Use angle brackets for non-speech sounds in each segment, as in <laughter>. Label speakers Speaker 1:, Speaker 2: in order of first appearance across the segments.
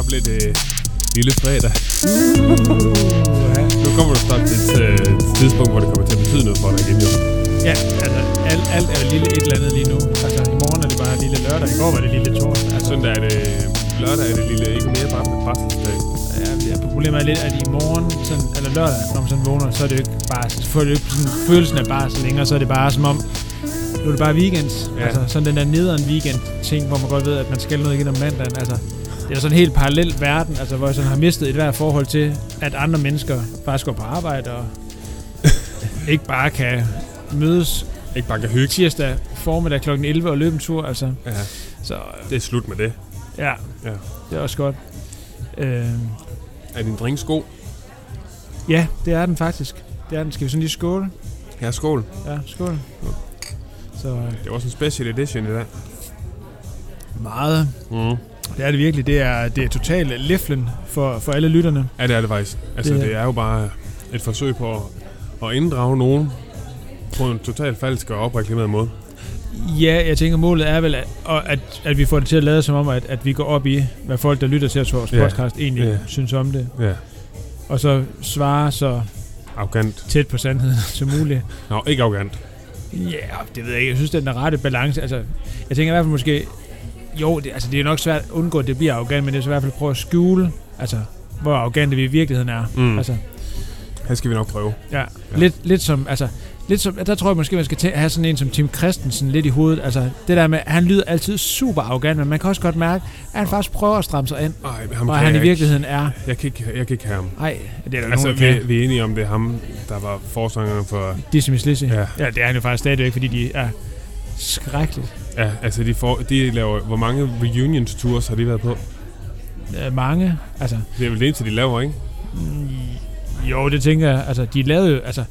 Speaker 1: op lidt øh, lille fredag. Nu kommer du snart til et øh, tidspunkt, hvor det kommer til at betyde noget for dig igen, jo.
Speaker 2: Ja, altså alt, alt er jo lille et eller andet lige nu. Altså i morgen er det bare lille lørdag, i går var det lille torsdag. Altså,
Speaker 1: Søndag er det, lørdag er det lille, ikke mere bare med barselsdag.
Speaker 2: ja, ja, problemet er lidt, at i morgen, sådan, eller lørdag, når man sådan vågner, så er det jo ikke bare, så får det jo ikke sådan, følelsen af bare så længere, så er det bare som om, nu er det bare weekend.
Speaker 1: Ja.
Speaker 2: Ja. Altså sådan den der nederen weekend ting, hvor man godt ved, at man skal noget igen om mandagen. Altså, det er sådan en helt parallel verden, altså, hvor jeg sådan har mistet et hvert forhold til, at andre mennesker faktisk går på arbejde og ikke bare kan mødes
Speaker 1: Ikke bare kan hygge.
Speaker 2: tirsdag formiddag kl. 11 og løbe en tur, altså.
Speaker 1: Ja,
Speaker 2: Så øh,
Speaker 1: det er slut med det.
Speaker 2: ja,
Speaker 1: Ja.
Speaker 2: det er også godt. Øh,
Speaker 1: Er din drink god?
Speaker 2: ja, det er den faktisk. Det er den. Skal vi sådan lige skåle?
Speaker 1: Ja, skål.
Speaker 2: Ja, skål. Så øh,
Speaker 1: Det var også en special edition i dag.
Speaker 2: meget.
Speaker 1: Mm.
Speaker 2: Det er det virkelig. Det er, det er totalt leflen for, for alle lytterne.
Speaker 1: Ja, det er det faktisk. Altså, det,
Speaker 2: Det er-
Speaker 1: det er jo bare et forsøg på at, at inddrage nogen på en totalt falsk og opreklameret måde.
Speaker 2: Ja, jeg tænker, målet er vel, at, og at, at vi får det til at lade som om, at, at vi går op i, hvad folk, der lytter til os på vores
Speaker 1: Ja.
Speaker 2: podcast, egentlig
Speaker 1: Ja.
Speaker 2: synes om det.
Speaker 1: Ja.
Speaker 2: Og så svare så
Speaker 1: Arrogant.
Speaker 2: tæt på sandheden <laughs> som muligt.
Speaker 1: Nå, ikke arrogant.
Speaker 2: Ja, yeah, det ved jeg ikke. Jeg synes, det er den rette balance. Altså, jeg tænker i hvert fald måske... Jo, det, altså, det er nok svært at undgå, at det bliver arrogant, men det er så i hvert fald at prøve at skjule, altså, hvor arrogant vi i virkeligheden er.
Speaker 1: Mm.
Speaker 2: Altså,
Speaker 1: Her skal vi nok prøve.
Speaker 2: ja, ja. Lidt, lidt som... Altså, lidt som, der tror jeg måske, man skal tæ- have sådan en som Tim Christensen lidt i hovedet. Altså, det der med, han lyder altid super arrogant, men man kan også godt mærke, at han faktisk prøver at stramme sig ind,
Speaker 1: Ej, ham
Speaker 2: hvor
Speaker 1: kan
Speaker 2: han i
Speaker 1: jeg ikke.
Speaker 2: virkeligheden er...
Speaker 1: Jeg kan ikke, jeg kan ikke have ham.
Speaker 2: Ej, det er der altså,
Speaker 1: Altså,
Speaker 2: nogen, der kan.
Speaker 1: vi, vi er enige om, det er ham, der var forsangeren for...
Speaker 2: Dizzy Lizzy.
Speaker 1: Ja.
Speaker 2: Ja. ja, det er han jo faktisk stadigvæk, fordi de er skrækkeligt
Speaker 1: Ja, altså, de, for, de laver... Hvor mange reunions tours har de været på?
Speaker 2: øh, mange. Altså,
Speaker 1: Det er vel det eneste, de laver, ikke?
Speaker 2: Mm, Jo, det tænker jeg. Altså, de lavede jo, altså,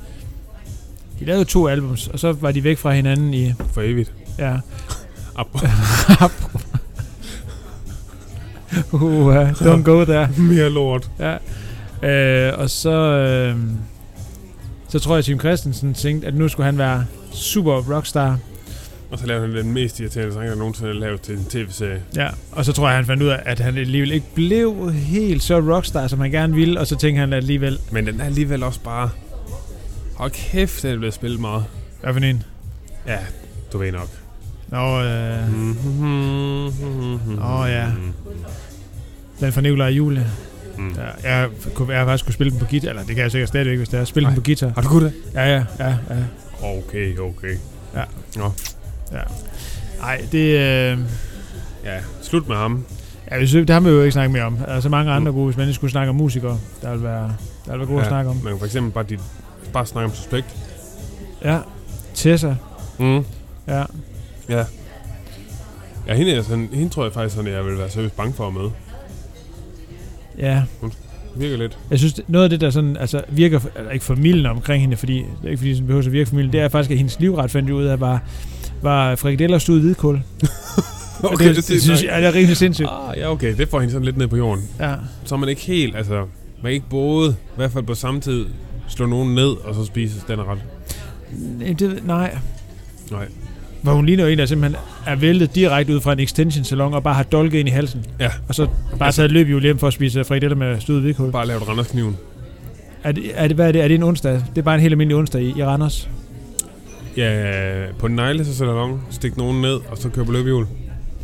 Speaker 2: de lavede to albums, og så var de væk fra hinanden i...
Speaker 1: For evigt. Ah,
Speaker 2: Ja.
Speaker 1: Ab-
Speaker 2: uh, don't go there.
Speaker 1: <laughs> Mere lort.
Speaker 2: Ja. Øh, og så... Øh, så tror jeg, at Tim Christensen tænkte, at nu skulle han være super rockstar.
Speaker 1: Og så lavede han den mest irriterende sang, der nogensinde er lavet til en tv-serie.
Speaker 2: Ja. Og så tror jeg, han fandt ud af, at han alligevel ikke blev helt så rockstar, som han gerne ville. Og så tænkte han alligevel...
Speaker 1: Men den er alligevel også bare... Hold kæft, den er blevet spillet meget.
Speaker 2: Hvad for en?
Speaker 1: Ja, du ved nok.
Speaker 2: Nå, øh,
Speaker 1: Åh,
Speaker 2: Åh, ja. Den fra Nikolaj Jule.
Speaker 1: Mm.
Speaker 2: Mm. Ja, jeg, kunne, jeg har faktisk kunne spille den på guitar, eller det kan jeg sikkert stadigvæk, hvis det er. Spille den
Speaker 1: Ej.
Speaker 2: på guitar.
Speaker 1: Har du kunnet det?
Speaker 2: Ja, ja, ja. ja.
Speaker 1: Okay, okay.
Speaker 2: Ej, det, øh,
Speaker 1: Ja, slut med ham.
Speaker 2: ja, vi synes- det har vi jo ikke snakket mere om. Der er så mange andre gode, hvis man ikke skulle snakke om musikere, der ville være, der ville være gode Mm. ja. at snakke om.
Speaker 1: Man kan for eksempel bare, dit, bare snakke om suspekt.
Speaker 2: Ja, Tessa.
Speaker 1: Mm.
Speaker 2: Ja.
Speaker 1: Ja, hende, er sådan, hende tror jeg faktisk, sådan, at jeg vil være seriøst bange for at møde.
Speaker 2: ja,
Speaker 1: Virker
Speaker 2: <laughs>
Speaker 1: lidt.
Speaker 2: jeg synes, det- noget af det, der sådan, altså, virker for, altså, ikke formidlende omkring hende, fordi det er ikke fordi, den behøver at virke formidlende, det er faktisk, at hendes livret fandt jeg ud af, var, var frikadeller stod i hvidkål.
Speaker 1: Okay,
Speaker 2: det, det, det, synes jeg, det er rimelig sindssygt.
Speaker 1: Ah, ja, okay. Det får hende sådan lidt ned på jorden.
Speaker 2: Ja.
Speaker 1: Så er man ikke helt, altså... Man kan ikke både, i hvert fald på samme tid, slå nogen ned og så spise den ret.
Speaker 2: Nej, Det, nej.
Speaker 1: Nej.
Speaker 2: Hvor hun ligner jo en, der simpelthen er væltet direkte ud fra en extension-salon og bare har dolket ind i halsen.
Speaker 1: Ja. Altså-
Speaker 2: Og så bare taget løb i hjem for at spise frikadeller med stød hvidkål.
Speaker 1: Bare lave et Randerskniven.
Speaker 2: Er det, er, det, hvad er det? Er det en onsdag? Det er bare en helt almindelig onsdag i, i Randers.
Speaker 1: Ja, på en negle, så sætter nogen, stik nogen ned, og så kører på løbehjul.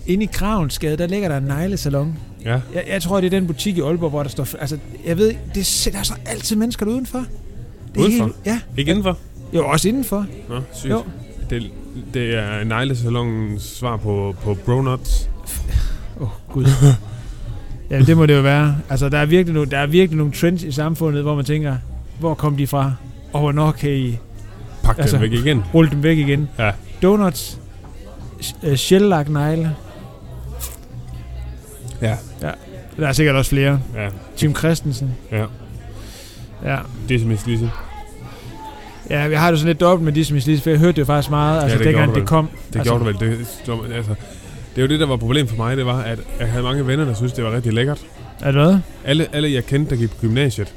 Speaker 2: Inde i Kravensgade, der ligger der en neglesalon.
Speaker 1: Ja.
Speaker 2: Jeg, jeg tror, det er den butik i Aalborg, hvor der står... Altså, jeg ved, ikke, det, er sind- der står altid mennesker der udenfor. Det er
Speaker 1: Udenfor?
Speaker 2: Helt, ja,
Speaker 1: Ikke indenfor?
Speaker 2: jo, også indenfor.
Speaker 1: Nå, sygt.
Speaker 2: Jo.
Speaker 1: Det, det er neglesalongens svar på, på bronuts.
Speaker 2: Åh, oh,
Speaker 1: <laughs>
Speaker 2: gud. ja, det må det jo være. Altså, der er, virkelig no- der er virkelig nogle trends i samfundet, hvor man tænker, hvor kom de fra? Og hvornår kan I
Speaker 1: Pak altså.
Speaker 2: Altså.
Speaker 1: dem væk igen.
Speaker 2: rulle dem væk igen?
Speaker 1: Ja.
Speaker 2: Donuts, sh- øh, shellak negle.
Speaker 1: Ja.
Speaker 2: Der er sikkert også flere.
Speaker 1: Ja,
Speaker 2: Tim Christensen.
Speaker 1: Ja.
Speaker 2: Ja.
Speaker 1: det er som Lise.
Speaker 2: Ja, jeg har det sådan lidt dobbelt med Disney Lise, for jeg hørte det jo faktisk meget, altså
Speaker 1: det
Speaker 2: ja, dengang
Speaker 1: gjorde du
Speaker 2: det kom.
Speaker 1: Det altså. gjorde du vel. Det, slår mig- altså, det er jo det, der var problemet for mig. Det var, at jeg havde mange venner, der syntes, det var rigtig lækkert.
Speaker 2: Er det hvad?
Speaker 1: Alle, alle jeg kendte, der gik på gymnasiet,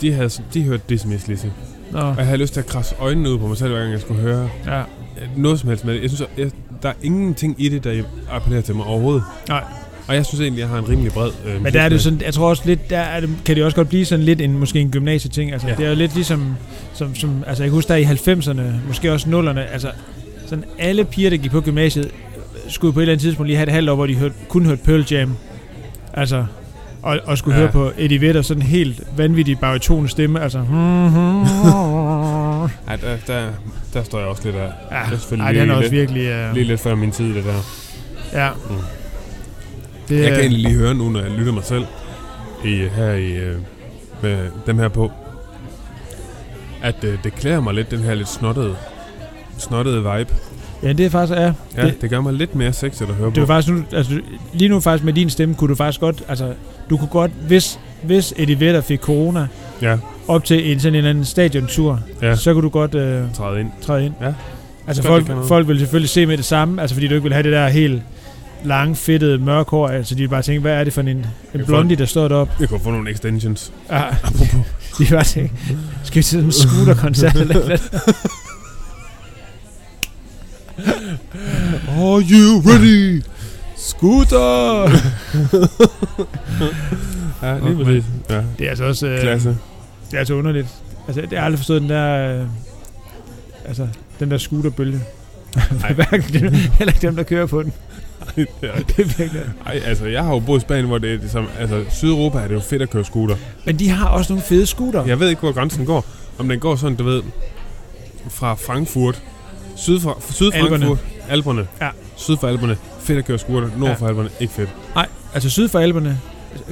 Speaker 1: de havde, de hørte det som Lise.
Speaker 2: Nå,
Speaker 1: Og jeg havde lyst til at krasse øjnene ud på mig selv, hver gang jeg skulle høre
Speaker 2: ja.
Speaker 1: øh, noget som helst med det. Jeg synes, at jeg, der er ingenting i det, der appellerer til mig overhovedet.
Speaker 2: Nej.
Speaker 1: Og jeg synes egentlig, jeg har en rimelig bred... Øh,
Speaker 2: Men der er det jo sådan, jeg tror også lidt, der er det, kan det også godt blive sådan lidt en, måske en gymnasieting. Altså,
Speaker 1: Ja.
Speaker 2: ja. Det er jo lidt ligesom, som, som, altså jeg kan huske, der i 90'erne, måske også 0'erne, altså sådan alle piger, der gik på gymnasiet, skulle på et eller andet tidspunkt lige have et halvt år, hvor de hørte, kun hørte Pearl Jam. Altså, og, og skulle
Speaker 1: Ja.
Speaker 2: ja. høre på Eddie Vedder sådan helt vanvittig baryton stemme, altså... <laughs> ja,
Speaker 1: Ej, der, der, der står jeg også lidt af. er selvfølgelig
Speaker 2: ej, det er
Speaker 1: lige
Speaker 2: nok også
Speaker 1: lidt-
Speaker 2: virkelig... Uh,
Speaker 1: Lige lidt før min tid, det der.
Speaker 2: ja.
Speaker 1: Mm.
Speaker 2: Det,
Speaker 1: Jeg kan
Speaker 2: øh,
Speaker 1: egentlig lige høre nu, når jeg lytter mig selv i, her i, øh, med dem her på, at øh, det klæder mig lidt, den her lidt snottede, snottede vibe.
Speaker 2: Ja, det er faktisk... Ja,
Speaker 1: Ja, det, det gør mig lidt mere sexet at høre
Speaker 2: Det
Speaker 1: på.
Speaker 2: var faktisk nu, altså, lige nu faktisk med din stemme, kunne du faktisk godt, altså, du kunne godt, hvis, hvis Eddie Vedder fik corona,
Speaker 1: Ja.
Speaker 2: op til en sådan en eller anden stadiontur,
Speaker 1: Ja.
Speaker 2: så kunne du godt øh,
Speaker 1: Træde ind.
Speaker 2: træde ind.
Speaker 1: Ja.
Speaker 2: Altså
Speaker 1: Godt, det
Speaker 2: folk,
Speaker 1: kan noget.
Speaker 2: folk vil selvfølgelig se med det samme, altså fordi du ikke vil have det der helt lange, fedtede, mørke hår, altså de vil bare tænke, hvad er det for en, en
Speaker 1: får-
Speaker 2: blondie, der står deroppe?
Speaker 1: Jeg kunne få nogle extensions.
Speaker 2: Ah, <laughs> de vil bare tænke, skal vi til sådan en scooterkoncert
Speaker 1: <laughs>
Speaker 2: eller et eller andet?
Speaker 1: Are you ready? Scooter! <laughs> ja, lige
Speaker 2: Okay.
Speaker 1: præcis. Ja,
Speaker 2: Det er altså også... Øh,
Speaker 1: klasse. <laughs>
Speaker 2: Det er altså underligt. Altså, jeg har aldrig forstået den der... Øh, altså, den der
Speaker 1: <laughs>
Speaker 2: scooterbølge.
Speaker 1: Ej.
Speaker 2: Hverken dem, heller ikke dem, der kører på den. <laughs>
Speaker 1: Ja.
Speaker 2: Det er virkelig.
Speaker 1: Ej, altså, jeg har jo boet i Spanien, hvor det er som, altså, Sydeuropa er det jo fedt at køre scooter.
Speaker 2: Men de har også nogle fede scooter.
Speaker 1: Jeg ved ikke, hvor grænsen går. Om den går sådan, du ved, fra Frankfurt, syd fra, syd fra
Speaker 2: Alperne.
Speaker 1: Frankfurt, Alperne,
Speaker 2: Ja.
Speaker 1: syd for Alperne, fedt at køre scooter, nord
Speaker 2: Ja.
Speaker 1: for Alperne, ikke <laughs> fedt.
Speaker 2: Nej, altså syd for Alperne.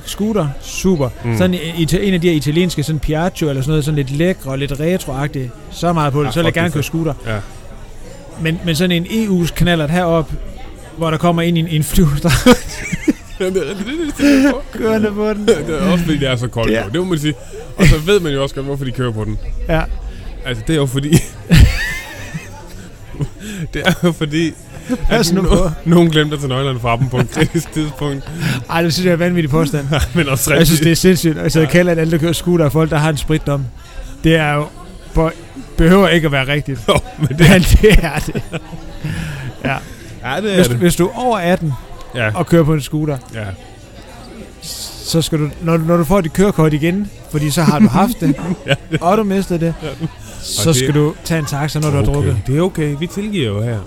Speaker 2: Scooter, super.
Speaker 1: Mm.
Speaker 2: Mm. Sådan en, en af de her italienske, sådan Piaggio eller sådan noget, sådan lidt lækre og lidt retroagtigt. Så meget på det,
Speaker 1: Ja,
Speaker 2: ja, så vil jeg
Speaker 1: fuck, det er
Speaker 2: gerne køre
Speaker 1: fedt.
Speaker 2: scooter.
Speaker 1: Ja.
Speaker 2: Men, men sådan en EU's knallert herop, hvor der kommer ind i en, en flyverdrag kørende på
Speaker 1: <laughs>
Speaker 2: den.
Speaker 1: det er også fordi, det er så koldt,
Speaker 2: Ja.
Speaker 1: ja. det må man sige. Og så ved man jo også godt, hvorfor de kører på den.
Speaker 2: Ja.
Speaker 1: Altså, det er jo fordi... <laughs> det er jo fordi,
Speaker 2: Pas nu på.
Speaker 1: nogen glemte at tage nøglerne fra dem på et <laughs> kritisk tidspunkt.
Speaker 2: Ej, det synes jeg er en vanvittig påstand.
Speaker 1: Men også
Speaker 2: Jeg synes,
Speaker 1: rigtigt.
Speaker 2: det er sindssygt. Altså, jeg kalder, at alle, der kører scooter, er folk, der har en spritdom. Det er jo... For, behøver ikke at være rigtigt.
Speaker 1: Jo, men <laughs> det,
Speaker 2: Men det er det.
Speaker 1: ja, det
Speaker 2: Hvis,
Speaker 1: er det.
Speaker 2: hvis du er over 18
Speaker 1: Ja,
Speaker 2: og kører på en scooter,
Speaker 1: ja.
Speaker 2: så skal du... Når, du- når du får dit kørekort igen, fordi så har du
Speaker 1: <laughs>
Speaker 2: haft det, og du mister det, så
Speaker 1: det-
Speaker 2: skal du tage en taxa, når du har drukket.
Speaker 1: Det er okay. Vi tilgiver jo her. Et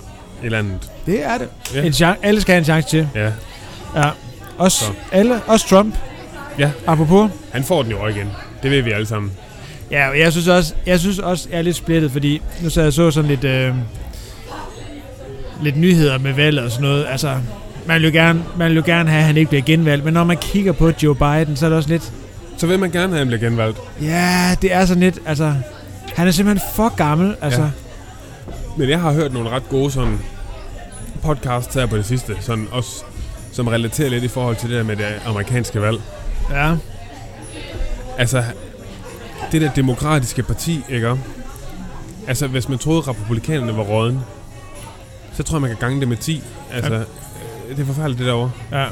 Speaker 1: eller andet.
Speaker 2: Det er det.
Speaker 1: Ja.
Speaker 2: En chance, alle skal have en chance til.
Speaker 1: Ja.
Speaker 2: Ja. Også,
Speaker 1: Så.
Speaker 2: alle, også Trump.
Speaker 1: Ja.
Speaker 2: Apropos.
Speaker 1: Han får den jo igen. Det ved vi alle sammen.
Speaker 2: Ja, og jeg synes også, jeg synes også, jeg er lidt splittet, fordi nu så jeg så sådan lidt, øh, lidt nyheder med valget og sådan noget. Altså, man vil, jo gerne, man vil jo gerne have, at han ikke bliver genvalgt, men når man kigger på Joe Biden, så er det også lidt,
Speaker 1: Så vil man gerne have, at han bliver genvalgt.
Speaker 2: ja, det er sådan lidt, altså, han er simpelthen for gammel, altså.
Speaker 1: Ja. Men jeg har hørt nogle ret gode sådan podcasts her på det sidste. Sådan også som relaterer lidt i forhold til det der med det amerikanske valg.
Speaker 2: Ja.
Speaker 1: Altså, det der demokratiske parti, ikke? Altså, hvis man troede, at republikanerne var råden, så tror jeg, man kan gange det med 10. Altså,
Speaker 2: Ja.
Speaker 1: øh, det er forfærdeligt, det derovre.
Speaker 2: ja.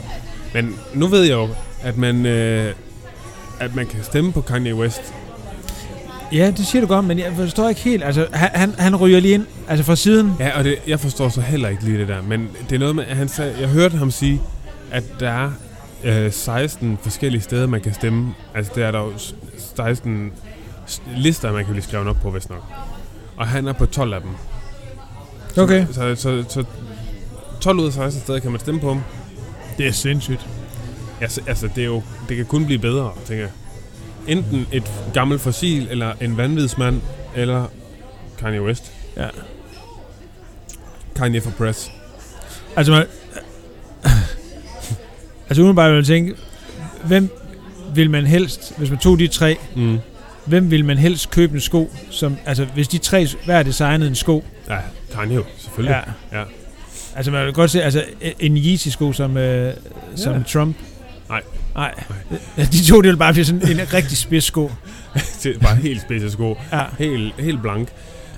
Speaker 1: Men nu ved jeg jo, at man, øh, at man kan stemme på Kanye West.
Speaker 2: Ja, det siger du godt, men jeg forstår ikke helt, altså, han, han, han ryger lige ind, altså fra siden.
Speaker 1: Ja, og det, jeg forstår så heller ikke lige det der, men det er noget med, at han sagde, jeg hørte ham sige, at der er øh, 16 forskellige steder, man kan stemme. Altså, der er der jo s- 16 s- lister, man kan blive skrevet op på, hvis nok. Og han er på 12 af dem.
Speaker 2: Okay.
Speaker 1: Så, så, så, så 12 ud af 16 steder kan man stemme på ham.
Speaker 2: Det er sindssygt.
Speaker 1: Altså, altså det, er jo, det kan kun blive bedre, tænker jeg. Enten et gammelt fossil, eller en vanvidsmand, eller Kanye West.
Speaker 2: Ja.
Speaker 1: Kanye for press.
Speaker 2: Altså, man, <clears throat> altså umiddelbart vil jeg tænke, hvem vil man helst, hvis man tog de tre,
Speaker 1: Mm.
Speaker 2: hvem vil man helst købe en sko, som, altså hvis de tre hver designede en sko,
Speaker 1: Ja, Kanye jo, selvfølgelig. Ja.
Speaker 2: altså man vil godt se, altså en Yeezy-sko som, øh, som
Speaker 1: Ja.
Speaker 2: Trump.
Speaker 1: Nej.
Speaker 2: Nej. De to, det ville bare blive sådan en rigtig spids sko.
Speaker 1: det er bare helt spidse sko.
Speaker 2: Ja.
Speaker 1: Helt, helt blank.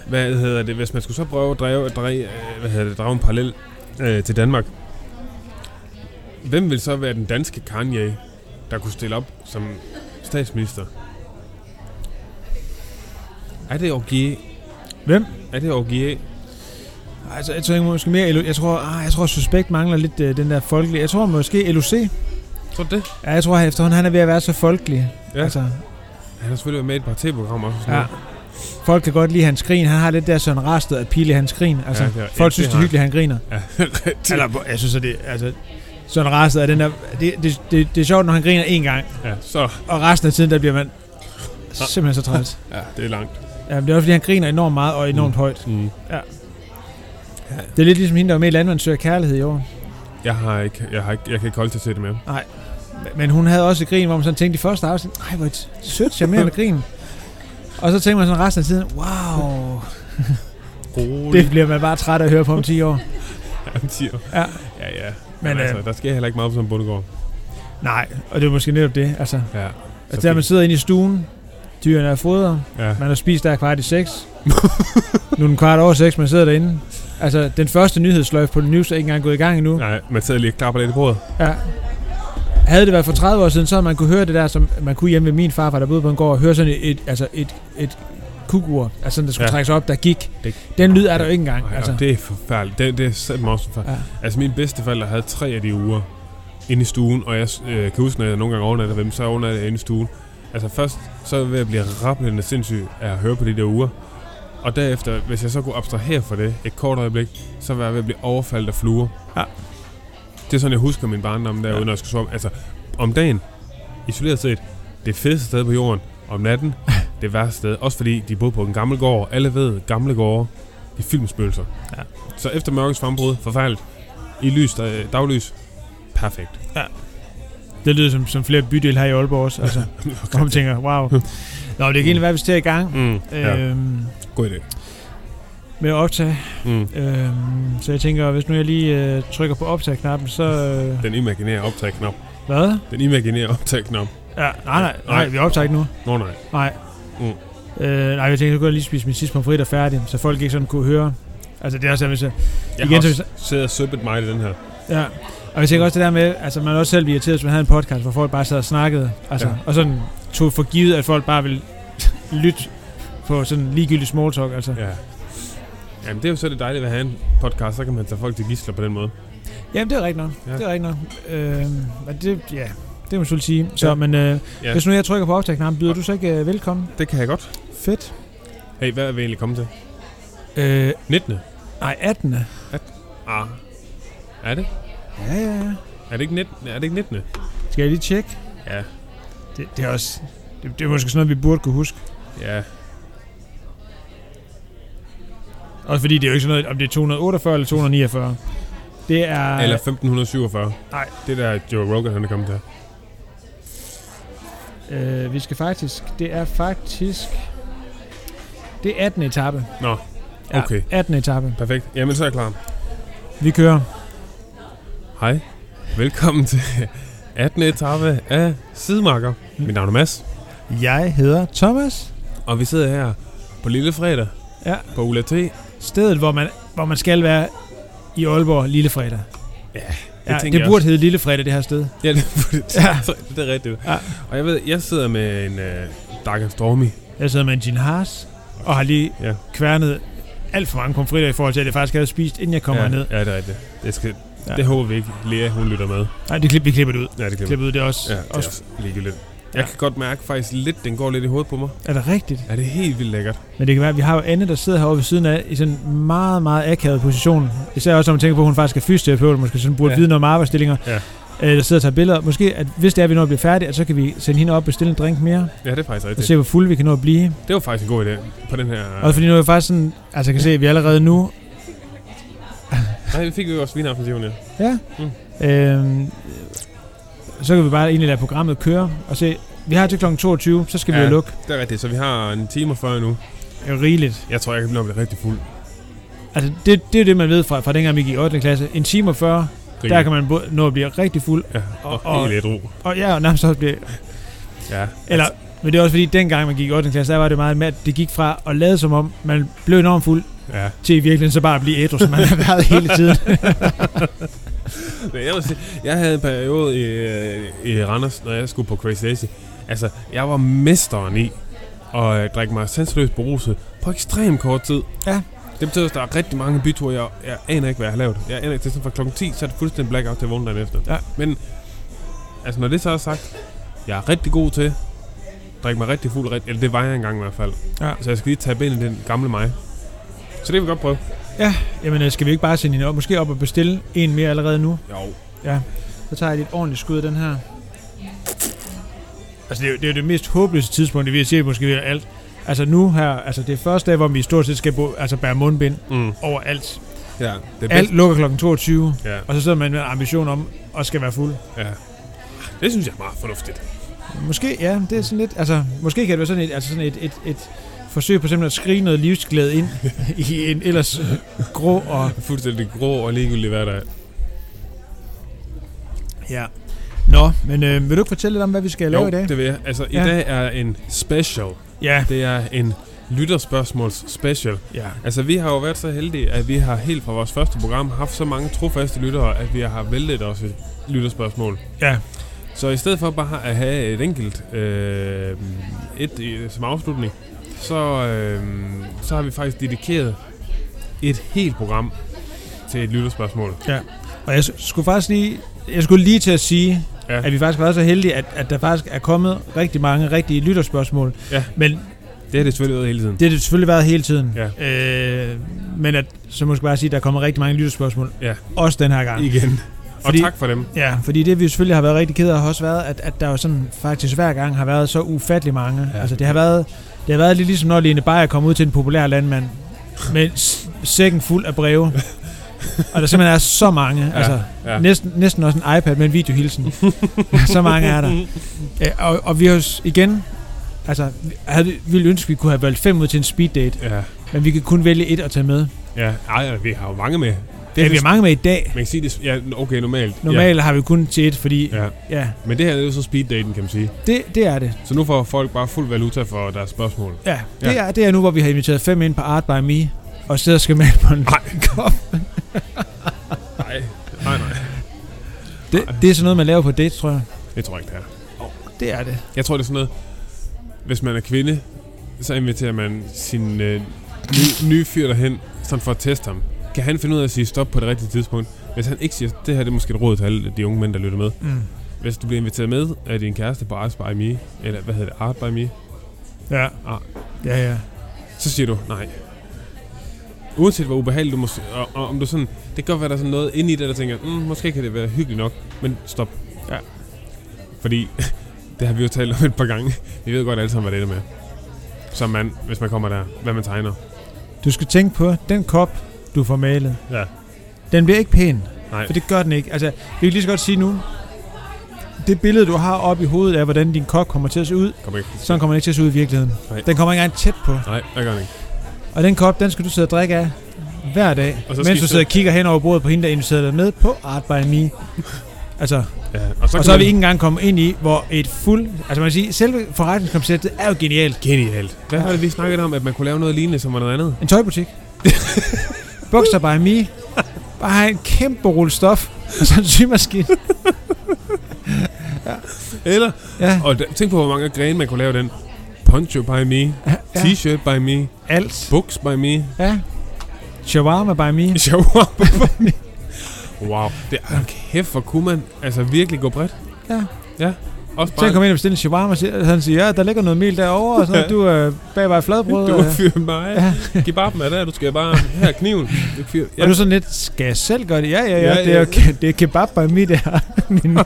Speaker 1: Hvad hedder det, hvis man skulle så prøve at drage, drage, øh, hvad hedder det, drage en parallel øh, til Danmark. Hvem vil så være den danske Kanye, der kunne stille op som statsminister? Er det Orgie?
Speaker 2: Hvem?
Speaker 1: Er det Orgie?
Speaker 2: Altså, jeg tror måske mere... LO Jeg tror, ah, jeg tror Suspekt mangler lidt øh, den der folkelige... Jeg tror måske LOC.
Speaker 1: Tror du det?
Speaker 2: Ja, jeg tror at efterhånden, han er ved at være så folkelig.
Speaker 1: Ja.
Speaker 2: Altså,
Speaker 1: Han har selvfølgelig været med i et par tv-programmer også. og sådan
Speaker 2: ja.
Speaker 1: noget.
Speaker 2: Folk kan godt lide hans grin. Han har lidt der sådan rastet af pile i hans grin. Altså,
Speaker 1: Ja,
Speaker 2: ja,
Speaker 1: det er- ja,
Speaker 2: folk synes,
Speaker 1: det
Speaker 2: det er
Speaker 1: har
Speaker 2: hyggeligt, at han griner.
Speaker 1: Ja, <laughs> rigtigt.
Speaker 2: Eller, hvor- jeg synes, at det... Altså, sådan rastet af den der... Det, det, det, det er sjovt, når han griner én gang,
Speaker 1: ja, så.
Speaker 2: og resten af tiden, der bliver man simpelthen så træt.
Speaker 1: Ja, det er langt.
Speaker 2: Ja, men det er også, fordi han griner enormt meget og enormt mm. højt.
Speaker 1: Mm.
Speaker 2: Det er lidt ligesom hende, der var med i Landmand Søger Kærlighed i år.
Speaker 1: Jeg har ikke, jeg har ikke, jeg kan ikke holde til at se det mere.
Speaker 2: Men hun havde også et grin, hvor man sådan tænkte i første afsnit, nej, hvor et sødt, charmerende grin. Og så tænker man sådan resten af tiden, wow,
Speaker 1: Rolig.
Speaker 2: det bliver man bare træt af at høre på om 10 år.
Speaker 1: Det.
Speaker 2: Ja.
Speaker 1: ja, ja. Men,
Speaker 2: Men,
Speaker 1: Men altså,
Speaker 2: øh,
Speaker 1: der sker heller ikke meget som Bundegård.
Speaker 2: Nej, og det er måske netop det. Altså,
Speaker 1: Ja.
Speaker 2: at der man sidder inde i stuen, dyrene er fodret,
Speaker 1: Ja.
Speaker 2: man har spist der kvart i seks. nu er den kvart over seks, man sidder derinde. Altså, den første nyhedsløjf på den news er ikke engang gået i gang endnu.
Speaker 1: Nej, man sidder lige og klapper lidt i bordet.
Speaker 2: Ja. Havde det været for 30 år siden, så havde man kunne høre det der, som man kunne hjemme ved min farfar, der boede på en gård, og høre sådan et, altså et, et kukur, altså sådan, der skulle
Speaker 1: Ja.
Speaker 2: ja. trækkes op, der gik.
Speaker 1: Det-
Speaker 2: Den lyd er der jo ikke engang.
Speaker 1: Ej,
Speaker 2: altså.
Speaker 1: altså. det er forfærdeligt. Det, det er simpelthen også forfærdeligt.
Speaker 2: Ja.
Speaker 1: Ja. Altså, mine bedsteforældre havde tre af de uger inde i stuen, og jeg øh, kan huske, når jeg nogle gange overnatter ved dem, så overnatter jeg inde i stuen. Altså først, så er jeg ved at blive rappelende sindssyg af at høre på de der uger. Og derefter, hvis jeg så kunne abstrahere for det et kort øjeblik, så var jeg ved at blive overfaldet af fluer.
Speaker 2: Ja.
Speaker 1: Det er sådan, jeg husker min barndom derude, ja.
Speaker 2: Ja.
Speaker 1: når jeg skulle sove. Altså, om dagen, isoleret set, det fedeste sted på jorden. Om natten, det værste sted. Også fordi de boede på en gammel gård. Alle ved, gamle gårde, de er fyldt med spøgelser.
Speaker 2: Ja.
Speaker 1: Så efter mørkets frembrud, forfærdeligt. I lys, der, daglys, perfekt.
Speaker 2: det lyder som, som flere bydel her i Aalborg også. <laughs> Altså, hvor man tænker, wow. Nå, men det kan egentlig være, hvis det er i gang
Speaker 1: Mm, ja.
Speaker 2: øhm,
Speaker 1: God idé.
Speaker 2: med at optage.
Speaker 1: Mm.
Speaker 2: Øhm, så jeg tænker, hvis nu jeg lige øh, trykker på optag-knappen, så... Øh,
Speaker 1: Den imaginære optagknap.
Speaker 2: hvad?
Speaker 1: Den imaginære optagknap.
Speaker 2: Ja, nej, nej,
Speaker 1: Nej.
Speaker 2: nej, vi optager ikke nu.
Speaker 1: Nå nej.
Speaker 2: Nej.
Speaker 1: Mm.
Speaker 2: Øh, nej, jeg tænkte, så kunne jeg lige spise min sidste pomfrit og færdig, så folk ikke sådan kunne høre. Altså, det er også, sådan, hvis jeg,
Speaker 1: Jeg
Speaker 2: Igen,
Speaker 1: Igen, har
Speaker 2: så-
Speaker 1: også siddet og søbet mig i den her.
Speaker 2: ja. Og jeg tænker også det der med, altså man er også selv bliver irriteret, hvis man havde en podcast, hvor folk bare sad og snakkede. Altså,
Speaker 1: Ja.
Speaker 2: ja. Og sådan tog for givet, at folk bare ville <laughs> lytte på sådan ligegyldig small talk. Altså. Ja.
Speaker 1: Ja. Jamen, det er jo så det dejlige ved at have en podcast, så kan man tage folk til gisler på den måde.
Speaker 2: Jamen, det er rigtigt nok.
Speaker 1: Ja.
Speaker 2: Ja. Det er rigtigt nok. Øh, men det, ja, det må man selvfølgelig sige. Så,
Speaker 1: Ja.
Speaker 2: ja. men øh,
Speaker 1: Ja.
Speaker 2: ja. hvis nu jeg trykker på optagknappen, byder du så ikke øh, velkommen?
Speaker 1: Det kan jeg godt.
Speaker 2: Fedt.
Speaker 1: Hey, hvad er vi egentlig kommet til?
Speaker 2: Øh,
Speaker 1: 19.
Speaker 2: nej, 18.
Speaker 1: Ah. Er det?
Speaker 2: Ja, ja, ja.
Speaker 1: Er det ikke 19? Er det ikke 19?
Speaker 2: Skal jeg lige tjekke?
Speaker 1: Ja.
Speaker 2: Det, det er også... Det, det er måske sådan noget, vi burde kunne huske.
Speaker 1: Ja.
Speaker 2: Også fordi det er jo ikke sådan noget, om det er 248 eller 249. Det er...
Speaker 1: Eller 1547.
Speaker 2: Nej.
Speaker 1: Det der Joe Rogan, han er kommet til.
Speaker 2: Øh, vi skal faktisk... Det er faktisk... Det er 18. etape.
Speaker 1: Nå,
Speaker 2: Ja,
Speaker 1: okay.
Speaker 2: 18. etape.
Speaker 1: Perfekt. Jamen, så er jeg klar.
Speaker 2: Vi kører.
Speaker 1: Hej. Velkommen til 18. etape af Sidemarker. Mit navn er Mads,
Speaker 2: Jeg hedder Thomas.
Speaker 1: og vi sidder her på lille fredag
Speaker 2: Ja.
Speaker 1: på Ula T. Jeg
Speaker 2: Stedet, hvor man, hvor man skal være i Aalborg Lillefredag. Ja, det
Speaker 1: tænker
Speaker 2: burde
Speaker 1: jeg
Speaker 2: også. hedde Lillefredag, det her sted.
Speaker 1: Ja, det burde <laughs> det. Det er rigtigt.
Speaker 2: Ja.
Speaker 1: Og jeg ved, jeg sidder med en uh, Dark and Stormy.
Speaker 2: Jeg sidder med en gin hars og har lige
Speaker 1: Ja.
Speaker 2: ja. kværnet alt for mange pomfritter i forhold til, at jeg faktisk havde spist, inden jeg kom
Speaker 1: ja,
Speaker 2: ja. ned.
Speaker 1: Ja, det er rigtigt. Det, skal, ja.
Speaker 2: Ja.
Speaker 1: det håber vi ikke. Lea, hun lytter med.
Speaker 2: Nej, det klip, vi klipper det ud.
Speaker 1: Ja, det kan vi.
Speaker 2: Klipper ud, det er også,
Speaker 1: Ja, det er
Speaker 2: også
Speaker 1: også ligegyldigt. Jeg
Speaker 2: Ja.
Speaker 1: kan godt mærke faktisk lidt, den går lidt i hovedet på mig.
Speaker 2: Er det rigtigt?
Speaker 1: Ja, det er helt vildt lækkert.
Speaker 2: Men det kan være, at vi har jo Anne, der sidder herovre ved siden af, i sådan en meget, meget akavet position. Især også, når man tænker på, at hun faktisk er fysioterapeut, måske sådan burde
Speaker 1: Ja.
Speaker 2: ja. vide noget om arbejdsstillinger,
Speaker 1: Ja.
Speaker 2: øh, der sidder og tager billeder. Måske, at hvis det er, at vi når at blive færdige, at så kan vi sende hende op og bestille en drink mere,
Speaker 1: Ja, det er faktisk
Speaker 2: og
Speaker 1: rigtigt.
Speaker 2: se, hvor fulde vi kan nå at blive.
Speaker 1: Det var faktisk en god idé på den her...
Speaker 2: Ja. Også fordi nu er vi faktisk sådan, altså jeg kan se, at vi allerede nu,
Speaker 1: Nej, vi fik jo også vinaften til Jonas.
Speaker 2: ja,
Speaker 1: Mm.
Speaker 2: øh, så kan vi bare egentlig lade programmet køre og se, vi har til kl. 22, så skal ja.
Speaker 1: Ja.
Speaker 2: vi jo lukke.
Speaker 1: Det er rigtigt, så vi har en time og 40 nu.
Speaker 2: Det er jo rigeligt.
Speaker 1: Jeg tror, jeg kan blive rigtig fuld.
Speaker 2: Altså, det, det er jo det, man ved fra, fra dengang, vi gik i 8. klasse. En time og 40,
Speaker 1: Rigtig.
Speaker 2: der kan man både nå at blive rigtig fuld,
Speaker 1: Ja, og,
Speaker 2: og-
Speaker 1: og helt ædru.
Speaker 2: og ja, og nærmest også blive
Speaker 1: Ja.
Speaker 2: Eller, men det er også fordi, dengang man gik i 8. klasse, der var det meget med, at det gik fra at lade som om, man blev enormt fuld,
Speaker 1: Ja.
Speaker 2: til i virkeligheden så bare at blive ædru, som man har været hele tiden.
Speaker 1: Men jeg, vil sige, jeg havde en periode i, øh, i Randers, når jeg skulle på Crazy Daisy. Altså, jeg var mesteren i at øh, drikke mig sensorløst beruset på ekstrem kort tid.
Speaker 2: Ja.
Speaker 1: Det betyder, at der er rigtig mange byture, jeg, jeg aner ikke, hvad jeg har lavet. Jeg aner ikke, til sådan fra klokken 10, så er det fuldstændig blackout til at vågne dagen efter.
Speaker 2: Ja.
Speaker 1: Men, altså når det så er sagt, jeg er rigtig god til at drikke mig rigtig fuld, rigt- eller det var jeg engang i hvert fald.
Speaker 2: Ja.
Speaker 1: Så jeg skal lige tage ind i den gamle mig. Så det vil vi godt prøve.
Speaker 2: Jamen, øh, skal vi ikke bare sende hende op? Måske op og bestille en mere allerede nu?
Speaker 1: Jo.
Speaker 2: Så tager jeg lige et ordentligt skud af den her. Altså, det er, jo, det er jo det mest håbløse tidspunkt, i vi har set måske ved alt. Altså nu her, altså det er første dag, hvor vi stort set skal bo, altså bære mundbind
Speaker 1: Mm.
Speaker 2: over alt.
Speaker 1: Ja, det er
Speaker 2: Alt
Speaker 1: bedst.
Speaker 2: lukker kl. 22,
Speaker 1: Ja,
Speaker 2: og så sidder man med en ambition om at skal være fuld.
Speaker 1: ja. Det synes jeg er meget fornuftigt.
Speaker 2: Måske, ja, det er sådan lidt, altså måske kan det være sådan et, altså sådan et, et, et forsøg på simpelthen at skrige noget livsglæde ind <laughs> i en ellers øh, grå og
Speaker 1: Fuldstændig grå og ligegyldig hverdag.
Speaker 2: Ja. Nå, men øh, vil du ikke fortælle lidt om, hvad vi skal lave i dag?
Speaker 1: det vil jeg. Altså, i
Speaker 2: Ja.
Speaker 1: dag er en special.
Speaker 2: Ja.
Speaker 1: Det er en lytterspørgsmåls special.
Speaker 2: ja.
Speaker 1: Altså, vi har jo været så heldige, at vi har helt fra vores første program haft så mange trofaste lyttere, at vi har væltet os et lytterspørgsmål.
Speaker 2: Ja.
Speaker 1: Så i stedet for bare at have et enkelt øh, et, øh, som afslutning, så, øh, så har vi faktisk dedikeret et helt program til et lytterspørgsmål.
Speaker 2: Og jeg s- skulle faktisk lige, jeg skulle lige til at sige,
Speaker 1: Ja.
Speaker 2: ja. at vi faktisk har været så heldige, at, at der faktisk er kommet rigtig mange rigtige lytterspørgsmål.
Speaker 1: Ja.
Speaker 2: Men
Speaker 1: Det har det selvfølgelig været hele tiden.
Speaker 2: det har det selvfølgelig været hele tiden.
Speaker 1: Ja.
Speaker 2: Øh, men at, så må jeg bare sige, at der kommer rigtig mange lytterspørgsmål.
Speaker 1: Ja.
Speaker 2: Også den her gang.
Speaker 1: Igen.
Speaker 2: Fordi-
Speaker 1: Og tak for dem.
Speaker 2: Ja, fordi det vi selvfølgelig har været rigtig ked af, har også været, at, at der jo sådan faktisk hver gang har været så ufattelig mange.
Speaker 1: Ja.
Speaker 2: Ja. Altså det har været, det har været lidt ligesom når Lene Beyer kom ud til en populær landmand med s- sækken fuld af breve. og der simpelthen er så mange, ja. altså
Speaker 1: Ja.
Speaker 2: ja. næsten, næsten også en iPad med en videohilsen. <laughs> så mange er der. Ja, og, og vi har jo s- igen, altså vi- havde, vi ville ønske, at vi kunne have valgt fem ud til en speed date,
Speaker 1: Ja.
Speaker 2: men vi kan kun vælge et at tage med.
Speaker 1: Ja, ej, ja, vi har jo mange med. Det
Speaker 2: Det ja, vi har mange med i dag.
Speaker 1: Man kan sige det... Ja, okay, normalt.
Speaker 2: Normalt ja. har vi kun til et, fordi
Speaker 1: Ja.
Speaker 2: ja.
Speaker 1: ja.
Speaker 2: ja,
Speaker 1: Men det her er jo så speeddaten, kan man sige.
Speaker 2: det, det er det.
Speaker 1: Så nu får folk bare fuld valuta for deres spørgsmål.
Speaker 2: Ja,
Speaker 1: Ja.
Speaker 2: det, Er, det er nu, hvor vi har inviteret fem ind på Art by Me, og sidder og skal med på en <laughs> kop.
Speaker 1: Nej, nej, nej.
Speaker 2: Det, det er sådan noget, man laver på date, tror jeg.
Speaker 1: Det tror jeg ikke, det er.
Speaker 2: Det er det.
Speaker 1: Jeg tror, det er sådan noget... Hvis man er kvinde, så inviterer man sin øh, nye, nye fyr derhen, sådan for at teste ham. Kan han finde ud af at sige stop på det rigtige tidspunkt? Hvis han ikke siger, det her det er måske et råd til alle de unge mænd, der lytter med.
Speaker 2: Mm.
Speaker 1: Hvis du bliver inviteret med af din kæreste på Art by Me, eller hvad hedder det, Art by Me,
Speaker 2: Ja.
Speaker 1: Ah.
Speaker 2: Ja, ja.
Speaker 1: Så siger du nej. Uanset hvor ubehageligt du måske, og, og om du sådan, det kan godt være, der er sådan noget inde i det, der tænker, mm, måske kan det være hyggeligt nok, men stop.
Speaker 2: Ja.
Speaker 1: Fordi, <laughs> det har vi jo talt om et par gange, vi ved godt alle sammen, hvad det er med. Som man, hvis man kommer der, hvad man tegner.
Speaker 2: Du skal tænke på, den kop, du får malet,
Speaker 1: Ja.
Speaker 2: den bliver ikke pæn.
Speaker 1: Nej.
Speaker 2: For det gør den ikke. Altså, vi kan lige så godt sige nu, det billede, du har oppe i hovedet af, hvordan din kop kommer til at se ud,
Speaker 1: Kom ikke.
Speaker 2: sådan kommer den ikke til at se ud i virkeligheden.
Speaker 1: Nej.
Speaker 2: Den kommer ikke engang tæt på.
Speaker 1: Nej, det gør den ikke.
Speaker 2: Og den kop, den skal du sidde og drikke af hver dag,
Speaker 1: Og så skal I
Speaker 2: mens du sidder
Speaker 1: sidde-
Speaker 2: og kigger hen over bordet på hende, der inviterede dig med på Art by Me. altså,
Speaker 1: Ja. Og så,
Speaker 2: Og
Speaker 1: kan
Speaker 2: så er
Speaker 1: man-
Speaker 2: vi ikke engang kommet ind i, hvor et fuld... Altså man kan sige, selve forretningskonceptet er jo genialt.
Speaker 1: Genialt. Hvad har det, vi snakket om, at man kunne lave noget lignende som var noget andet?
Speaker 2: En
Speaker 1: <laughs>
Speaker 2: tøjbutik. Bukser by me. Bare en kæmpe rulle stof. Og så en symaskine.
Speaker 1: Eller,
Speaker 2: Ja,
Speaker 1: og da, tænk på, hvor mange grene man kunne lave den. Poncho by me,
Speaker 2: ja.
Speaker 1: t-shirt by me,
Speaker 2: alt.
Speaker 1: books by me, <laughs>
Speaker 2: Ja. Shawarma by me.
Speaker 1: Shawarma Wow, det er kæft, hvor kunne man altså virkelig gå bredt.
Speaker 2: Ja.
Speaker 1: Ja, også
Speaker 2: Så jeg
Speaker 1: bare,
Speaker 2: kom ind og bestilte en shawarma, og siger- han siger, ja, der ligger noget mel derovre, og sådan noget. Du er øh, bagvej fladbrød.
Speaker 1: du
Speaker 2: og,
Speaker 1: er fyr mig.
Speaker 2: ja.
Speaker 1: Giv bare dem af der, du skal bare, her er kniven. Du er fyr.
Speaker 2: Og du er sådan lidt, skal jeg selv gøre det? Ja, ja, ja,
Speaker 1: Ja,
Speaker 2: ja det, er,
Speaker 1: ja.
Speaker 2: ja. det er kebab by me, det her. <laughs> Men-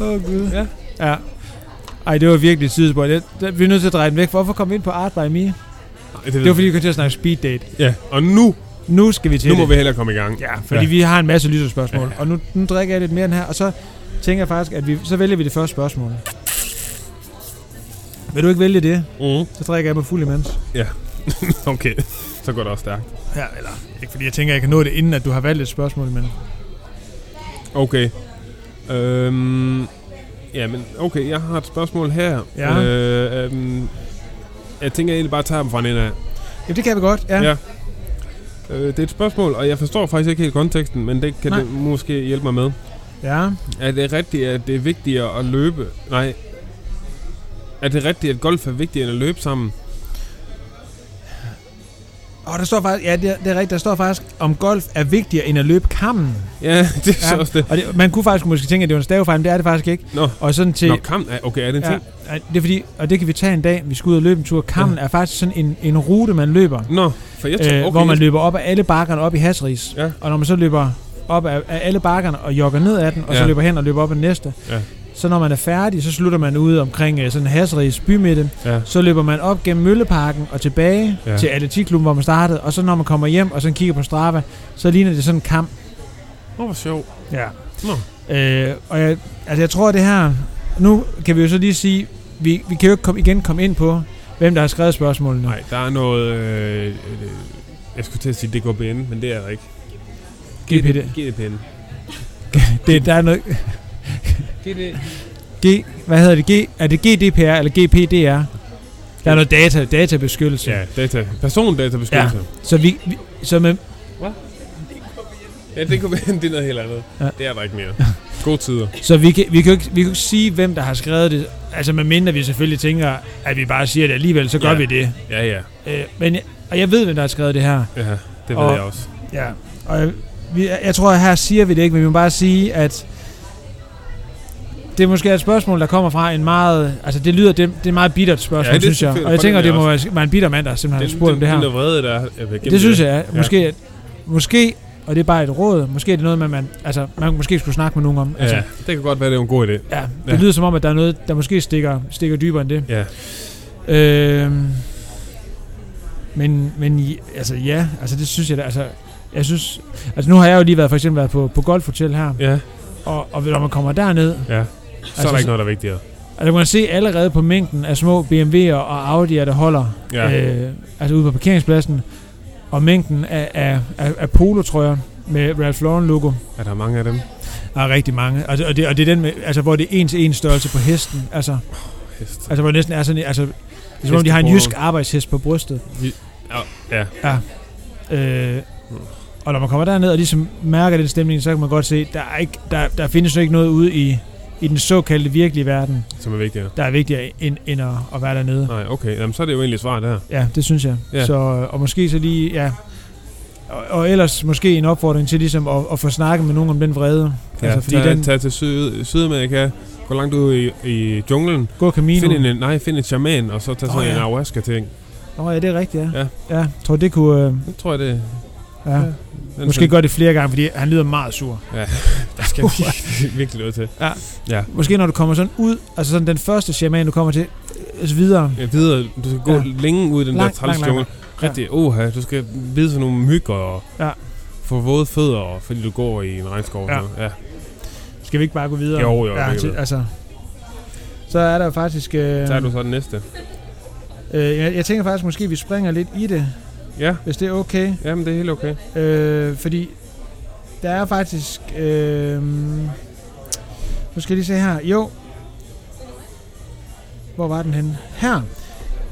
Speaker 2: Åh, oh, Gud.
Speaker 1: Ja.
Speaker 2: ja. Ej, det var virkelig et sidespor. Det, det, vi er nødt til at dreje den væk. Hvorfor kom vi ind på Art by Me?
Speaker 1: det, ved
Speaker 2: Det var
Speaker 1: jeg
Speaker 2: fordi, vi kom til at snakke speed date.
Speaker 1: ikke. Ja, og nu,
Speaker 2: Nu skal vi til
Speaker 1: nu må
Speaker 2: det.
Speaker 1: vi hellere komme i gang.
Speaker 2: Ja, fordi ja. vi har en masse lytterspørgsmål. Ja. Og nu, nu drikker jeg lidt mere end her. Og så tænker jeg faktisk, at vi, så vælger vi det første spørgsmål. Vil du ikke vælge det?
Speaker 1: Mm.
Speaker 2: Så drikker jeg mig fuld imens.
Speaker 1: Okay, så går det også stærkt.
Speaker 2: Ja, eller ikke fordi jeg tænker, at jeg kan nå det, inden at du har valgt et spørgsmål. Men
Speaker 1: Okay. Øhm, ja, men okay, jeg har et spørgsmål her.
Speaker 2: Ja.
Speaker 1: Øh, øhm, jeg tænker, jeg egentlig bare tager dem fra en ende af.
Speaker 2: Jamen, det kan vi godt, ja.
Speaker 1: Ja. Øh, det er et spørgsmål, og jeg forstår faktisk ikke helt konteksten, men det kan
Speaker 2: Nej.
Speaker 1: det måske hjælpe mig med.
Speaker 2: ja.
Speaker 1: Er det rigtigt, at det er vigtigere at løbe... Nej. Er det rigtigt, at golf er vigtigere end at løbe sammen?
Speaker 2: Og der står faktisk, ja, det er, det er rigtigt, der står faktisk, om golf er vigtigere end at løbe kammen.
Speaker 1: Ja, <laughs> det er så også det.
Speaker 2: Og det, man kunne faktisk måske tænke, at det var en stavefejl, men det er det faktisk ikke.
Speaker 1: Nå.
Speaker 2: Og sådan til...
Speaker 1: Nå, kamp, er- okay, er det en
Speaker 2: ja,
Speaker 1: ting?
Speaker 2: ja, det er fordi, og det kan vi tage en dag, vi skal ud og løbe en tur. Kammen ja. er faktisk sådan en, en rute, man løber,
Speaker 1: Nå, for jeg tror,
Speaker 2: okay, øh,
Speaker 1: okay,
Speaker 2: hvor man
Speaker 1: jeg-
Speaker 2: løber op af alle bakkerne op i Hasris.
Speaker 1: Ja.
Speaker 2: Og når man så løber op af, af alle bakkerne og jogger ned af den, og ja.
Speaker 1: Ja.
Speaker 2: så løber hen og løber op af den næste,
Speaker 1: Ja.
Speaker 2: så når man er færdig, så slutter man ude omkring øh, sådan Hasris bymidte.
Speaker 1: Ja.
Speaker 2: Så løber man op gennem Mølleparken og tilbage ja.
Speaker 1: Ja.
Speaker 2: til Atletikklubben, hvor man startede. Og så når man kommer hjem og sådan kigger på Strava, så ligner det sådan en kamp.
Speaker 1: Nå, hvor sjovt.
Speaker 2: Ja.
Speaker 1: Nå.
Speaker 2: Øh, og jeg, altså jeg tror, at det her... Nu kan vi jo så lige sige, vi, vi kan jo ikke komme, igen komme ind på, hvem der har skrevet spørgsmålene.
Speaker 1: Nej, der er noget... Øh, øh, jeg skulle til at sige DKBN, men det er der ikke.
Speaker 2: GPD.
Speaker 1: GDPN.
Speaker 2: Det, der er noget...
Speaker 1: GD.
Speaker 2: G, hvad hedder det? G, er det GDPR eller GPDR? Der er noget data, databeskyttelse.
Speaker 1: Ja, data. Persondatabeskyttelse.
Speaker 2: Så vi, vi så med,
Speaker 1: Ja, det kunne være, det er noget helt andet.
Speaker 2: Ja.
Speaker 1: Ja. Det er der ikke mere. Gode tider.
Speaker 2: så vi, kan, vi, kan jo ikke, vi kan jo ikke sige, hvem der har skrevet det. Altså, medmindre vi selvfølgelig tænker, at vi bare siger det alligevel, så gør
Speaker 1: Ja.
Speaker 2: vi det.
Speaker 1: Ja, ja.
Speaker 2: Øh, men, jeg- og jeg ved, hvem der har skrevet det her.
Speaker 1: ja det ved
Speaker 2: Og-
Speaker 1: og, jeg også.
Speaker 2: Ja, og jeg, vi, jeg tror, at her siger vi det ikke, men vi må bare sige, at det er måske et spørgsmål, der kommer fra en meget... Altså, det lyder det, det er et meget bittert spørgsmål,
Speaker 1: Ja, det
Speaker 2: synes jeg.
Speaker 1: fornemmer
Speaker 2: Og jeg tænker, det
Speaker 1: jeg
Speaker 2: må være, være en bitter mand, der simpelthen har spurgt om det her.
Speaker 1: Den der vrede, der er gennem
Speaker 2: det synes jeg, ja.
Speaker 1: Ja.
Speaker 2: Måske, at, måske, og det er bare et råd, måske er det noget, man, man, altså, man måske skulle snakke med nogen om.
Speaker 1: Ja,
Speaker 2: Altså,
Speaker 1: altså, det kan godt være, det er en god idé.
Speaker 2: ja, det
Speaker 1: Ja.
Speaker 2: lyder som om, at der er noget, der måske stikker, stikker dybere end det.
Speaker 1: Ja.
Speaker 2: Øhm, men, men i- altså ja, altså det synes jeg da, altså jeg synes, altså nu har jeg jo lige været for eksempel været på, på golfhotel her,
Speaker 1: Ja,
Speaker 2: og, og når man kommer derned,
Speaker 1: ja. Så
Speaker 2: Altså,
Speaker 1: er der
Speaker 2: så-
Speaker 1: ikke noget, der er vigtigere.
Speaker 2: altså man kan se allerede på mængden af små BMW'er og Audi'er, der holder,
Speaker 1: Ja.
Speaker 2: øh, altså ude på parkeringspladsen, og mængden af, af, af, af polotrøjer med Ralph Lauren logo,
Speaker 1: Er der mange af dem?
Speaker 2: der er rigtig mange, altså, og, det, og det er den med, altså hvor det er en til en størrelse på hesten, altså,
Speaker 1: Hest.
Speaker 2: altså hvor det næsten er sådan, altså, det er som om de har en
Speaker 1: Hestepolo.
Speaker 2: jysk arbejdshest på brystet.
Speaker 1: Ja.
Speaker 2: Øh,
Speaker 1: Mm.
Speaker 2: og når man kommer derned og ligesom mærker den stemning, så kan man godt se, der, er ikke, der, der findes jo ikke noget ude i, i den såkaldte virkelige verden,
Speaker 1: Som er vigtigere.
Speaker 2: der er vigtigere end, end at, at være dernede.
Speaker 1: Nej, okay. Jamen, så er det jo egentlig svar der.
Speaker 2: Ja, det synes jeg.
Speaker 1: Ja.
Speaker 2: Så, og måske så lige, ja. Og, og ellers måske en opfordring til ligesom at, at få snakket med nogen om den vrede.
Speaker 1: Ja,
Speaker 2: altså, fordi
Speaker 1: tag,
Speaker 2: den
Speaker 1: tag til Syd- Sydamerika, gå langt ud i, i junglen,
Speaker 2: går Camino.
Speaker 1: find en, nej, find en shaman, og så tag
Speaker 2: Åh,
Speaker 1: sådan oh, ja. en
Speaker 2: ja.
Speaker 1: ayahuasca-ting.
Speaker 2: Nå ja, det er rigtigt, ja.
Speaker 1: Ja.
Speaker 2: ja tror det kunne... Øh,
Speaker 1: Det tror jeg, det
Speaker 2: ja.
Speaker 1: Ja. den
Speaker 2: Måske gøre det flere gange, fordi han lyder meget sur.
Speaker 1: <laughs> Der skal virkelig- virkelig noget til.
Speaker 2: Måske når du kommer sådan ud, altså sådan den første shaman, du kommer til, øh, videre,
Speaker 1: Ja, videre, du skal gå
Speaker 2: Ja.
Speaker 1: ja. længe ud i den
Speaker 2: Langt,
Speaker 1: der trælse
Speaker 2: langt, langt,
Speaker 1: jungle. Rigtig, oha, du skal vide sådan nogle mygger og
Speaker 2: Ja.
Speaker 1: ja. få våde fødder, og, fordi du går i en regnskov.
Speaker 2: Ja.
Speaker 1: Ja. ja.
Speaker 2: Skal vi ikke bare gå videre?
Speaker 1: Jo, jo,
Speaker 2: ja,
Speaker 1: det kan
Speaker 2: til,
Speaker 1: vi.
Speaker 2: altså. Så er der jo faktisk... Øh,
Speaker 1: Så er du så den næste.
Speaker 2: øh, jeg, jeg tænker faktisk, måske vi springer lidt i det,
Speaker 1: Ja,
Speaker 2: hvis det er okay.
Speaker 1: jamen det er helt okay.
Speaker 2: Øh, fordi der er faktisk... Øh, nu skal jeg lige se her. Jo. Hvor var den henne? Her.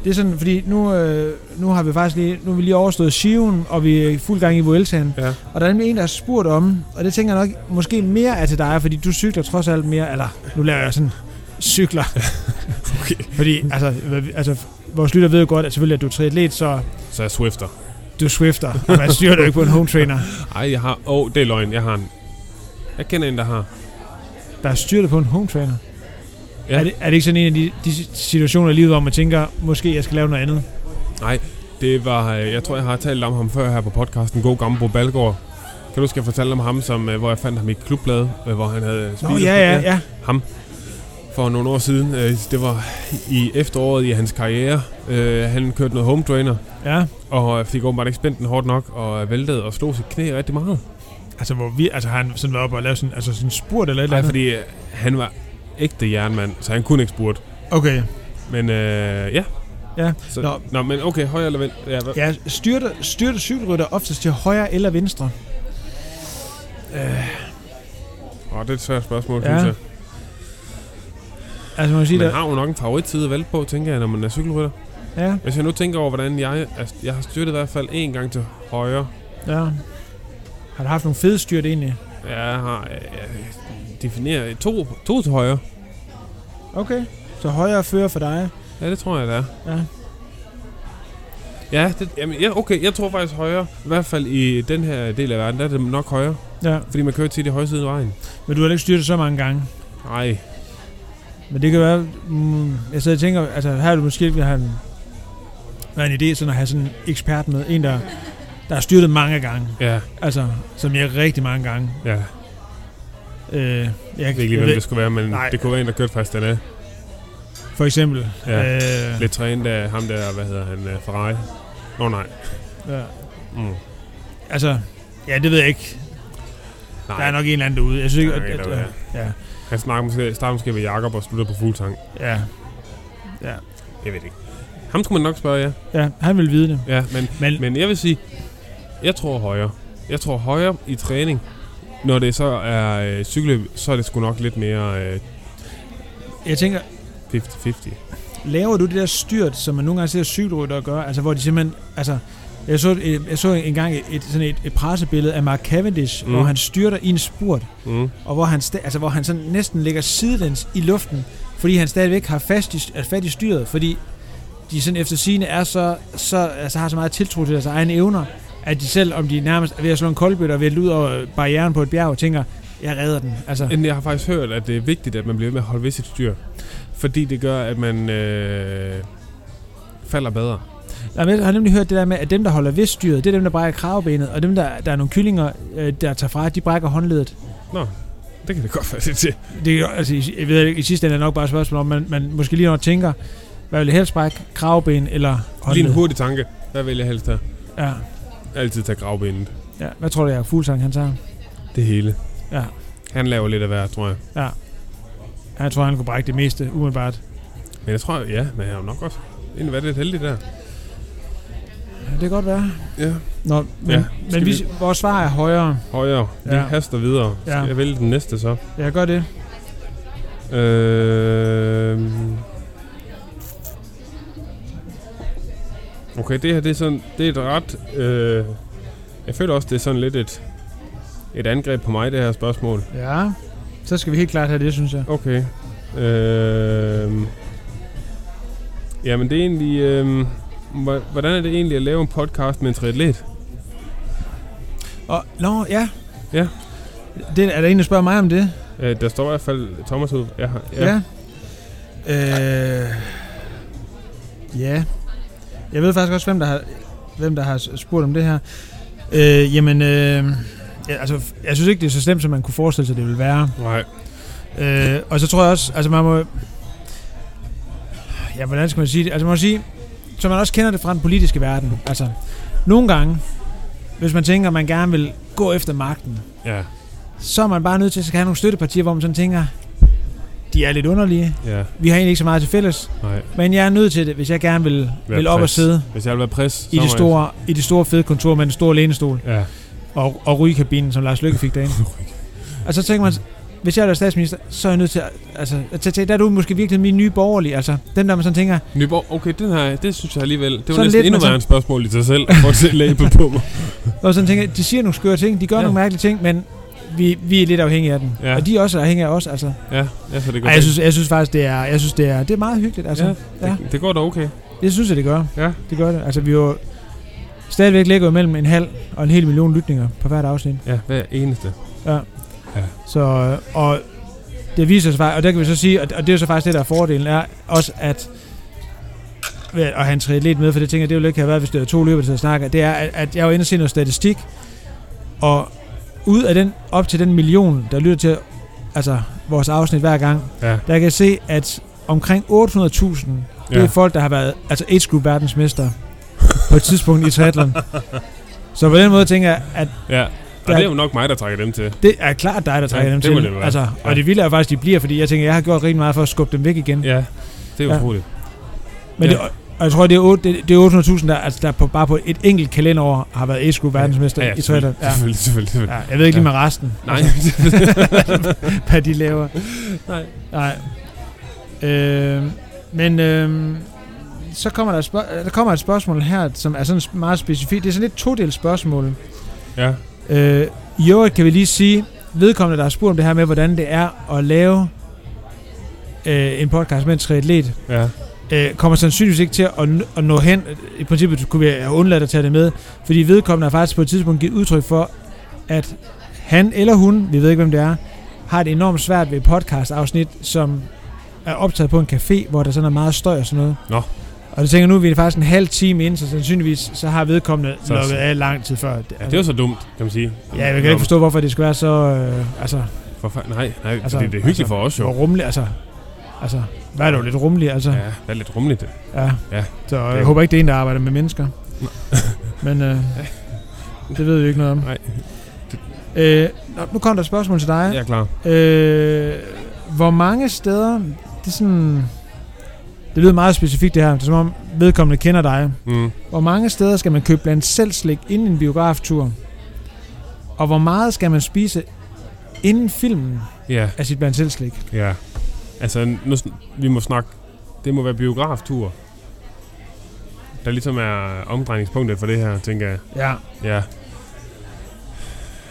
Speaker 2: Det er sådan, fordi nu, øh, nu har vi faktisk lige, nu har vi lige overstået Shiven, og vi er i fuld gang i Vueltaen.
Speaker 1: Ja.
Speaker 2: Og der er nemlig en, der har spurgt om, og det tænker jeg nok måske mere er til dig, fordi du cykler trods alt mere, eller nu laver jeg sådan cykler.
Speaker 1: <laughs> Okay.
Speaker 2: Fordi altså, hvad- altså vores lytter ved jo godt, at selvfølgelig at du er triatlet, så
Speaker 1: Så er jeg swifter.
Speaker 2: du swifter, og man styrer dig jo ikke på en home trainer.
Speaker 1: Ej, jeg har... Åh, oh, det er løgn. Jeg har en... Jeg kender en, der har...
Speaker 2: Der er styrer dig på en home trainer. Ja.
Speaker 1: Ja.
Speaker 2: Er, det, er det ikke sådan en af de, de situationer i livet, hvor man tænker, måske jeg skal lave noget andet?
Speaker 1: Det var... øh, Jeg tror, jeg har talt om ham før her på podcasten. God gammel Bo Balgaard. Kan du huske, jeg fortalte om ham, som, øh, hvor jeg fandt ham i et klubblad, øh, hvor han havde
Speaker 2: Nå,
Speaker 1: speedet-
Speaker 2: ja, ja, ja.
Speaker 1: for nogle år siden. Øh, Det var i efteråret i hans karriere. Øh, Han kørte noget home trainer,
Speaker 2: ja.
Speaker 1: og øh, fik åbenbart ikke spændt den hårdt nok, og øh, væltede og slog sit knæ rigtig meget.
Speaker 2: Altså, hvor vi, altså, har han sådan været oppe og lavet sådan, altså sådan spurt eller et
Speaker 1: Nej, fordi øh, han var ægte jernmand, så han kunne ikke spurt.
Speaker 2: Okay.
Speaker 1: Men øh, ja.
Speaker 2: Ja,
Speaker 1: Så,
Speaker 2: nå.
Speaker 1: nå. nå. men okay, højre eller venstre? Ja, hvad?
Speaker 2: Ja, styrte, styrte cykelrytter oftest til højre eller venstre?
Speaker 1: Åh, det er et svært spørgsmål,
Speaker 2: Ja,
Speaker 1: ja, synes
Speaker 2: Altså, man kan
Speaker 1: jeg.
Speaker 2: sige,
Speaker 1: Man
Speaker 2: der,
Speaker 1: har jo nok en favoritside at vælge på, tænker jeg, når man er cykelrytter.
Speaker 2: ja,
Speaker 1: Hvis jeg nu tænker over, hvordan jeg... Altså, jeg har styrtet i hvert fald en gang til højre.
Speaker 2: ja. Har du haft nogle fede styrt egentlig?
Speaker 1: Jeg har... øh, Jeg definerer to, to til højre.
Speaker 2: Okay. Så højre fører for dig.
Speaker 1: Ja, det tror jeg, det er.
Speaker 2: Ja.
Speaker 1: Ja, det, jamen, ja, okay, jeg tror faktisk højre. I hvert fald i den her del af verden, der er det nok højre.
Speaker 2: Ja.
Speaker 1: Fordi man kører til det højre side af vejen.
Speaker 2: Men du har ikke styrt det så mange gange.
Speaker 1: Nej,
Speaker 2: Men det kan være... Mm, jeg sidder og tænker, altså her er det måske vi har en, været en idé sådan at have sådan en ekspert med. En, der, der har styrtet mange gange.
Speaker 1: ja,
Speaker 2: Altså, som jeg rigtig mange gange.
Speaker 1: ja.
Speaker 2: Øh, jeg,
Speaker 1: Jeg ved ikke lige,
Speaker 2: jeg
Speaker 1: hvem
Speaker 2: ved-
Speaker 1: det skulle være, men
Speaker 2: Nej.
Speaker 1: Nej. det kunne være en, der kørte faktisk den af.
Speaker 2: For eksempel.
Speaker 1: Ja.
Speaker 2: Øh,
Speaker 1: Lidt trænet af ham der, hvad hedder han, øh, Ferrari. Nå nej.
Speaker 2: ja.
Speaker 1: Mm.
Speaker 2: Altså, ja, det ved jeg ikke.
Speaker 1: Nej,
Speaker 2: Der er nok en eller anden derude. Jeg synes ikke,
Speaker 1: Der er
Speaker 2: at,
Speaker 1: en,
Speaker 2: at,
Speaker 1: der vil
Speaker 2: at, ja,
Speaker 1: han snakker måske, starter måske ved Jakob og slutter på fuldtang.
Speaker 2: ja,
Speaker 1: Jeg ved det ikke. Ham skulle man nok spørge, ja.
Speaker 2: ja, han vil vide det.
Speaker 1: ja men,
Speaker 2: Men,
Speaker 1: men jeg vil sige, jeg tror højre. Jeg tror højre i træning. Når det så er øh, cykelløb, så er det sgu nok lidt mere øh,
Speaker 2: jeg tænker,
Speaker 1: 50-50.
Speaker 2: laver du det der styrt, som man nogle gange ser cykelrytter gøre, altså hvor de simpelthen, altså, jeg så, et- jeg så engang et, et, sådan et, et pressebillede af Mark Cavendish, mm.
Speaker 1: Mm.
Speaker 2: hvor han styrter i en spurt,
Speaker 1: Mm.
Speaker 2: og hvor han, sta- altså, hvor han sådan næsten ligger sidelæns i luften, fordi han stadigvæk har fast i, er fat i styret, fordi de sådan efter sine er så, så, altså, har så meget tiltro til deres egne evner, at de selv, om de nærmest er ved at slå en koldbøtte og ved at ud over barrieren på et bjerg, tænker, jeg redder den. Altså,
Speaker 1: Men jeg har faktisk hørt, at det er vigtigt, at man bliver ved med at holde ved sit styr. Fordi det gør, at man øh, falder bedre.
Speaker 2: Jamen, jeg har nemlig hørt det der med, at dem, der holder ved styret, det er dem, der brækker kravbenet, og dem, der, der er nogle kyllinger, øh, der tager fra, de brækker håndledet.
Speaker 1: Det kan det godt være det til.
Speaker 2: Det er jo- altså, i- jeg ved ikke, i sidste ende er det nok bare et spørgsmål om, man, man måske lige når tænker, hvad vil jeg helst brække, kravben eller
Speaker 1: Lige en
Speaker 2: håndled?
Speaker 1: hurtig tanke. Hvad vil jeg helst have?
Speaker 2: Ja,
Speaker 1: Altid tage gravbenet.
Speaker 2: ja. Hvad tror du, jeg Fuglsang, han tager?
Speaker 1: Det hele.
Speaker 2: Ja.
Speaker 1: Han laver lidt af hvert, tror jeg.
Speaker 2: Jeg tror, han kunne brække det meste, umiddelbart.
Speaker 1: Men jeg tror, ja, men jeg har nok også egentlig været lidt heldig der.
Speaker 2: Ja, det kan godt være.
Speaker 1: Ja.
Speaker 2: Nå, men,
Speaker 1: Ja,
Speaker 2: ja,
Speaker 1: skal
Speaker 2: men vi, vores svar er højere.
Speaker 1: Højere. Vi
Speaker 2: Ja.
Speaker 1: haster videre.
Speaker 2: Ja.
Speaker 1: Ja. Skal jeg vælge den næste så?
Speaker 2: Ja, gør det.
Speaker 1: Øh... Okay, det her det er sådan, det er et ret... Øh... Jeg føler også, det er sådan lidt et, et angreb på mig, det her spørgsmål.
Speaker 2: Ja, så skal vi helt klart have det, synes jeg.
Speaker 1: Okay. Øh... Jamen, det er egentlig... Øh... hva- Hvordan er det egentlig at lave en podcast med en triatlet?
Speaker 2: Og, nå, ja.
Speaker 1: Ja.
Speaker 2: Det, er der en, der spørger mig om det?
Speaker 1: Øh, der står i hvert fald Thomas ud. Jeg har, ja.
Speaker 2: Ja. Øh, ja. Jeg ved faktisk også, hvem der har, hvem der har spurgt om det her. Øh, jamen, øh, ja, altså, jeg synes ikke, det er så slemt, som man kunne forestille sig, det ville være.
Speaker 1: Nej.
Speaker 2: Øh, og så tror jeg også, altså man må... Ja, hvordan skal man sige det? Altså man må sige, som man også kender det fra den politiske verden. Altså, nogle gange, hvis man tænker, at man gerne vil gå efter magten,
Speaker 1: Ja,
Speaker 2: så er man bare nødt til at skal have nogle støttepartier, hvor man sådan tænker, de er lidt underlige.
Speaker 1: ja,
Speaker 2: Vi har egentlig ikke så meget til fælles,
Speaker 1: nej.
Speaker 2: men jeg er nødt til det, hvis jeg gerne vil, vil op og
Speaker 1: præs.
Speaker 2: sidde
Speaker 1: Hvis jeg vil være præs,
Speaker 2: i
Speaker 1: så
Speaker 2: det,
Speaker 1: må
Speaker 2: store, i det store fede kontor med en stor lænestol
Speaker 1: Jeg, ja.
Speaker 2: og, og rygekabinen, som Lars Løkke
Speaker 1: <laughs>
Speaker 2: fik derinde. og så tænker man, hvis jeg er statsminister, så er jeg nødt til at... Altså, at tage, der er du måske virkelig min nye borgerlige. Altså, den der, man sådan tænker,
Speaker 1: Nyborg, okay, den her, det synes jeg alligevel, det var
Speaker 2: Sådan
Speaker 1: Sådan
Speaker 2: lidt,
Speaker 1: næsten endnu
Speaker 2: men
Speaker 1: værre en spørgsmål i sig selv, for at se label på mig.
Speaker 2: og sådan tænker, de siger nogle skøre ting, de gør ja.
Speaker 1: Ja.
Speaker 2: nogle mærkelige ting, men vi, vi er lidt afhængige af dem.
Speaker 1: Ja.
Speaker 2: Og de er også afhængige af os, altså.
Speaker 1: Ja, ja, så det går
Speaker 2: Ej, jeg, synes, jeg synes faktisk, det er, jeg synes, det er, det er meget hyggeligt, altså.
Speaker 1: ja,
Speaker 2: ja.
Speaker 1: det, det, går da okay.
Speaker 2: Det synes jeg, det gør.
Speaker 1: Ja.
Speaker 2: Det gør det. Altså, vi er jo stadigvæk ligger jo mellem en halv og en hel million lytninger på hvert afsnit.
Speaker 1: Ja, hver eneste.
Speaker 2: Så, øh, og det viser sig faktisk, og der kan vi så sige, og og det er jo så faktisk det, der er fordelen, er også at ved at have en triatlet med, for det tænker jeg, det ville ikke have været, hvis det var to løbere, der snakker, det er, at- at jeg var inde og se noget statistik, og ud af den, op til den million, der lytter til altså, vores afsnit hver gang,
Speaker 1: Ja.
Speaker 2: der kan jeg se, at omkring 800.000, det
Speaker 1: Ja.
Speaker 2: er folk, der har været altså age group verdensmester på et tidspunkt i
Speaker 1: <laughs>
Speaker 2: triathlon. Så på den måde tænker jeg, at
Speaker 1: ja. Og
Speaker 2: Der-
Speaker 1: det er jo nok mig, der trækker dem til.
Speaker 2: det er klart dig, der trækker
Speaker 1: Ja,
Speaker 2: dem
Speaker 1: det må
Speaker 2: til.
Speaker 1: det være.
Speaker 2: altså, og
Speaker 1: Ja.
Speaker 2: det vilde er jo faktisk, de bliver, fordi jeg tænker, jeg har gjort rigtig meget for at skubbe dem væk igen.
Speaker 1: Ja, det er
Speaker 2: Ja.
Speaker 1: utroligt.
Speaker 2: Men
Speaker 1: Ja.
Speaker 2: det, og jeg tror, det er, otte- det, det er 800.000, der, altså, der på, bare på et enkelt kalenderår har været a group verdensmester i Twitter.
Speaker 1: selvfølgelig,
Speaker 2: Ja.
Speaker 1: selvfølgelig, selvfølgelig, selvfølgelig.
Speaker 2: Ja, Altså- jeg ved ikke lige med resten, <laughs>
Speaker 1: Nej,
Speaker 2: hvad de laver.
Speaker 1: Nej.
Speaker 2: Nej. Øh, men øh, så kommer der, et spørg- der kommer et spørgsmål her, som er sådan meget specifikt. Det er sådan lidt todelt spørgsmål.
Speaker 1: <laughs> ja,
Speaker 2: Øh, I øvrigt kan vi lige sige, vedkommende, der har spurgt om det her med, hvordan det er at lave øh, en podcast med en triatlet,
Speaker 1: ja,
Speaker 2: øh, kommer sandsynligvis ikke til at, n- at nå hen. I princippet kunne vi have undladt at tage det med, fordi vedkommende har faktisk på et tidspunkt givet udtryk for, at han eller hun, vi ved ikke hvem det er, har det enormt svært ved et podcast-afsnit, som er optaget på en café, hvor der sådan er meget støj og sådan noget.
Speaker 1: Nå.
Speaker 2: Og det tænker jeg, nu, er vi faktisk en halv time ind, så sandsynligvis så har vedkommende
Speaker 1: Så-
Speaker 2: lukket af lang tid før.
Speaker 1: Ja, det er jo så dumt, kan man sige.
Speaker 2: Ja, jeg kan ikke forstå, hvorfor det skal være så... Øh, altså,
Speaker 1: For, fa- nej, nej
Speaker 2: Altså,
Speaker 1: altså, det, det er hyggeligt
Speaker 2: altså,
Speaker 1: altså, for os
Speaker 2: hvor
Speaker 1: jo.
Speaker 2: rummelig, altså... Altså, hvad er det jo lidt rummelig, altså?
Speaker 1: Ja, det er lidt rumligt.
Speaker 2: Ja.
Speaker 1: Ja.
Speaker 2: Så øh, jeg
Speaker 1: Det-
Speaker 2: håber ikke, det er en, der arbejder med mennesker.
Speaker 1: <laughs>
Speaker 2: Men øh, det ved vi ikke noget om.
Speaker 1: Nej.
Speaker 2: Øh, nå, nu kom der et spørgsmål til dig.
Speaker 1: Jeg er klar.
Speaker 2: Ja. Øh, hvor mange steder... Det er sådan... Det lyder meget specifikt det her. Det er som om vedkommende kender dig.
Speaker 1: Mm.
Speaker 2: Hvor mange steder skal man købe blandt selv slik inden en biograftur? Og hvor meget skal man spise inden filmen
Speaker 1: Ja,
Speaker 2: af sit blandt selv slik?
Speaker 1: ja. Altså, nu, sn- vi må snakke. Det må være biograftur. Der ligesom er omdrejningspunktet for det her, tænker jeg.
Speaker 2: Ja.
Speaker 1: Ja.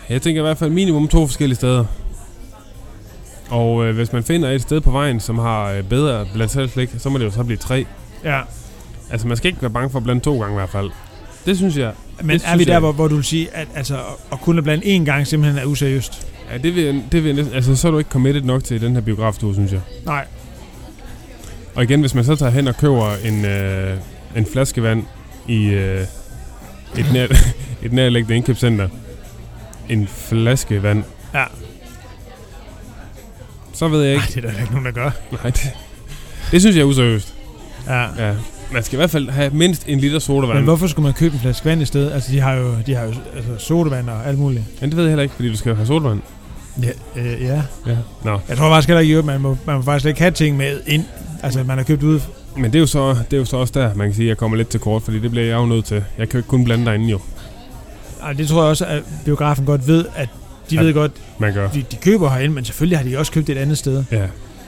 Speaker 1: Jeg tænker i hvert fald minimum to forskellige steder. Og øh, hvis man finder et sted på vejen, som har øh, bedre blandt selv slik, så må det jo så blive tre.
Speaker 2: Ja.
Speaker 1: Altså, man skal ikke være bange for at blande to gange i hvert fald. Det synes jeg.
Speaker 2: Men
Speaker 1: Det
Speaker 2: er vi
Speaker 1: synes
Speaker 2: der,
Speaker 1: jeg.
Speaker 2: hvor, hvor du vil sige, at altså, at kunne blande én gang simpelthen er useriøst?
Speaker 1: Ja, det vil, jeg- det vil jeg næsten, altså, så er du ikke committed nok til den her biograftur, synes jeg.
Speaker 2: Nej.
Speaker 1: Og igen, hvis man så tager hen og køber en, øh, en flaske vand i øh, et, nær, <laughs> et nærliggende indkøbscenter. En flaske vand.
Speaker 2: Ja.
Speaker 1: Så ved jeg
Speaker 2: Nej,
Speaker 1: ikke.
Speaker 2: det er der ikke nogen, der gør.
Speaker 1: Nej, det, det synes jeg er useriøst.
Speaker 2: Ja.
Speaker 1: Ja. Man skal i hvert fald have mindst en liter sodavand.
Speaker 2: Men
Speaker 1: Men,
Speaker 2: hvorfor skulle man købe en flaske vand i stedet? Altså, de har jo, de har jo altså, sodavand og alt muligt.
Speaker 1: Men det ved jeg heller ikke, fordi du skal have sodavand.
Speaker 2: Ja. Øh, ja.
Speaker 1: Ja. Nå.
Speaker 2: Jeg tror faktisk heller ikke, at man må, man må faktisk ikke have ting med ind. Altså, man har købt ude.
Speaker 1: Men det er, jo så, det er jo så også der, man kan sige, at jeg kommer lidt til kort, fordi det bliver jeg jo nødt til. Jeg kan jo ikke kun blande dig inden jo,
Speaker 2: Ej, det tror jeg også, at biografen godt ved, at de
Speaker 1: Ja.
Speaker 2: ved godt,
Speaker 1: man gør.
Speaker 2: de, de køber herinde, men selvfølgelig har de også købt et andet sted.
Speaker 1: Ja.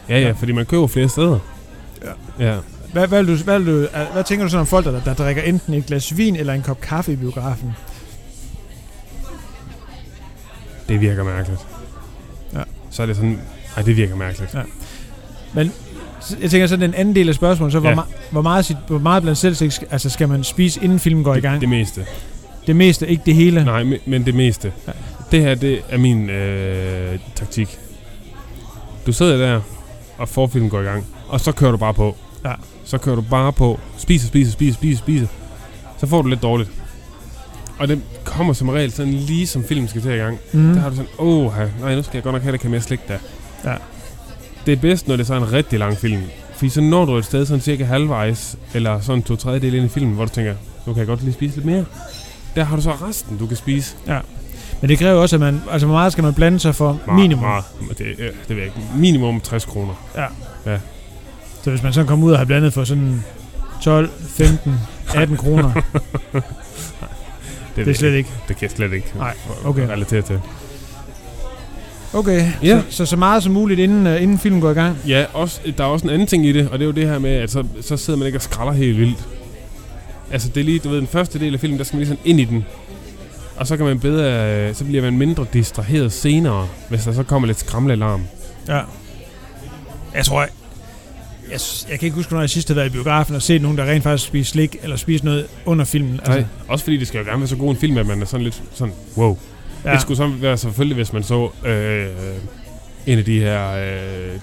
Speaker 1: Ja, ja, fordi man køber flere steder. Ja. ja.
Speaker 2: Hvad, hvad, vil du, hvad, vil du, al- hvad tænker du sådan om folk, der, der drikker enten et glas vin eller en kop kaffe i biografen?
Speaker 1: Det virker mærkeligt.
Speaker 2: Ja.
Speaker 1: Så er det sådan, nej, det virker mærkeligt.
Speaker 2: Ja. Så Jeg tænker så den anden del af spørgsmålet, så hvor, ja.
Speaker 1: Ja.
Speaker 2: ma- hvor, meget, sit, hvor meget blandt selv skal, altså skal man spise, inden filmen går i
Speaker 1: Det,
Speaker 2: gang? Det,
Speaker 1: det meste.
Speaker 2: det, det meste, ikke det hele.
Speaker 1: Nej, me- men det meste.
Speaker 2: Ja.
Speaker 1: Det her, det er min øh, taktik. Du sidder der, og forfilmen går i gang, og så kører du bare på.
Speaker 2: Ja.
Speaker 1: Så kører du bare på. Spiser, spiser, spiser, spiser, spiser. Så får du lidt dårligt. Og det kommer som regel sådan lige som filmen skal til i gang.
Speaker 2: Mm.
Speaker 1: Der har du sådan, åh, nej, nu skal jeg godt nok have det, kan mere slik der.
Speaker 2: Ja.
Speaker 1: Det er bedst, når det så er en rigtig lang film. Fordi så når du et sted sådan cirka halvvejs, eller sådan to tredjedel ind i filmen, hvor du tænker, nu kan jeg godt lige spise lidt mere. Der har du så resten, du kan spise.
Speaker 2: Men det kræver jo også, at man, altså hvor meget skal man blande sig for
Speaker 1: Meget,
Speaker 2: minimum?
Speaker 1: Meget, det, øh, det ved jeg ikke. Minimum 60 kroner.
Speaker 2: Så hvis man sådan kommer ud og har blandet for sådan 12, <laughs> 15, 18 kroner, det
Speaker 1: ved
Speaker 2: er
Speaker 1: jeg
Speaker 2: slet ikke.
Speaker 1: Det kan jeg slet ikke
Speaker 2: Nej,
Speaker 1: øh,
Speaker 2: okay.
Speaker 1: relatere til.
Speaker 2: Okay,
Speaker 1: Ja.
Speaker 2: så, så så meget som muligt, inden, uh, inden filmen går i gang.
Speaker 1: Ja, også, der er også en anden ting i det, og det er jo det her med, at så, så sidder man ikke og skralder helt vildt. Altså, det er lige, du ved, den første del af filmen, der skal man lige sådan ind i den. Og så kan man bedre, øh, så bliver man mindre distraheret senere, hvis der så kommer lidt skramlealarm.
Speaker 2: Ja. Jeg tror, jeg, jeg, jeg kan ikke huske, når jeg sidst har været i biografen og set nogen, der rent faktisk spiser slik eller spiser noget under filmen.
Speaker 1: Altså, også fordi det skal jo gerne være så god en film, at man er sådan lidt sådan, wow. Ja. Det skulle så være selvfølgelig, hvis man så øh, en af de her øh,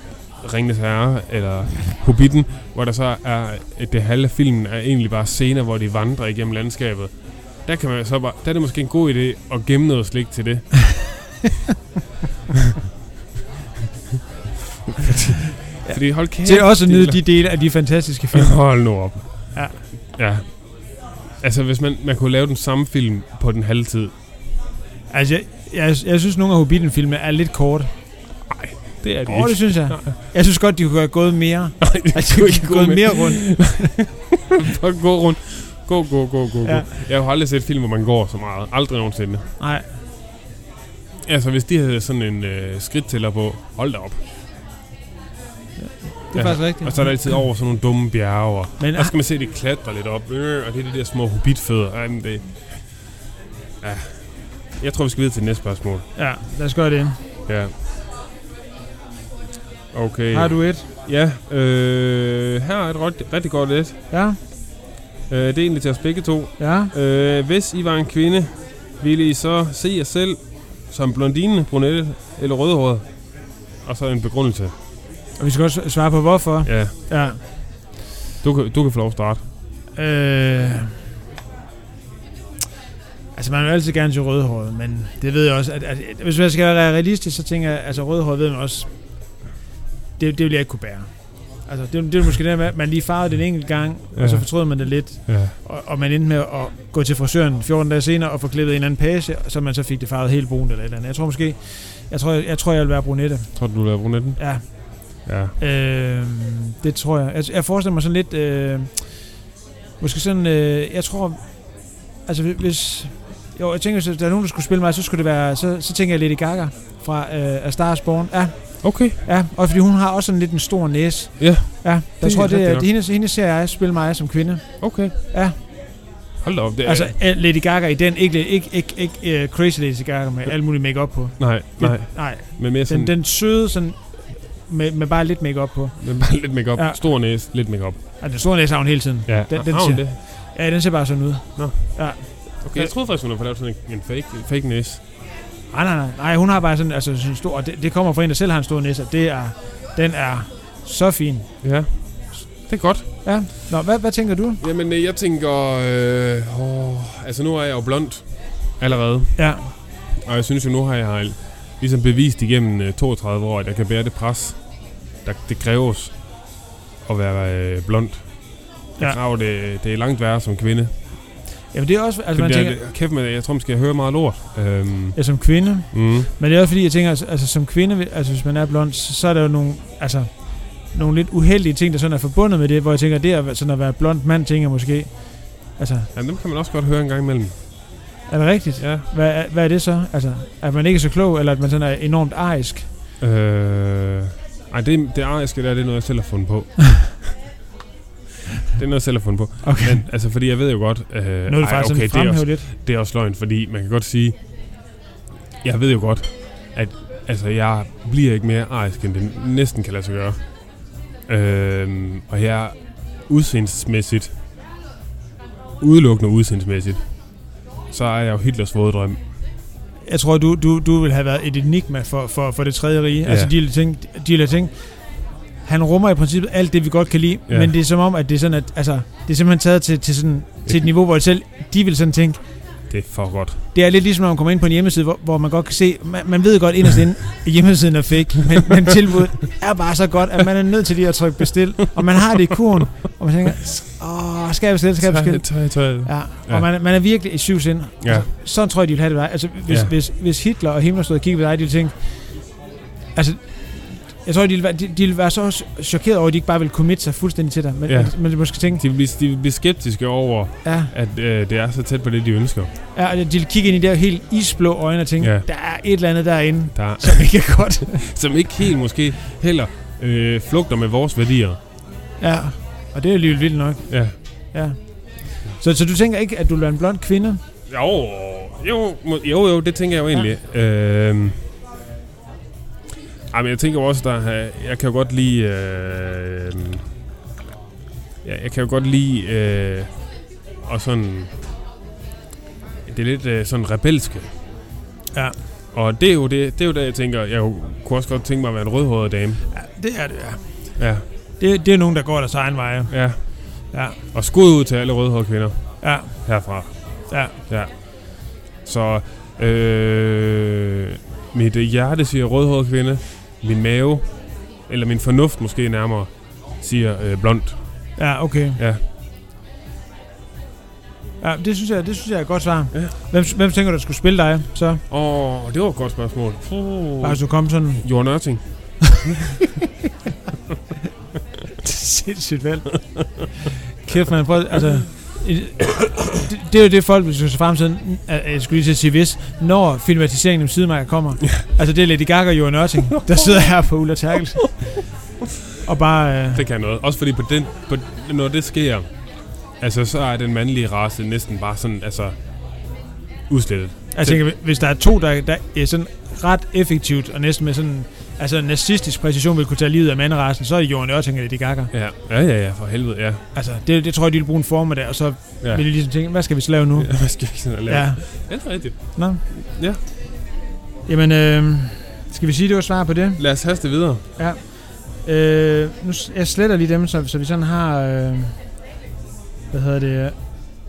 Speaker 1: Ringnes Herre, eller Hobbiten, hvor der så er, at det halve af filmen er egentlig bare scener, hvor de vandrer igennem landskabet. Der, kan man så bare, der er det måske en god idé at gemme noget slik til <laughs> det. fordi,
Speaker 2: Ja.
Speaker 1: fordi hold kæft.
Speaker 2: Til også at
Speaker 1: det er
Speaker 2: nyde de dele af de fantastiske film.
Speaker 1: Hold nu op.
Speaker 2: Ja.
Speaker 1: ja. Altså, hvis man, man kunne lave den samme film på den halve tid.
Speaker 2: Altså, jeg, jeg, jeg synes, nogle af Hobbiten-filmene er lidt korte. Åh,
Speaker 1: Nej, det er det
Speaker 2: oh, det
Speaker 1: ikke.
Speaker 2: synes jeg.
Speaker 1: Nej.
Speaker 2: Jeg synes godt, de kunne have gået
Speaker 1: <laughs>
Speaker 2: mere.
Speaker 1: Nej, det
Speaker 2: Altså, de
Speaker 1: kunne
Speaker 2: kunne have gået mere rundt.
Speaker 1: Folk gå rundt. Gå, gå, gå, gå, gå.
Speaker 2: Ja.
Speaker 1: Ja. Jeg har aldrig set film, hvor man går så meget. Aldrig nogensinde.
Speaker 2: Nej,
Speaker 1: Altså, hvis de havde sådan en øh, skridttæller på, hold da op.
Speaker 2: det er
Speaker 1: Ja.
Speaker 2: faktisk rigtigt.
Speaker 1: Og så er der altid over sådan nogle dumme bjerge. Og,
Speaker 2: Men
Speaker 1: og så skal man se, at de klatrer lidt op. Øh, og det er de der små hobbitfødder. Ej, men det... Ja. Jeg tror, vi skal videre til det næste spørgsmål.
Speaker 2: ja, lad os gøre det.
Speaker 1: Ja. Okay.
Speaker 2: Har du et?
Speaker 1: Ja, øh, her er et rigtig, rigtig godt et.
Speaker 2: Ja,
Speaker 1: Øh, det er egentlig til os begge to.
Speaker 2: ja.
Speaker 1: Øh, hvis I var en kvinde, ville I så se jer selv som blondine, brunette eller rødhåret? Og så en begrundelse.
Speaker 2: Og vi skal også svare på, hvorfor.
Speaker 1: Ja,
Speaker 2: Ja.
Speaker 1: du kan, du kan få lov at starte.
Speaker 2: Øh, altså, man vil altid gerne til rødhåret, men det ved jeg også. At, at, at, hvis man skal være realistisk, så tænker jeg, altså rødhåret ved man også, det, det vil jeg ikke kunne bære. Altså, det, det er måske det med, at man lige farvede det en enkelt gang, ja.
Speaker 1: Ja.
Speaker 2: og så fortrød man det lidt,
Speaker 1: Ja.
Speaker 2: og, og man endte med at gå til frisøren 14 dage senere og få klippet en eller anden page, så man så fik det farvet helt brunt eller et eller andet. Jeg tror måske, jeg tror, jeg, jeg, tror, jeg vil være brunette.
Speaker 1: Tror du, du lader brunetten?
Speaker 2: Ja,
Speaker 1: Ja.
Speaker 2: Øh, det tror jeg. Altså, Jeg, jeg forestiller mig sådan lidt... Øh, måske sådan... Øh, jeg tror... Altså, hvi- hvis... Jo, jeg tænker, hvis der er nogen, der skulle spille mig, så skulle det være... Så, så tænker jeg Lady Gaga fra øh, A Star is Born. Ja,
Speaker 1: Okay.
Speaker 2: ja. Og fordi hun har også sådan lidt en stor næse.
Speaker 1: Ja.
Speaker 2: Ja, der
Speaker 1: Det er
Speaker 2: det tror jeg, det
Speaker 1: rigtigt
Speaker 2: er...
Speaker 1: nok.
Speaker 2: Hende, hende ser jeg spille mig som kvinde.
Speaker 1: Okay.
Speaker 2: Ja.
Speaker 1: Hold da op. Det er,
Speaker 2: Ja. Altså, øh, Lady Gaga i den. Ikke, ikke, ikke, ikke øh, Crazy Lady Gaga med alt muligt makeup på.
Speaker 1: nej, nej.
Speaker 2: Den, nej.
Speaker 1: Men mere sådan,
Speaker 2: Den,
Speaker 1: den,
Speaker 2: den søde sådan... Med, med bare lidt makeup på.
Speaker 1: den. bare lidt makeup. Ja.
Speaker 2: Ja.
Speaker 1: Stor næse, lidt makeup.
Speaker 2: Altså, den store næse har hun hele tiden.
Speaker 1: Ja.
Speaker 2: Den- den
Speaker 1: har hun
Speaker 2: ser-
Speaker 1: det?
Speaker 2: Ja, den ser bare sådan ud.
Speaker 1: Okay, jeg troede faktisk, hun havde fået lavet sådan en, en fake, en fake næse.
Speaker 2: Nej, nej, nej. nej hun har bare sådan, altså, sådan en stor... Og det, det, kommer fra en, der selv har en stor næse, og det er, den er så fin.
Speaker 1: Ja. Det er godt.
Speaker 2: Ja. Nå, hvad, hvad tænker du?
Speaker 1: Jamen, øh, jeg tænker... Øh, åh, altså, nu er jeg jo blond allerede.
Speaker 2: Ja.
Speaker 1: Og jeg synes jo, nu har jeg ligesom bevist igennem øh, 32 år, at jeg kan bære det pres, der, det kræves at være øh, blond. Jeg
Speaker 2: Ja.
Speaker 1: krav, det, det er langt værre som kvinde.
Speaker 2: Jamen, det er også... Altså,
Speaker 1: Altså,
Speaker 2: man
Speaker 1: det,
Speaker 2: tænker,
Speaker 1: tænker... det, kæft med, jeg tror, man skal høre meget lort. Øhm,
Speaker 2: ja, som kvinde.
Speaker 1: mm,
Speaker 2: Men det er også fordi, jeg tænker, altså, altså som kvinde, altså hvis man er blond, så, så er der jo nogle, altså, nogle lidt uheldige ting, der sådan er forbundet med det, hvor jeg tænker, det er sådan at være blond mand, tænker jeg måske. Altså,
Speaker 1: ja, dem kan man også godt høre en gang imellem.
Speaker 2: er det rigtigt?
Speaker 1: Ja.
Speaker 2: Hvad, er- hvad er det så? Altså, at man ikke er så klog, eller at man sådan er enormt arisk?
Speaker 1: Øh, ej, det, det ariske der, det er noget, jeg selv har fundet
Speaker 2: <laughs>
Speaker 1: på. det er noget, jeg selv har fundet på.
Speaker 2: Okay.
Speaker 1: Men, altså, fordi jeg ved jo godt... Øh,
Speaker 2: Øh, nu er det
Speaker 1: ej,
Speaker 2: faktisk
Speaker 1: okay,
Speaker 2: sådan
Speaker 1: det er også
Speaker 2: fremhæve lidt.
Speaker 1: Det er også løgn, fordi man kan godt sige, jeg ved jo godt, at altså, jeg bliver ikke mere arisk, end det næsten kan lade sig gøre. Øhm, og jeg er udseendsmæssigt, udelukkende udseendsmæssigt, så er jeg jo Hitlers våde drøm.
Speaker 2: Jeg tror, du, du, du ville have været et enigma for, for, for det tredje rige.
Speaker 1: Ja.
Speaker 2: Ja. Altså, de ville tænke, de ville tænke, han rummer i princippet alt det, vi godt kan lide,
Speaker 1: Ja.
Speaker 2: ja. men det er som om, at det er sådan, at altså, det er simpelthen taget til, til, sådan, til et niveau, hvor selv de vil sådan tænke,
Speaker 1: Det er for godt.
Speaker 2: det er lidt ligesom, når man kommer ind på en hjemmeside, hvor, hvor man godt kan se, man, man ved godt inderst inde, at hjemmesiden er fake, men, men tilbuddet er bare så godt, at man er nødt til lige at trykke bestil, og man har det i kurven, og man tænker, åh, skal jeg bestille, skal jeg bestille?
Speaker 1: tøj, tøj.
Speaker 2: Ja,
Speaker 1: Ja.
Speaker 2: og man, man er virkelig i syv sind.
Speaker 1: Ja.
Speaker 2: Altså, sådan tror jeg, de ville have det. var. Altså, hvis,
Speaker 1: Ja.
Speaker 2: ja. hvis, hvis Hitler og Himmler stod og kiggede på dig, de ville tænke... Altså, jeg tror, de ville være, de, de ville være så chokeret over, at de ikke bare ville committe sig fuldstændig til dig. Men,
Speaker 1: Ja.
Speaker 2: ja. men de måske tænke,
Speaker 1: De bliver, de bliver skeptiske over,
Speaker 2: ja,
Speaker 1: at øh, det er så tæt på det, de ønsker.
Speaker 2: ja, og de ville kigge ind i de der helt isblå øjne og tænke,
Speaker 1: Ja.
Speaker 2: ja. der er et eller andet derinde,
Speaker 1: Der, er-
Speaker 2: som ikke er godt. <laughs>
Speaker 1: som ikke helt måske heller øh, flugter med vores værdier.
Speaker 2: ja, og det er alligevel vildt nok.
Speaker 1: Ja.
Speaker 2: Ja. Så, så du tænker ikke, at du vil være en blond kvinde?
Speaker 1: Jo, jo, må- jo, jo det tænker jeg jo egentlig. Ja. Øhm, ej, men jeg tænker jo også, der er, jeg kan jo godt lide... Øh, ja, jeg kan jo godt lide... Øh, og sådan... Det er lidt øh, sådan rebelske.
Speaker 2: Ja.
Speaker 1: Og det er jo det, det, er jo det jeg tænker, jeg kunne også godt tænke mig at være en rødhåret dame.
Speaker 2: Ja, det er det, ja.
Speaker 1: Ja,
Speaker 2: Det, det er nogen, der går deres egen veje.
Speaker 1: ja.
Speaker 2: Ja.
Speaker 1: Og skud ud til alle rødhårede kvinder
Speaker 2: Ja,
Speaker 1: herfra.
Speaker 2: ja.
Speaker 1: Så øh, mit øh, hjerte siger rødhåret kvinde, min mave, eller min fornuft måske nærmere, siger øh, blond.
Speaker 2: Ja, okay.
Speaker 1: Ja.
Speaker 2: Ja, det synes jeg, det synes jeg er et godt svar.
Speaker 1: Ja.
Speaker 2: Ja. Hvem, hvem tænker du skulle spille dig, så?
Speaker 1: Åh, oh, det var et godt spørgsmål. Uh.
Speaker 2: Bare hvis du kom sådan... <laughs>
Speaker 1: Jørgen Ørting.
Speaker 2: Sindssygt vel. Kæft, man. Prøv, altså, i- det, det, er jo det, folk vil se frem til, at- jeg skulle lige til at sige hvis, når filmatiseringen om Sidemarker kommer. Altså, det er Lady Gaga og Johan Ørting, der sidder her på Ulla Terkelsen. Og bare... Øh,
Speaker 1: Det kan noget. Også fordi på den, på, når det sker, altså så er den mandlige race næsten bare sådan, altså udslettet.
Speaker 2: Jeg tænker, hvis der er to, der, der er sådan ret effektivt, og næsten med sådan altså nazistisk præcision vil kunne tage livet af manderassen, så er det Jorden Ørting og Lady Gaga.
Speaker 1: Ja, ja, ja, ja for helvede, ja.
Speaker 2: Altså, det, det tror jeg, de vil bruge en formiddag, og så
Speaker 1: ja.
Speaker 2: vil de ligesom tænke, hvad skal vi så lave nu?
Speaker 1: Ja, hvad skal vi sådan at lave?
Speaker 2: Ja.
Speaker 1: ja, det er rigtigt.
Speaker 2: Nå.
Speaker 1: Ja.
Speaker 2: Jamen, øh, skal vi sige, det var svar på det?
Speaker 1: Lad os haste videre.
Speaker 2: Øh, nu, s- jeg sletter lige dem, så, så vi sådan har... Øh, hvad hedder det? Jamen,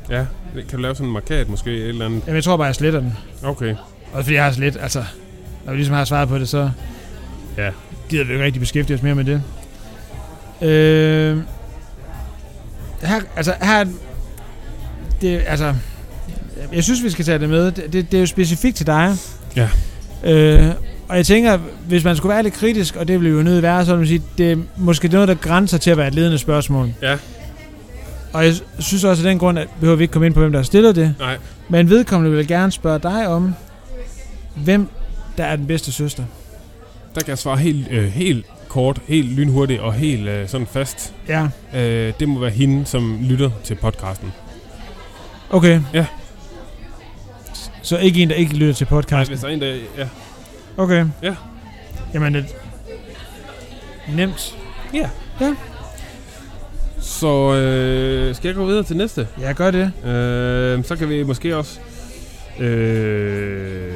Speaker 1: Ja, kan du lave sådan en markat måske? Et eller andet?
Speaker 2: jeg tror bare, jeg sletter den.
Speaker 1: Okay.
Speaker 2: Og fordi jeg har slet, altså... Når vi ligesom har svaret på det, så...
Speaker 1: Ja.
Speaker 2: Gider vi jo ikke rigtig beskæftige os mere med det. Øh, her, altså, her... Det, altså... Jeg synes, vi skal tage det med. Det, det, det er jo specifikt til dig.
Speaker 1: Ja.
Speaker 2: Øh, og jeg tænker, hvis man skulle være lidt kritisk, og det ville vi jo nødt til at være, så vil man sige, det er måske noget, der grænser til at være et ledende spørgsmål.
Speaker 1: Ja.
Speaker 2: Og jeg synes også af den grund, at behøver vi ikke komme ind på, hvem der har stillet det.
Speaker 1: Nej.
Speaker 2: Men vedkommende vil gerne spørge dig om, hvem der er den bedste søster.
Speaker 1: Der kan jeg svare helt, øh, helt kort, helt lynhurtigt og helt øh, sådan fast.
Speaker 2: Ja.
Speaker 1: Øh, det må være hende, som lytter til podcasten.
Speaker 2: Okay.
Speaker 1: Ja.
Speaker 2: Så ikke en, der ikke lytter til
Speaker 1: Nej,
Speaker 2: podcasten.
Speaker 1: hvis der er en, der... Ja.
Speaker 2: Okay.
Speaker 1: Ja.
Speaker 2: Jamen, det... Nemt.
Speaker 1: Så øh, skal jeg gå videre til næste?
Speaker 2: Ja, gør det.
Speaker 1: Øh, så kan vi måske også... Øh,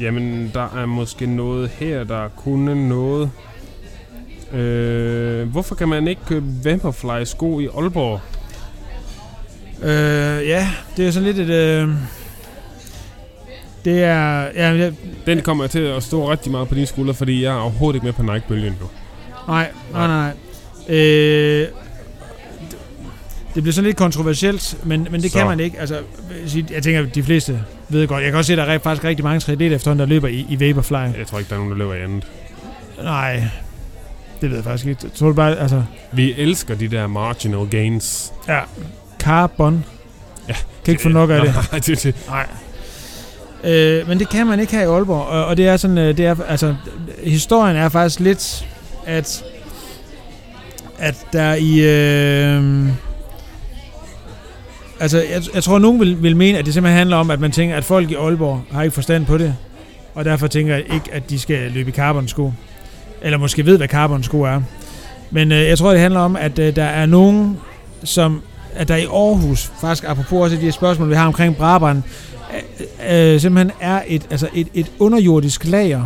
Speaker 1: jamen, der er måske noget her, der kunne noget... Øh, hvorfor kan man ikke købe Vaporfly sko i Aalborg?
Speaker 2: Øh, ja, det er sådan lidt et... Øh... Det er... Ja, jeg...
Speaker 1: Den kommer til at stå rigtig meget på dine skuldre, fordi jeg er overhovedet ikke med på Nike-bølgen nu.
Speaker 2: Nej, nej, nej. Øh... Det bliver sådan lidt kontroversielt, men, men det
Speaker 1: Så.
Speaker 2: så. kan man ikke. Altså, jeg vil sige, jeg tænker, at de fleste ved godt. Jeg kan også se, at der er rent- faktisk rigtig mange 3 d efterhånden, der løber i, i Vaporfly. Ja.
Speaker 1: Jeg tror ikke, der er nogen, der løber i andet.
Speaker 2: Nej, det ved jeg faktisk ikke. Jeg tror du bare, altså...
Speaker 1: Vi elsker de der marginal gains.
Speaker 2: Ja. Carbon.
Speaker 1: Ja.
Speaker 2: Kan ikke få
Speaker 1: <laughs>
Speaker 2: nok af det.
Speaker 1: Nej, det, det.
Speaker 2: Nej. Øh, men det kan man ikke her i Aalborg, og, og det er sådan, øh, det er, altså, historien er faktisk lidt, at, at der i, øh, altså, jeg, jeg tror, nogen vil, vil mene, at det simpelthen handler om, at man tænker, at folk i Aalborg har ikke forstand på det, og derfor tænker jeg ikke, at de skal løbe i carbonsko, eller måske ved, hvad carbonsko er. Men øh, jeg tror, det handler om, at øh, der er nogen, som, at der i Aarhus, faktisk apropos også de her spørgsmål, vi har omkring Brabrand, øh, simpelthen er et, altså et, et underjordisk lager,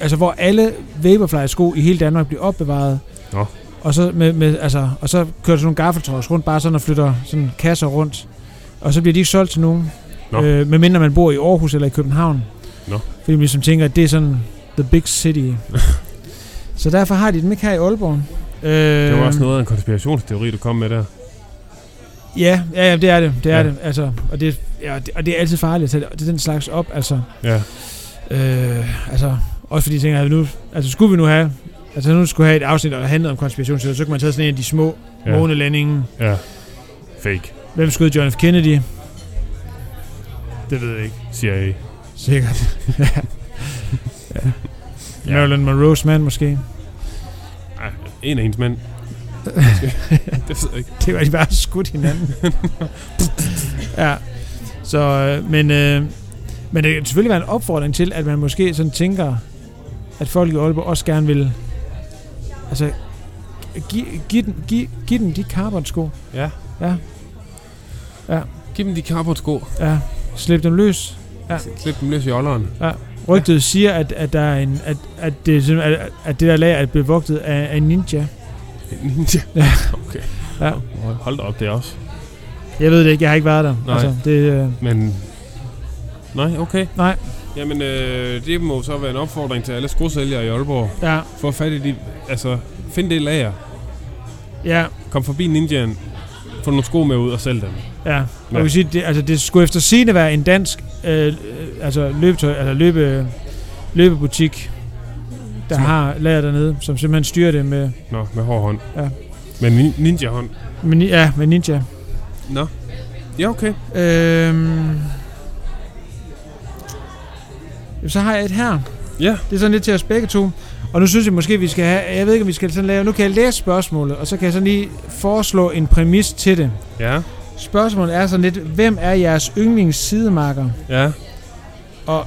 Speaker 2: altså hvor alle Vaporfly-sko i hele Danmark bliver opbevaret.
Speaker 1: Nå.
Speaker 2: Og så, med, med, altså, og så kører der sådan nogle gaffeltrucks rundt, bare sådan og flytter sådan kasser rundt. Og så bliver de ikke solgt til nogen,
Speaker 1: Nå.
Speaker 2: øh, medmindre man bor i Aarhus eller i København.
Speaker 1: Nå.
Speaker 2: Fordi man ligesom tænker, at det er sådan the big
Speaker 1: <laughs>
Speaker 2: city. så derfor har de dem ikke her i Aalborg. Øh,
Speaker 1: det var også noget af en konspirationsteori, du kom med der.
Speaker 2: Ja, ja, ja, det er det. Det er
Speaker 1: Ja.
Speaker 2: ja. det. Altså, og, det, ja, og det, og det er altid farligt at tage det- den slags op. Altså,
Speaker 1: Ja.
Speaker 2: Øh, altså, også fordi jeg tænker, at nu, altså skulle vi nu have, altså nu skulle have et afsnit, der handlede om konspirationsteorier, så kunne man tage sådan en af de små
Speaker 1: Ja.
Speaker 2: ja. månelandingen.
Speaker 1: Ja. Fake,
Speaker 2: Hvem skød John F. Kennedy? Det ved jeg ikke.
Speaker 1: siger I.
Speaker 2: Sikkert. <laughs> ja.
Speaker 1: Ja.
Speaker 2: ja. Marilyn Monroe's mand måske.
Speaker 1: Ej, en af hendes
Speaker 2: <laughs>
Speaker 1: mænd. det ved jeg ikke.
Speaker 2: Det var de bare skudt hinanden. ja. Så, øh, men, øh, men det kan selvfølgelig være en opfordring til, at man måske sådan tænker, at folk i Aalborg også gerne vil, altså, give gi, gi, gi dem de carbonsko.
Speaker 1: Ja.
Speaker 2: Ja.
Speaker 1: Giv dem de carbon-sko.
Speaker 2: Ja. Slip dem løs. Ja.
Speaker 1: Klip dem løs i ålderen.
Speaker 2: Rygtet ja. siger, at, at, der er en, at, at, det, simpelthen- at, at det der lag er blevet vogtet af, af en ninja.
Speaker 1: Ninja.
Speaker 2: <laughs> Ja.
Speaker 1: Okay.
Speaker 2: Ja.
Speaker 1: Hold da op, det er også.
Speaker 2: Jeg ved det ikke, jeg har ikke været der.
Speaker 1: Nej.
Speaker 2: Altså, det, øh,
Speaker 1: Men... Nej, okay.
Speaker 2: Nej.
Speaker 1: Jamen, øh, det må så være en opfordring til alle skosælgere i Aalborg.
Speaker 2: ja,
Speaker 1: Få fat i de... Altså, find det lager.
Speaker 2: ja,
Speaker 1: Kom forbi Ninjaen. Få nogle sko med ud og sælg dem.
Speaker 2: Ja, og
Speaker 1: Ja.
Speaker 2: ja. Jeg vil sige, det, altså, det skulle efter sigende være en dansk øh, øh, altså, løbetøj, altså, løbe, løbebutik, der
Speaker 1: Som-
Speaker 2: har lager dernede, som simpelthen styrer det med,
Speaker 1: Nå, med hård hånd.
Speaker 2: Ja.
Speaker 1: Med nin- ninja-hånd.
Speaker 2: med, ni- ja, med Ninja.
Speaker 1: Nå. Ja, okay.
Speaker 2: Øhm, så har jeg et her.
Speaker 1: Ja.
Speaker 2: Det er sådan lidt til os begge to. Og nu synes jeg måske, vi skal have... Jeg ved ikke, om vi skal sådan lave... Nu kan jeg læse spørgsmålet, og så kan jeg sådan lige foreslå en præmis til det.
Speaker 1: Ja.
Speaker 2: Spørgsmålet er sådan lidt, hvem er jeres yndlings sidemarker?
Speaker 1: Ja.
Speaker 2: Og,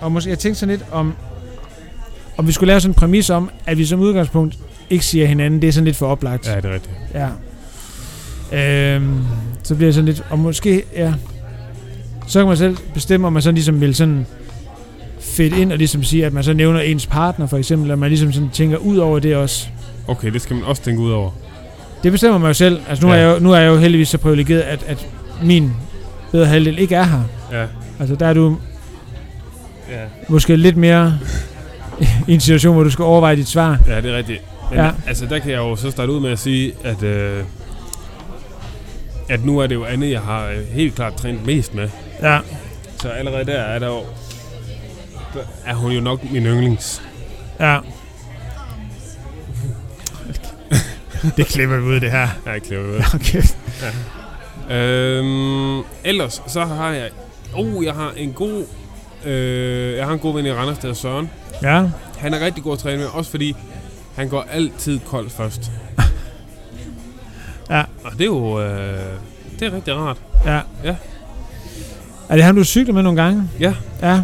Speaker 2: og måske, jeg tænkte sådan lidt om, om vi skulle lave sådan en præmis om, at vi som udgangspunkt ikke siger hinanden, det er sådan lidt for oplagt.
Speaker 1: Ja, det er rigtigt.
Speaker 2: Ja. Øhm, så bliver jeg sådan lidt, og måske, ja, så kan man selv bestemme, om man sådan ligesom vil sådan fedt ind og ligesom sige, at man så nævner ens partner for eksempel, eller man ligesom sådan tænker ud over det også.
Speaker 1: Okay, det skal man også tænke ud over.
Speaker 2: Det bestemmer man jo selv. Altså nu,
Speaker 1: Ja.
Speaker 2: ja. er, jeg, jo- nu er jeg jo heldigvis så privilegeret, at, at min bedre halvdel ikke er her.
Speaker 1: Ja.
Speaker 2: Altså der er du
Speaker 1: Ja,
Speaker 2: måske lidt mere i en situation, hvor du skal overveje dit svar.
Speaker 1: ja det er rigtigt. Men ja.
Speaker 2: Ja.
Speaker 1: altså, der kan jeg jo så starte ud med at sige, at, øh, at nu er det jo andet, jeg har øh, helt klart trænet mest med.
Speaker 2: Ja.
Speaker 1: Så allerede der er der jo... Der er hun jo nok min yndlings.
Speaker 2: Ja. det klipper vi ud, det her.
Speaker 1: <laughs> Ja, jeg klipper ved.
Speaker 2: Okay.
Speaker 1: øhm, ellers så har jeg... Oh, jeg har en god... Øh, jeg har en god ven i Randers, der hedder Søren.
Speaker 2: Ja.
Speaker 1: Han er rigtig god at træne med, også fordi han går altid kold først.
Speaker 2: Ja.
Speaker 1: Og det er jo... Øh, det er rigtig rart.
Speaker 2: Ja.
Speaker 1: Ja.
Speaker 2: Er det ham, du cykler med nogle gange?
Speaker 1: Ja.
Speaker 2: Ja.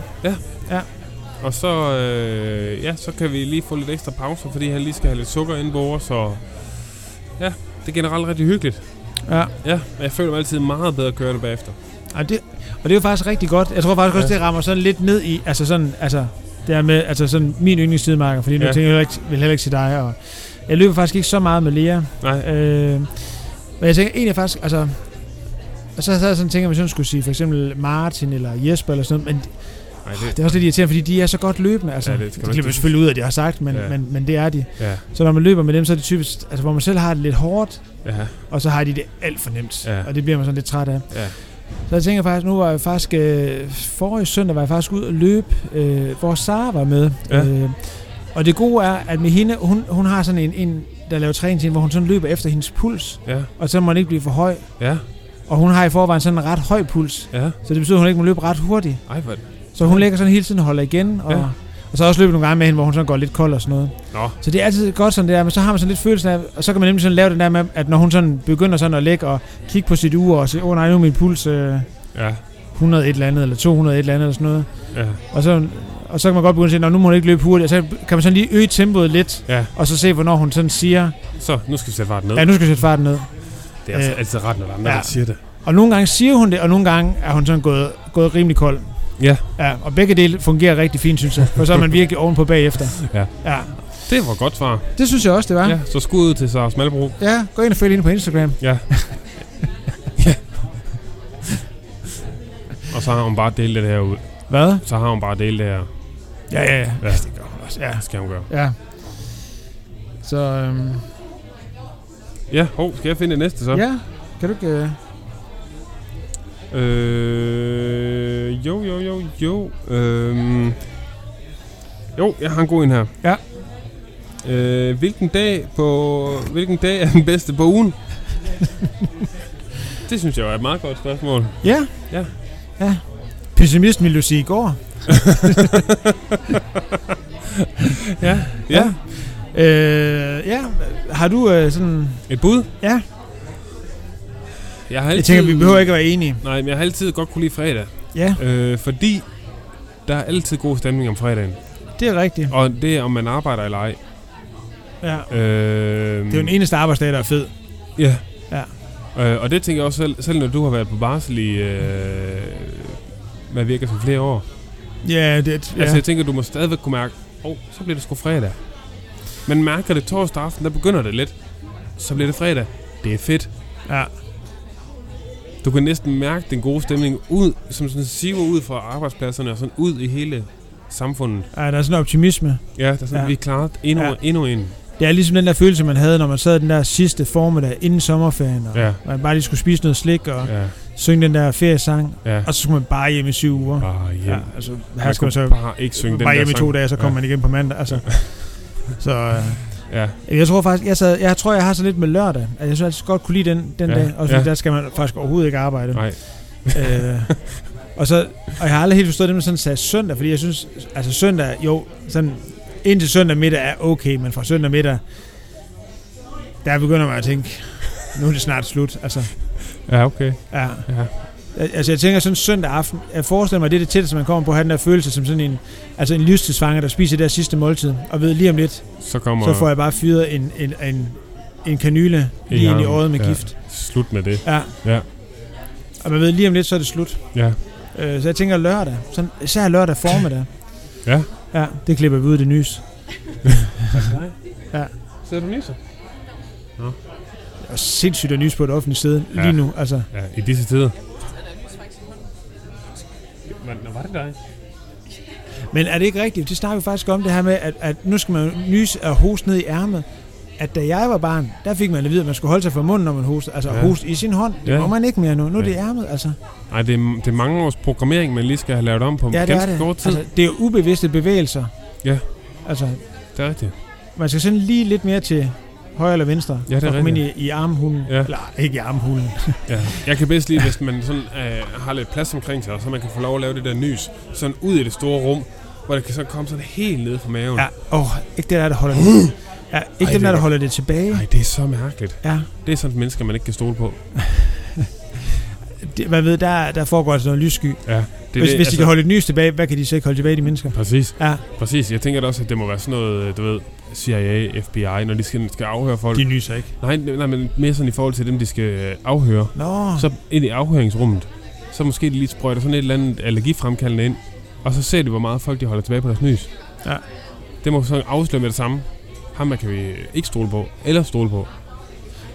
Speaker 1: Og så, øh, ja, så kan vi lige få lidt ekstra pauser, fordi han lige skal have lidt sukker ind på over, så ja, det er generelt rigtig hyggeligt.
Speaker 2: Ja.
Speaker 1: Ja, og jeg føler mig altid meget bedre kørende bagefter.
Speaker 2: Og det, og det er jo faktisk rigtig godt. Jeg tror faktisk også,
Speaker 1: Ja.
Speaker 2: det rammer sådan lidt ned i, altså sådan, altså, det her med, altså sådan min yndlingstidemarker, fordi nu
Speaker 1: Ja.
Speaker 2: tænker jeg heller ikke, vil heller ikke sige dig, og jeg løber faktisk ikke så meget med Lea.
Speaker 1: Nej,
Speaker 2: Øh, men jeg tænker egentlig faktisk, altså... Og så sad jeg sådan og tænker, hvis jeg skulle sige for eksempel Martin eller Jesper eller sådan noget, men
Speaker 1: nej,
Speaker 2: det
Speaker 1: det,
Speaker 2: er også lidt irriterende, fordi de er så godt løbende. Altså,
Speaker 1: Ja, det
Speaker 2: ja, det,
Speaker 1: skal
Speaker 2: det
Speaker 1: man
Speaker 2: klipper
Speaker 1: ikke-
Speaker 2: selvfølgelig ud af, at jeg har sagt, men,
Speaker 1: Ja.
Speaker 2: ja. men, men det er de.
Speaker 1: ja,
Speaker 2: Så når man løber med dem, så er det typisk, altså, hvor man selv har det lidt hårdt,
Speaker 1: ja,
Speaker 2: og så har de det alt for nemt.
Speaker 1: Ja.
Speaker 2: Ja. Og det bliver man sådan lidt træt af.
Speaker 1: Ja.
Speaker 2: Så jeg tænker faktisk, nu var jeg faktisk, øh, forrige søndag var jeg faktisk ude og løbe, øh, hvor Sara var med.
Speaker 1: Ja.
Speaker 2: Øh, og det gode er, at med hende, hun, hun har sådan en, en der laver træning til hende, hvor hun sådan løber efter hendes puls,
Speaker 1: ja,
Speaker 2: og så må den ikke blive for høj.
Speaker 1: ja,
Speaker 2: Og hun har i forvejen sådan en ret høj puls,
Speaker 1: ja.
Speaker 2: så det betyder, at hun ikke må løbe ret hurtigt.
Speaker 1: Ej, hvor er det.
Speaker 2: Så hun ligger sådan hele tiden og holder igen, og,
Speaker 1: Ja.
Speaker 2: ja. og så har jeg også løbet nogle gange med hende, hvor hun sådan går lidt kold og sådan noget.
Speaker 1: Nå,
Speaker 2: Så det er altid godt sådan der, men så har man sådan lidt følelsen af, og så kan man nemlig sådan lave den der med, at når hun sådan begynder sådan at lægge og kigge på sit ur og sige, åh oh, nej, nu er min puls øh,
Speaker 1: ja,
Speaker 2: 100 et eller andet, eller 200 et eller andet, eller sådan noget.
Speaker 1: ja,
Speaker 2: Og så, og så kan man godt begynde at sige, "Nå, nu må hun ikke løbe hurtigt, og så kan man sådan lige øge tempoet lidt,
Speaker 1: ja.
Speaker 2: og så se, hvornår hun sådan siger,
Speaker 1: Så, nu skal vi sætte farten ned.
Speaker 2: ja, nu skal jeg sætte farten ned.
Speaker 1: Det er altså
Speaker 2: øh,
Speaker 1: altid ret, når der er andre,
Speaker 2: ja.
Speaker 1: der siger det.
Speaker 2: Og nogle gange siger hun det, og nogle gange er hun sådan gået, gået rimelig kold.
Speaker 1: Ja.
Speaker 2: ja. Og begge dele fungerer rigtig fint, synes jeg. For så er man virkelig ovenpå bagefter.
Speaker 1: Ja.
Speaker 2: ja.
Speaker 1: Det var godt svar.
Speaker 2: Det synes jeg også, det var.
Speaker 1: Ja, så skud ud til Sara Smalbro.
Speaker 2: ja gå ind og følg hende på Instagram.
Speaker 1: Og så har hun bare delt det her ud.
Speaker 2: Hvad?
Speaker 1: Så har hun bare delt det her.
Speaker 2: Ja, ja, ja.
Speaker 1: Ja.
Speaker 2: Det gør hun også. Ja.
Speaker 1: Det skal hun gøre.
Speaker 2: ja. Så øhm,
Speaker 1: Ja, hov, skal jeg finde det næste så?
Speaker 2: ja, kan du ikke... Øh,
Speaker 1: Øh, jo, jo, jo, jo. Øhm, jo, jeg har en god en her.
Speaker 2: Ja.
Speaker 1: Øh, hvilken dag på hvilken dag er den bedste på
Speaker 2: <laughs>
Speaker 1: ugen? det synes jeg jo er et meget godt spørgsmål.
Speaker 2: ja.
Speaker 1: Ja.
Speaker 2: Ja. Pessimisten ville jo sige i <laughs> går.
Speaker 1: Ja. Ja.
Speaker 2: Øh, ja, har du øh, sådan...
Speaker 1: Et bud?
Speaker 2: Ja.
Speaker 1: Jeg, har altid,
Speaker 2: Jeg tænker, vi behøver ikke at være enige.
Speaker 1: Nej, men jeg har altid godt kunne lide fredag.
Speaker 2: Ja,
Speaker 1: Øh, fordi der er altid god stemning om fredagen.
Speaker 2: det er rigtigt.
Speaker 1: Og det er, om man arbejder eller ej.
Speaker 2: Ja.
Speaker 1: Øh,
Speaker 2: Det er jo den eneste arbejdsdag, der er fed.
Speaker 1: Ja.
Speaker 2: Ja.
Speaker 1: Øh, og det tænker jeg også selv, selv når du har været på barsel i, øh, hvad virker som flere år.
Speaker 2: Ja, det,
Speaker 1: Ja. Altså jeg tænker, du må stadigvæk kunne mærke, åh, oh, så bliver det sgu fredag. Men mærker det torsdag aften, der begynder det lidt. Så bliver det fredag. Det er fedt.
Speaker 2: ja.
Speaker 1: Du kan næsten mærke den gode stemning ud, som sådan siver ud fra arbejdspladserne og sådan ud i hele samfundet.
Speaker 2: Ja, der er sådan en optimisme.
Speaker 1: Ja, der er sådan, ja.
Speaker 2: Ja.
Speaker 1: vi er klaret endnu, ja.
Speaker 2: Ja.
Speaker 1: endnu en.
Speaker 2: Det er ligesom den der følelse, man havde, når man sad den der sidste formiddag inden sommerferien, og ja.
Speaker 1: Ja,
Speaker 2: man bare lige skulle spise noget slik og ja.
Speaker 1: ja,
Speaker 2: synge den der feriesang,
Speaker 1: ja.
Speaker 2: og så skulle man bare hjem i syv uger.
Speaker 1: Bare hjem.
Speaker 2: Ja,
Speaker 1: Ja.
Speaker 2: altså, her
Speaker 1: Man
Speaker 2: skal man
Speaker 1: kunne
Speaker 2: så
Speaker 1: bare ikke synge den
Speaker 2: bare
Speaker 1: der
Speaker 2: hjem i to
Speaker 1: sang.
Speaker 2: dage, så kommer
Speaker 1: Ja.
Speaker 2: man igen på mandag. Altså. Så
Speaker 1: Ja,
Speaker 2: øh, jeg tror faktisk, jeg, sad, jeg tror, jeg har så lidt med lørdag. Altså, jeg synes altid godt kunne lide den, den
Speaker 1: Ja,
Speaker 2: ja. dag, også fordi
Speaker 1: ja.
Speaker 2: ja. der skal man faktisk overhovedet ikke arbejde.
Speaker 1: nej.
Speaker 2: Øh, og, så, og jeg har aldrig helt forstået det, man sådan sagde søndag, fordi jeg synes, altså søndag, jo, sådan indtil søndag middag er okay, men fra søndag middag, der begynder man at tænke, nu er det snart slut, altså,
Speaker 1: Ja, okay.
Speaker 2: ja.
Speaker 1: Ja.
Speaker 2: Al- Altså jeg tænker sådan søndag aften, jeg forestiller mig, det er det tætteste, man kommer på at have den der følelse som sådan en, altså en livstidsfanger, der spiser det der sidste måltid, og ved lige om lidt,
Speaker 1: Så kommer
Speaker 2: så får jeg bare fyret en, en, en, en kanyle
Speaker 1: I
Speaker 2: lige ind
Speaker 1: armen,
Speaker 2: i øjet med
Speaker 1: ja.
Speaker 2: gift.
Speaker 1: slut med det.
Speaker 2: Ja.
Speaker 1: Ja.
Speaker 2: Og man ved lige om lidt, så er det slut. <laughs>
Speaker 1: Ja.
Speaker 2: Øh, så jeg tænker lørdag, sådan, især lørdag formiddag.
Speaker 1: <clears throat> Ja.
Speaker 2: Ja, det klipper vi ud i det nys.
Speaker 1: Sidder du nisser?
Speaker 2: Det er sindssygt at nys på et offentligt sted ja.
Speaker 1: Ja.
Speaker 2: lige nu. Altså,
Speaker 1: Ja, i disse tider. Men var det dig?
Speaker 2: Men er det ikke rigtigt? Det snakker vi faktisk om, det her med, at, at nu skal man nys og hoste ned i ærmet. At da jeg var barn, der fik man at vide, at man skulle holde sig for munden, når man hoste. Altså
Speaker 1: Ja.
Speaker 2: ja. hoste i sin hånd. Det
Speaker 1: Ja.
Speaker 2: ja. må man ikke mere nu. Nu er det i ærmet, altså.
Speaker 1: Nej, det er, det er mange års programmering, man lige skal have lavet om på
Speaker 2: Ja, det er
Speaker 1: ganske
Speaker 2: det.
Speaker 1: kort tid.
Speaker 2: Altså, det er jo ubevidste bevægelser.
Speaker 1: Ja.
Speaker 2: Altså,
Speaker 1: det er rigtigt.
Speaker 2: man skal sådan lige lidt mere til højre eller venstre.
Speaker 1: Ja, det er
Speaker 2: for at komme ind
Speaker 1: rigtigt.
Speaker 2: i, i armhulen.
Speaker 1: Ja.
Speaker 2: Eller ikke i armhulen.
Speaker 1: Ja. Jeg kan bedst lide, hvis man sådan, øh, har lidt plads omkring sig, så man kan få lov at lave det der nys sådan ud i det store rum, hvor det kan så komme sådan helt ned fra maven.
Speaker 2: Ja, åh, ikke det der, der holder det. Ja, ikke
Speaker 1: Ej,
Speaker 2: den
Speaker 1: det
Speaker 2: der,
Speaker 1: er
Speaker 2: der
Speaker 1: godt.
Speaker 2: holder det tilbage.
Speaker 1: Nej, det er så mærkeligt.
Speaker 2: Ja.
Speaker 1: Det er sådan mennesker, man ikke kan stole på. Det,
Speaker 2: Det, man ved, der, der foregår altså noget lyssky. Hvis,
Speaker 1: er
Speaker 2: hvis
Speaker 1: det, altså-
Speaker 2: de kan holde et nys tilbage, hvad kan de så ikke holde tilbage, de mennesker?
Speaker 1: Præcis.
Speaker 2: Ja.
Speaker 1: Præcis. Jeg tænker da også, at det må være sådan noget, øh, du ved, CIA, FBI, når de skal, skal afhøre folk.
Speaker 2: De nyser ikke.
Speaker 1: Nej, nej, men mere sådan i forhold til dem, de skal øh, afhøre.
Speaker 2: Nå.
Speaker 1: Så ind i afhøringsrummet, så måske de lige sprøjter sådan et eller andet allergifremkaldende ind, og så ser de, hvor meget folk de holder tilbage på deres nys.
Speaker 2: Ja.
Speaker 1: Det må så afsløre med det samme. Ham her kan vi ikke stole på, eller stole på.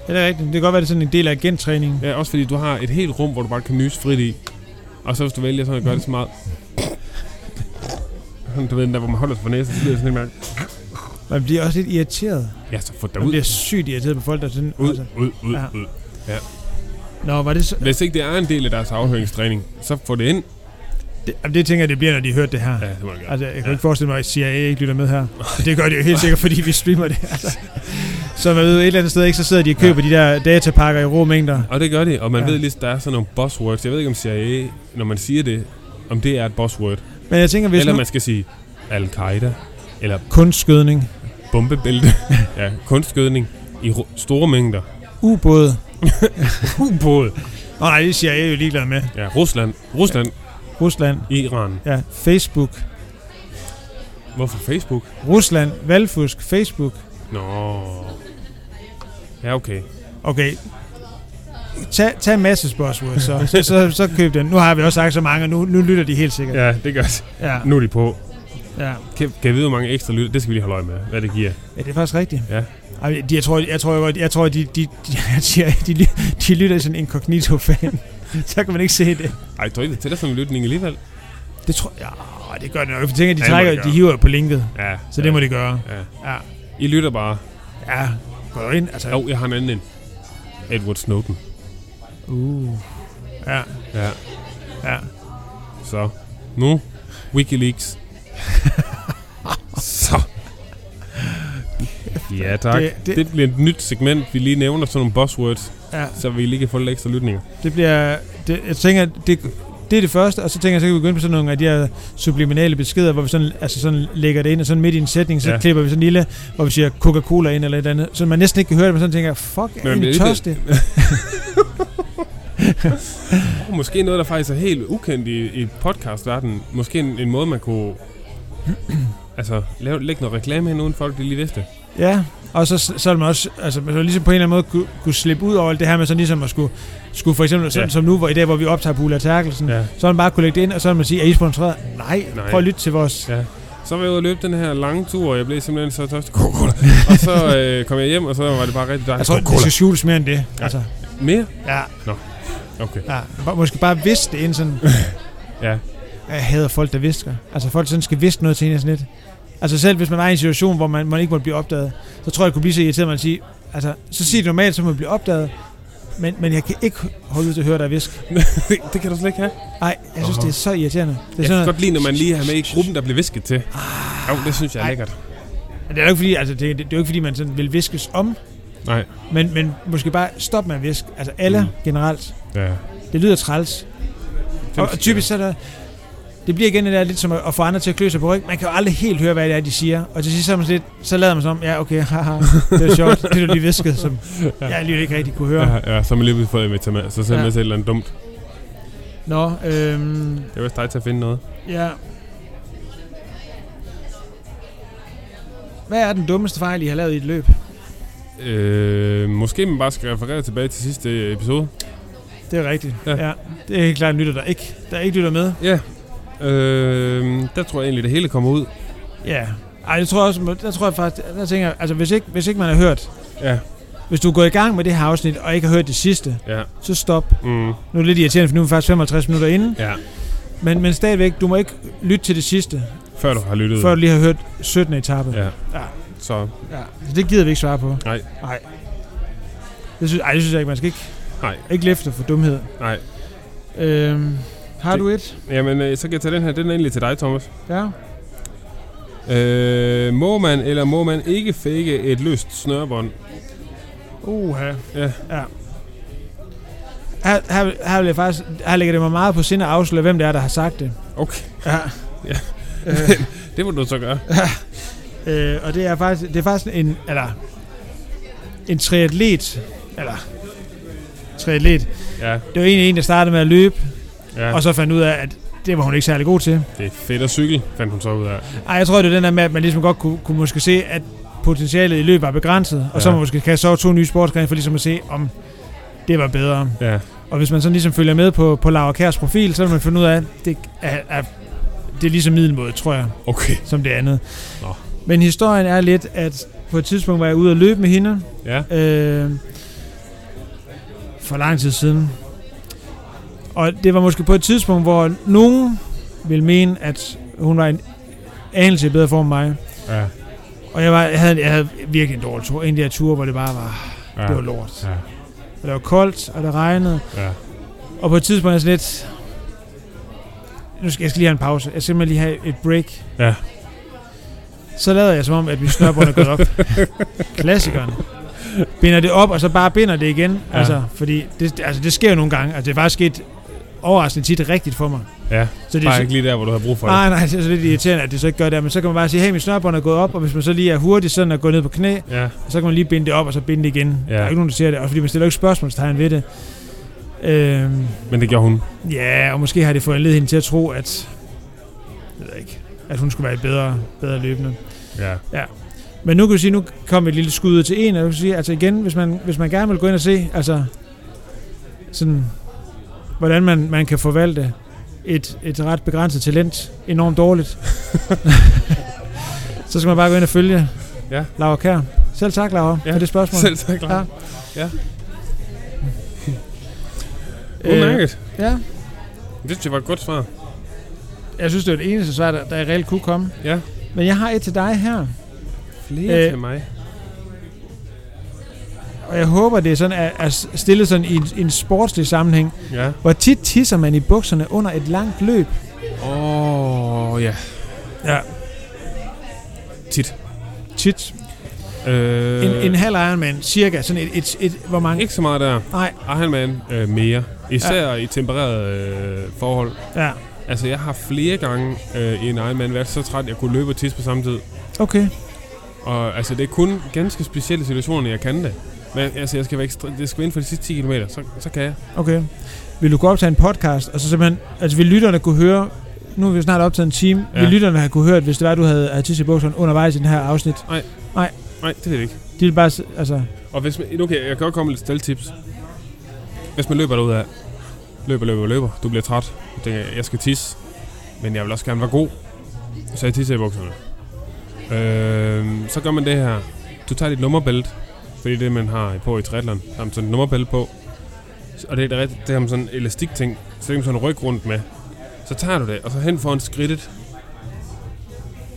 Speaker 2: Ja, det er rigtigt. Det kan godt være, det er sådan en del af gentræningen.
Speaker 1: Ja, også fordi du har et helt rum, hvor du bare kan nyse frit i. Og så hvis du vælger sådan at gøre det så
Speaker 2: <laughs>
Speaker 1: meget... Sådan, du ved, den der, hvor man holder sig for næsen, så lyder det sådan en mærke.
Speaker 2: Man bliver også lidt irriteret.
Speaker 1: Ja, så få dig
Speaker 2: Man
Speaker 1: ud.
Speaker 2: bliver sygt irriteret på folk, der sådan...
Speaker 1: Ud, ud, ud,
Speaker 2: Altså. Ja.
Speaker 1: ud.
Speaker 2: Nå, var det så...
Speaker 1: Hvis ikke det er en del af deres afhøringstræning, så få det ind.
Speaker 2: Det, jamen, det tænker jeg, det bliver, når de hørte det her.
Speaker 1: Ja, det må jeg gøre.
Speaker 2: Altså, jeg kan ja. ikke forestille mig, at CIA ikke lytter med
Speaker 1: <laughs>
Speaker 2: her. Det gør de jo helt sikkert, fordi vi streamer det. Altså. Så man ved, et eller andet sted, ikke, så sidder de og køber de der datapakker i rå mængder.
Speaker 1: Og det gør de, og man
Speaker 2: Ja.
Speaker 1: ja. ved lige, at der er sådan nogle buzzwords. Jeg ved ikke, om CIA, når man siger det, om det er et buzzword.
Speaker 2: Men jeg tænker, hvis
Speaker 1: eller
Speaker 2: nu...
Speaker 1: man skal sige al-Qaida, eller
Speaker 2: Kunstskydning,
Speaker 1: bombebælte, <laughs> ja, kunstgødning i ru- store mængder.
Speaker 2: ubåd.
Speaker 1: Ubåd.
Speaker 2: Nå nej, det er CIA jo ligeglad med.
Speaker 1: Ja, Rusland. Rusland,
Speaker 2: Rusland,
Speaker 1: Iran.
Speaker 2: ja, Facebook.
Speaker 1: Hvorfor Facebook?
Speaker 2: Rusland, valgfusk, Facebook.
Speaker 1: Nå. Ja, okay.
Speaker 2: Okay. Tag, tag en masse
Speaker 1: <laughs>
Speaker 2: spørgsmål, så, så, så, så køb den. Nu har vi også sagt så mange, og nu, nu lytter de helt sikkert.
Speaker 1: Ja, det gør det.
Speaker 2: Ja.
Speaker 1: Nu er de på.
Speaker 2: ja.
Speaker 1: Kan, kan jeg vide, hvor mange ekstra lytter? Det skal vi lige holde øje med, hvad det giver.
Speaker 2: ja det er faktisk rigtigt.
Speaker 1: Ja.
Speaker 2: Ej, de, jeg tror, jeg tror, jeg, jeg tror de, de, de, <laughs> jeg siger, de, ly- de lytter i sådan en incognito-fan. <laughs> så kan man ikke se det.
Speaker 1: Ej, tror ikke, det tæller som en lytning alligevel?
Speaker 2: Det tror jeg... Ja, det gør det nok. Jeg tænker, de
Speaker 1: Ja, det må
Speaker 2: trækker,
Speaker 1: det gøre.
Speaker 2: de hiver jo på linket.
Speaker 1: Ja.
Speaker 2: Så det må de gøre.
Speaker 1: Ja.
Speaker 2: Ja.
Speaker 1: I lytter bare.
Speaker 2: Ja. Går du ind? Altså,
Speaker 1: Jo, jeg har en anden end. Edward Snowden.
Speaker 2: Uh. Ja,
Speaker 1: Ja.
Speaker 2: ja.
Speaker 1: Så nu <laughs> Wikileaks. så. Ja, tak.
Speaker 2: Det-
Speaker 1: Det,
Speaker 2: det-
Speaker 1: det, det bliver et nyt segment. Vi lige nævner sådan nogle buzzwords,
Speaker 2: ja.
Speaker 1: så vi lige kan få lidt ekstra lytninger.
Speaker 2: Det bliver... Det, jeg tænker, det, det er det første, og så tænker jeg, så kan vi begynde på sådan nogle af de her subliminale beskeder, hvor vi sådan, altså sådan lægger det ind, og sådan midt i en sætning, så ja.
Speaker 1: Ja.
Speaker 2: klipper vi sådan en lille, hvor vi siger Coca-Cola ind eller et eller andet, så man næsten ikke kan høre det, men sådan tænker jeg, fuck, er jeg
Speaker 1: Men
Speaker 2: egentlig
Speaker 1: det er
Speaker 2: tørstig?
Speaker 1: Og måske noget, der faktisk er helt ukendt i, i podcastverdenen. Måske en, en måde, man kunne... <clears throat> altså, lave, lægge noget reklame ind, uden folk de lige vidste.
Speaker 2: Ja, og så, så er man også, altså man så ligesom på en eller anden måde kunne, kunne slippe ud over alt det her med sådan ligesom at skulle, skulle for eksempel sådan ja.
Speaker 1: Ja.
Speaker 2: som nu, hvor i dag, hvor vi optager på Ulla Terkelsen, ja.
Speaker 1: Ja.
Speaker 2: så har man bare kunne lægge det ind, og så har man sige, er I sponsoreret? Nej, Nej,
Speaker 1: Nej.
Speaker 2: prøv at lytte til vores
Speaker 1: Så var jeg ude og løbe den her lange tur, og jeg blev simpelthen så tørstig.
Speaker 2: <laughs>
Speaker 1: Coca-Cola. og så øh, kom jeg hjem, og så var det bare rigtig
Speaker 2: jeg
Speaker 1: dejligt.
Speaker 2: tror, det skal skjules mere end det. Ja.
Speaker 1: Ja.
Speaker 2: Altså,
Speaker 1: Mere?
Speaker 2: ja,
Speaker 1: Okay.
Speaker 2: ja. Må- Måske bare vidste det ind sådan,
Speaker 1: <laughs> Ja.
Speaker 2: Jeg hader folk, der visker. Altså folk, der sådan skal viske noget til en og sådan lidt. Altså selv hvis man var i en situation, hvor man, man ikke måtte blive opdaget, så tror jeg, det kunne blive så irriteret, at man siger, altså, så sig det normalt, så man bliver opdaget, men, men jeg kan ikke holde ud til at høre dig viske.
Speaker 1: <laughs> det, det kan du slet ikke have.
Speaker 2: Nej, jeg synes,
Speaker 1: Åh.
Speaker 2: det er så irriterende. Det er
Speaker 1: Jeg
Speaker 2: sådan,
Speaker 1: kan
Speaker 2: noget,
Speaker 1: godt lide, når man lige har med i gruppen, der bliver visket til. Jo, det synes jeg er
Speaker 2: Ah. Ej.
Speaker 1: lækkert.
Speaker 2: det er jo ikke fordi, altså, det, det, er jo ikke fordi, man sådan vil viskes om,
Speaker 1: Nej.
Speaker 2: men, men måske bare stop med at viske. Altså alle mm.
Speaker 1: Mm.
Speaker 2: generelt.
Speaker 1: Ja.
Speaker 2: Det lyder træls. Og, og typisk så er der, det bliver igen det der lidt som at at få andre til at klø sig på ryg. Man kan jo aldrig helt høre, hvad det er, de siger. Og til sidst så, er man sådan lidt, så lader man som, ja okay, <laughs> haha, det var sjovt, det du lige viskede, som jeg lige ikke rigtig kunne høre.
Speaker 1: Ja, ja, så er man lige blevet fået inviteret med. Så sender
Speaker 2: Ja.
Speaker 1: man ja. et eller andet dumt.
Speaker 2: Nå, øhm,
Speaker 1: Det er vist dig til at finde noget.
Speaker 2: ja. Hvad er den dummeste fejl, I har lavet i et løb?
Speaker 1: Øh, måske man bare skal referere tilbage til sidste episode.
Speaker 2: Det er rigtigt.
Speaker 1: Ja.
Speaker 2: Ja. ja. Det er helt klart en lytter, der ikke, der ikke lytter med.
Speaker 1: Ja. Øh, der tror jeg egentlig, det hele kommer ud.
Speaker 2: Ja. Ej, jeg tror også, der tror jeg faktisk, der tænker jeg, altså hvis ikke, hvis ikke man har hørt,
Speaker 1: Ja.
Speaker 2: hvis du går i gang med det her afsnit, og ikke har hørt det sidste,
Speaker 1: Ja.
Speaker 2: så stop.
Speaker 1: Mm,
Speaker 2: Nu er det lidt irriterende, for nu er vi faktisk 55 minutter inde,
Speaker 1: ja.
Speaker 2: men, men stadigvæk, du må ikke lytte til det sidste,
Speaker 1: Før du har lyttet.
Speaker 2: før du lige har hørt 17. etape.
Speaker 1: Mm. Ja.
Speaker 2: Ja.
Speaker 1: Så
Speaker 2: ja. Så det gider vi ikke svare på.
Speaker 1: Nej.
Speaker 2: Nej. Det synes, ej, det synes jeg ikke, man skal ikke,
Speaker 1: Nej.
Speaker 2: ikke læfte for dumhed.
Speaker 1: nej.
Speaker 2: Øhm, har
Speaker 1: Det-
Speaker 2: du et?
Speaker 1: Jamen, øh, så kan jeg tage den her. Den er egentlig til dig, Thomas.
Speaker 2: Ja.
Speaker 1: Øh, må man eller må man ikke fake et løst snørebånd?
Speaker 2: Uha.
Speaker 1: Ja.
Speaker 2: ja. Her, her, her, vil jeg faktisk, her ligger det mig meget på sinde at afsløre, hvem det er, der har sagt det.
Speaker 1: Okay.
Speaker 2: Ja.
Speaker 1: Ja.
Speaker 2: øh,
Speaker 1: Det må du så gøre.
Speaker 2: øh, og det er faktisk, det er faktisk en, eller, en triatlet, eller, triatlet.
Speaker 1: Ja,
Speaker 2: Det var egentlig en, der startede med at løbe,
Speaker 1: ja.
Speaker 2: og så fandt ud af, at det var hun ikke særlig god til.
Speaker 1: Det er fedt at cykle, fandt hun så ud af.
Speaker 2: Ej, jeg tror, det er den der med, at man ligesom godt kunne, kunne måske se, at potentialet i løbet var begrænset, og ja. så
Speaker 1: Ja.
Speaker 2: måske kaste over to nye sportsgrene for ligesom at se, om det var bedre.
Speaker 1: Ja,
Speaker 2: Og hvis man sådan ligesom følger med på, på Laura Kærs profil, så vil man finde ud af, at det er, er, det er ligesom middelmåde, tror jeg,
Speaker 1: okay.
Speaker 2: som det andet.
Speaker 1: Nå.
Speaker 2: Men historien er lidt, at på et tidspunkt var jeg ude at løbe med hende,
Speaker 1: Ja,
Speaker 2: øh, for lang tid siden. Og det var måske på et tidspunkt, hvor nogen ville mene, at hun var en anelse i bedre form end mig.
Speaker 1: ja,
Speaker 2: Og jeg, var, jeg, havde, jeg havde virkelig en dårlig tur. En af de her ture, hvor det bare var,
Speaker 1: ja.
Speaker 2: det var lort.
Speaker 1: Ja.
Speaker 2: Og det var koldt, og det regnede.
Speaker 1: Ja.
Speaker 2: Og på et tidspunkt er jeg sådan lidt... Nu skal jeg skal lige have en pause. Jeg skal simpelthen lige have et break.
Speaker 1: Ja.
Speaker 2: Så lader jeg som om, at min snørbånd er gået
Speaker 1: <laughs>
Speaker 2: op. Klassikeren. Binder det op, og så bare binder det igen.
Speaker 1: Ja.
Speaker 2: Ja. Altså, fordi det, altså, det sker jo nogle gange. Altså, det er faktisk sket overraskende tit rigtigt for mig.
Speaker 1: Ja.
Speaker 2: Så det er
Speaker 1: Bare
Speaker 2: så,
Speaker 1: ikke lige der, hvor du har brug for det.
Speaker 2: nej, nej, det er så lidt irriterende, at det så ikke gør det. Men så kan man bare sige, hey, min snørbånd er gået op, og hvis man så lige er hurtig sådan at gå ned på knæ,
Speaker 1: Ja,
Speaker 2: og så kan man lige binde det op, og så binde det igen.
Speaker 1: Ja.
Speaker 2: Ja. Der er ikke nogen, der siger det, også fordi man stiller jo ikke spørgsmålstegn ved det. Øhm,
Speaker 1: men det gjorde hun.
Speaker 2: ja, og måske har det foranledet hende til at tro, at, jeg ved ikke, at hun skulle være et bedre, bedre løbende.
Speaker 1: Ja,
Speaker 2: Men nu kan du sige, nu kom et lille skud ud til en, og du kan sige, altså igen, hvis man, hvis man gerne vil gå ind og se, altså sådan, hvordan man, man kan forvalte et, et ret begrænset talent enormt
Speaker 1: <laughs>
Speaker 2: dårligt, så skal man bare gå ind og følge
Speaker 1: Ja.
Speaker 2: Laura Kær. Selv tak, Laura,
Speaker 1: Ja.
Speaker 2: for det spørgsmål.
Speaker 1: <laughs> selv tak, klar. Ja.
Speaker 2: Øh,
Speaker 1: Udmærket.
Speaker 2: ja.
Speaker 1: Det synes jeg var et godt svar.
Speaker 2: Jeg synes, det er det eneste svar, der, der reelt kunne komme.
Speaker 1: Ja.
Speaker 2: Men jeg har et til dig her,
Speaker 1: Flere
Speaker 2: Øh,
Speaker 1: til mig.
Speaker 2: og jeg håber, det er sådan er, er stillet sådan i en, i en sportslig sammenhæng.
Speaker 1: Ja.
Speaker 2: Hvor tit tisser man i bukserne under et langt løb?
Speaker 1: Åh, oh, ja.
Speaker 2: Ja.
Speaker 1: Tit.
Speaker 2: Tit.
Speaker 1: Øh,
Speaker 2: En, en halv Ironman, cirka. Sådan et, et, et hvor mange?
Speaker 1: Ikke så meget der.
Speaker 2: Nej.
Speaker 1: Ironman øh, mere. Især ja. i tempererede øh, forhold.
Speaker 2: Ja.
Speaker 1: Altså, jeg har flere gange øh, i en Ironman været så træt, jeg kunne løbe og tisse på samme tid.
Speaker 2: Okay.
Speaker 1: Og altså, det er kun ganske specielle situationer, jeg kan det. Men altså, jeg skal være ekstra, det skal være inden for de sidste 10 km, så, så kan jeg.
Speaker 2: Okay. Vil du gå op til en podcast, og så simpelthen... Altså, vil lytterne kunne høre... Nu er vi jo snart optaget en time.
Speaker 1: Ja.
Speaker 2: Ja. Vil lytterne have kunne høre, at hvis det var, du havde, havde tisset i bukserne undervejs i den her afsnit?
Speaker 1: Nej, det ved jeg ikke.
Speaker 2: De vil bare... s- Altså...
Speaker 1: Og hvis man, okay, jeg kan godt komme med lidt staldtips. Hvis man løber derud af, løber, løber, løber, du bliver træt, du tænker, jeg skal tisse, men jeg vil også gerne være god, så jeg tisser i bukserne. Øh, så gør man det her. Du tager dit nummerbælte, fordi det er det, man har på i triathlon, så har man sådan et nummerbælte på, og det er, det rigtigt, det har man sådan en elastikting, så det kan man sådan rykke rundt med. Så tager du det, og så hen foran skridtet,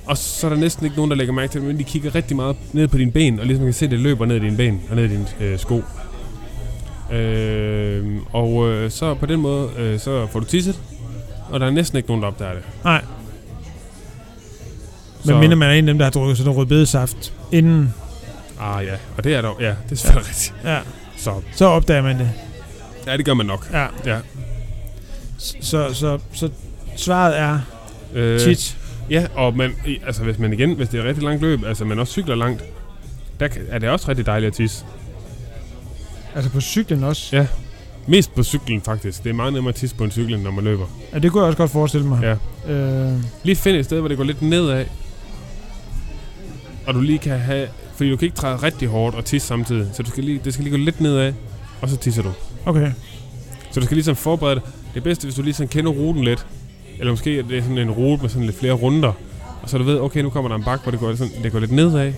Speaker 1: og så er der næsten ikke nogen, der lægger mærke til det, men de kigger rigtig meget ned på dine ben, og ligesom kan se, at det løber ned i dine ben og ned i dine øh, sko. Øh, og øh, så på den måde, øh, så får du tisset, og der er næsten ikke nogen, der opdager det.
Speaker 2: Nej.
Speaker 1: Så-
Speaker 2: Men minder man er en af dem, der har drukket sådan noget rødbedesaft inden...
Speaker 1: Ah ja, og det er dog, ja, det er selvfølgelig rigtigt.
Speaker 2: Ja.
Speaker 1: Så
Speaker 2: Så opdager man det.
Speaker 1: ja, det gør man nok.
Speaker 2: Ja.
Speaker 1: Ja.
Speaker 2: S- Så, så, så svaret er
Speaker 1: Øh,
Speaker 2: tit.
Speaker 1: Ja, og man, i- altså hvis man igen, hvis det er et rigtig langt løb, altså man også cykler langt, der kan- er det også rigtig dejligt at tisse.
Speaker 2: Altså på cyklen også.
Speaker 1: Ja. Mest på cyklen, faktisk. Det er meget nemmere at tisse på en cykel, end når man løber.
Speaker 2: Ja, det kunne jeg også godt forestille mig.
Speaker 1: Ja.
Speaker 2: Øh,
Speaker 1: Lige find et sted, hvor det går lidt nedad. Og du lige kan have... Fordi du kan ikke træde rigtig hårdt og tisse samtidig. Så du skal lige, det skal lige gå lidt nedad, og så tisser du.
Speaker 2: okay.
Speaker 1: Så du skal ligesom forberede dig. Det er bedst, hvis du ligesom kender ruten lidt. Eller måske er det sådan en rute med sådan lidt flere runder. Og så du ved, okay, nu kommer der en bakke, hvor det går, sådan, det går lidt nedad.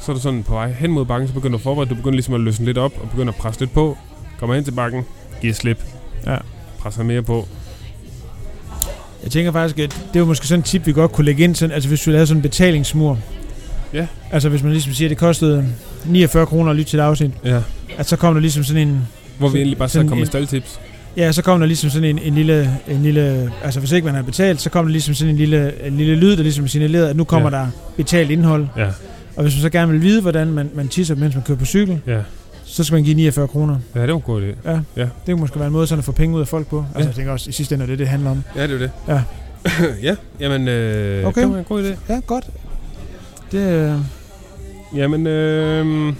Speaker 1: Så er du sådan på vej hen mod bakken, så begynder du at forberede. dig. Du begynder ligesom at løsne lidt op og begynder at presse lidt på. Kommer hen til bakken, giver slip.
Speaker 2: Ja.
Speaker 1: Presser mere på.
Speaker 2: Jeg tænker faktisk, at det var måske sådan et tip, vi godt kunne lægge ind, sådan, altså hvis vi lavede sådan en betalingsmur.
Speaker 1: Ja.
Speaker 2: Altså hvis man ligesom siger, at det kostede 49 kroner at lytte til et afsnit,
Speaker 1: Ja.
Speaker 2: at så kom der ligesom sådan en,
Speaker 1: Hvor vi egentlig bare så
Speaker 2: Sådan
Speaker 1: kommer med
Speaker 2: en-
Speaker 1: staldtips.
Speaker 2: ja, så kom der ligesom sådan en, en, lille, en lille, altså hvis ikke man har betalt, så kom der ligesom sådan en lille, en lille lyd, der ligesom signalerede, at nu kommer
Speaker 1: Ja.
Speaker 2: ja. der betalt indhold.
Speaker 1: Ja.
Speaker 2: Og hvis man så gerne vil vide, hvordan man, man tisser, mens man kører på cykel,
Speaker 1: Ja.
Speaker 2: så skal man give 49 kroner.
Speaker 1: Ja, det var en god idé.
Speaker 2: Det kunne måske være en måde sådan at få penge ud af folk på. Altså
Speaker 1: Ja.
Speaker 2: jeg tænker også, i sidste ende er det, det handler om.
Speaker 1: Ja, <laughs> det er jo det.
Speaker 2: Ja.
Speaker 1: ja, jamen, øh,
Speaker 2: Okay.
Speaker 1: det var en god idé.
Speaker 2: Ja, godt. Det, øh,
Speaker 1: Jamen, øh,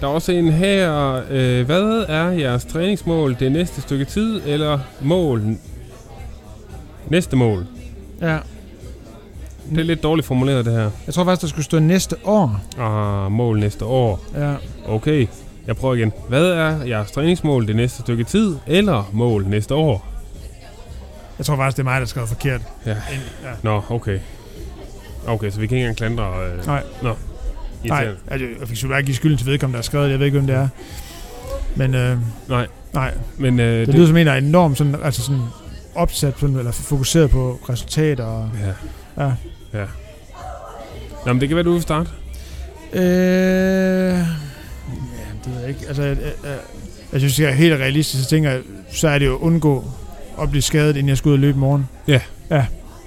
Speaker 1: der er også en her. Øh, hvad er jeres træningsmål det næste stykke tid, eller mål? Næste mål.
Speaker 2: ja.
Speaker 1: Det er lidt dårligt formuleret, det her.
Speaker 2: Jeg tror faktisk, der skulle stå næste år.
Speaker 1: Ah, mål næste år.
Speaker 2: Ja.
Speaker 1: Okay, jeg prøver igen. Hvad er jeres træningsmål det næste stykke tid, eller mål næste år?
Speaker 2: Jeg tror faktisk, det er mig, der skrev forkert.
Speaker 1: Ja.
Speaker 2: ja.
Speaker 1: Nå, okay. Okay, så vi kan ikke engang klandre... Øh,
Speaker 2: Nej.
Speaker 1: Nå.
Speaker 2: Nej,
Speaker 1: Irriterende.
Speaker 2: altså, jeg fik selvfølgelig ikke give skylden til vedkommende, der har skrevet det. Jeg ved ikke, hvem det er. Men øh,
Speaker 1: Nej.
Speaker 2: nej,
Speaker 1: Men øh,
Speaker 2: det lyder som en, der er enormt sådan, altså sådan opsat sådan, eller fokuseret på resultater. Og,
Speaker 1: Ja.
Speaker 2: Ja.
Speaker 1: ja. Nå, men det kan være, du vil starte.
Speaker 2: øh, ja, det ved jeg ikke. Altså, jeg, jeg, jeg, jeg synes, det er helt realistisk. Så tænker jeg, så er det jo at undgå at blive skadet, inden jeg skal ud og løbe i morgen.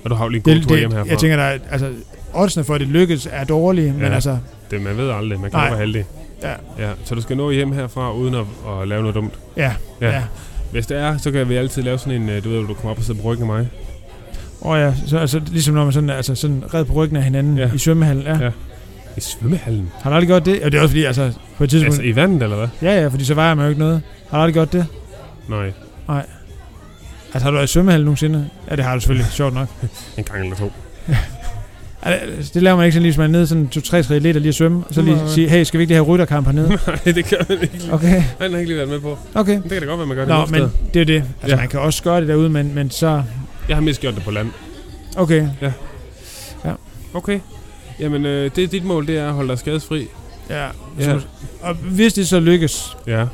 Speaker 1: Og du har jo lige en god
Speaker 2: Det,
Speaker 1: tur hjem
Speaker 2: det,
Speaker 1: herfra.
Speaker 2: jeg tænker, der er, altså, oddsene for, at det lykkes, er dårlige, ja. men
Speaker 1: Ja.
Speaker 2: altså,
Speaker 1: det, man ved aldrig. Man kan Nej.
Speaker 2: Nej.
Speaker 1: være heldig.
Speaker 2: Ja.
Speaker 1: ja. Så du skal nå hjem herfra, uden at, at lave noget dumt.
Speaker 2: ja.
Speaker 1: Ja.
Speaker 2: ja. ja.
Speaker 1: Hvis det er, så kan vi altid lave sådan en... øh, Du ved, hvor du kommer op og sidder på ryggen af mig.
Speaker 2: Og ja, så, altså, ligesom når man sådan, altså, sådan red på ryggen af hinanden
Speaker 1: Ja.
Speaker 2: ja. i svømmehallen. Ja.
Speaker 1: Ja.
Speaker 2: Ja.
Speaker 1: I svømmehallen?
Speaker 2: Har du aldrig gjort det? Og det er også fordi, altså, på et tidspunkt...
Speaker 1: Altså
Speaker 2: Altså,
Speaker 1: i vandet, eller hvad?
Speaker 2: ja, ja, fordi så vejer man jo ikke noget. Har du aldrig gjort det?
Speaker 1: Nej,
Speaker 2: Altså, har du været i svømmehallen nogensinde? Ja, det har du selvfølgelig. Sjovt nok.
Speaker 1: en gang eller to. <laughs>
Speaker 2: Altså, det laver man ikke sådan lige, hvis man er nede sådan 2-3 skridt lidt og lige at svømme. Og så
Speaker 1: Nej.
Speaker 2: lige sige, hey, skal vi ikke lige have rytterkamp hernede?
Speaker 1: Nej, det kan man ikke. lige-
Speaker 2: Okay,
Speaker 1: Nej, Den har jeg ikke lige været med på.
Speaker 2: okay.
Speaker 1: Men Det kan da godt være, man gør det
Speaker 2: Nå,
Speaker 1: nogle
Speaker 2: men
Speaker 1: steder.
Speaker 2: det er det. Altså,
Speaker 1: Ja.
Speaker 2: ja. man kan også gøre det derude, men, men så...
Speaker 1: Jeg har mest gjort det på land.
Speaker 2: Okay,
Speaker 1: Okay. Jamen, øh, det er dit mål, det er at holde dig skadesfri.
Speaker 2: ja.
Speaker 1: Ja.
Speaker 2: ja. Og hvis det så lykkes,
Speaker 1: Ja,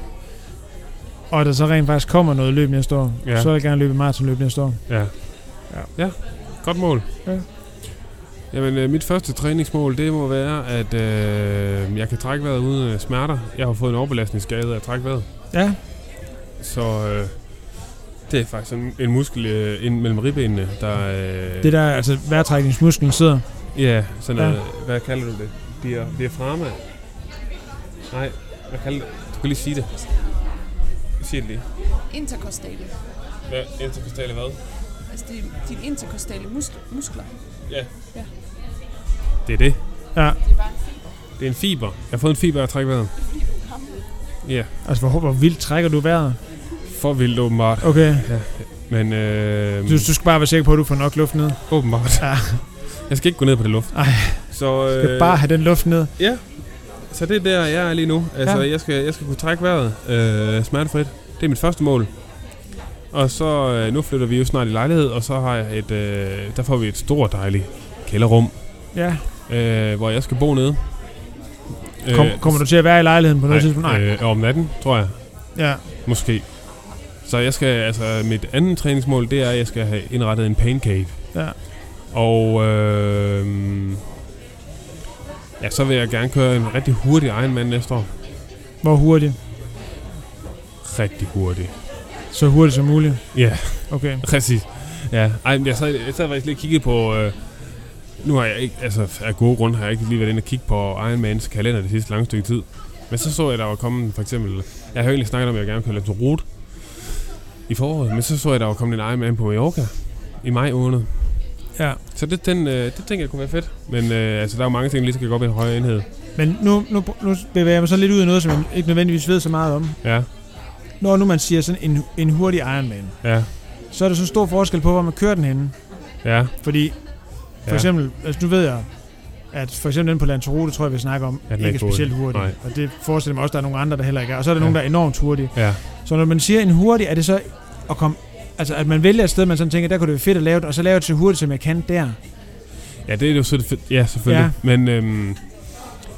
Speaker 2: og der så rent faktisk kommer noget løb næste år,
Speaker 1: Ja.
Speaker 2: ja. så vil jeg gerne løbe maratonløb næste år.
Speaker 1: Ja.
Speaker 2: Ja.
Speaker 1: ja. Godt mål.
Speaker 2: Ja.
Speaker 1: Jamen, øh, mit første træningsmål, det må være, at øh, jeg kan trække vejret uden øh, smerter. Jeg har fået en overbelastningsskade af at trække vejret.
Speaker 2: Ja,
Speaker 1: Så øh, det er faktisk en, en muskel øh, ind mellem ribbenene, der... Øh,
Speaker 2: det der, altså vejrtrækningsmusklen sidder.
Speaker 1: Ja, sådan
Speaker 2: Ja.
Speaker 1: noget. Hvad kalder du det? Dia, diafragma? Nej, hvad kalder du Du kan lige sige det. Sig det lige.
Speaker 3: Interkostale.
Speaker 1: Hvad? Interkostale hvad?
Speaker 3: Altså det er dine interkostale muskler. muskler.
Speaker 1: Det er det.
Speaker 2: Ja,
Speaker 3: Det er bare en fiber,
Speaker 1: Det er en fiber. Jeg har fået en fiber af at trække vejret.
Speaker 3: fordi du er gammel.
Speaker 2: altså hvor, hvor vildt trækker du vejret?
Speaker 1: For vildt åbenbart.
Speaker 2: Okay,
Speaker 1: Men øh,
Speaker 2: du, du skal bare være sikker på, at du får nok luft ned.
Speaker 1: åbenbart.
Speaker 2: Ja.
Speaker 1: <laughs> Jeg skal ikke gå ned på det luft.
Speaker 2: Ej.
Speaker 1: Så,
Speaker 2: Du skal øh, bare have den luft ned.
Speaker 1: så det er der, jeg er lige nu. Altså, ja. jeg, skal, jeg skal kunne trække vejret øh, smertefrit. Det er mit første mål. Og så, øh, nu flytter vi jo snart i lejlighed, og så har jeg et, øh, der får vi et stort dejligt kælderrum,
Speaker 2: Ja.
Speaker 1: øh, hvor jeg skal bo nede.
Speaker 2: Kom, kommer du til at være i lejligheden på noget tidspunkt? Øh. Nej. Øh.
Speaker 1: Øh, om natten, tror jeg.
Speaker 2: Ja.
Speaker 1: Måske. Så jeg skal, altså mit andet træningsmål, det er, at jeg skal have indrettet en pain cave.
Speaker 2: Ja.
Speaker 1: Og øh, ja, så vil jeg gerne køre en rigtig hurtig Ironman næste år.
Speaker 2: Hvor hurtigt?
Speaker 1: Rigtig hurtig.
Speaker 2: Så hurtigt som muligt.
Speaker 1: Ja, <laughs>
Speaker 2: Okay.
Speaker 1: præcis. Ja, ej, men jeg sad, jeg sad faktisk lige og kiggede på... Øh, nu har jeg ikke, altså af gode grunde har jeg ikke lige været inde og kigge på Ironmans kalender det sidste lange stykke tid. Men så så jeg, der var kommet for eksempel... Jeg har jo egentlig snakket om, at jeg gerne kunne lave til rute i foråret, men så så jeg, der var kommet en Ironman på Mallorca i maj måned.
Speaker 2: Ja.
Speaker 1: Så det, den, øh, det tænker jeg kunne være fedt. Men øh, altså, der er jo mange ting, der lige skal gå op i en højere enhed.
Speaker 2: Men nu, nu, nu bevæger jeg mig så lidt ud i noget, som jeg ikke nødvendigvis ved så meget om.
Speaker 1: Ja.
Speaker 2: når nu man siger sådan en, en hurtig Ironman,
Speaker 1: Ja,
Speaker 2: så er der så stor forskel på, hvor man kører den henne.
Speaker 1: ja,
Speaker 2: Fordi for
Speaker 1: Ja.
Speaker 2: ja. eksempel, altså nu ved jeg, at for eksempel den på Lanzarote, tror jeg, vi snakker om,
Speaker 1: Ja, den er
Speaker 2: ikke er
Speaker 1: ikke hurtig.
Speaker 2: specielt hurtig.
Speaker 1: Nej.
Speaker 2: Og det forestiller mig også, at der er nogle andre, der heller ikke er. Og så er der
Speaker 1: Ja.
Speaker 2: ja. nogen, der er enormt hurtige.
Speaker 1: ja.
Speaker 2: Så når man siger en hurtig, er det så at komme... Altså, at man vælger et sted, man sådan tænker, der kunne det være fedt at lave det, og så lave det så hurtigt, som jeg kan der.
Speaker 1: Ja, det er jo så det fedt. Ja, selvfølgelig. Ja. Men øhm,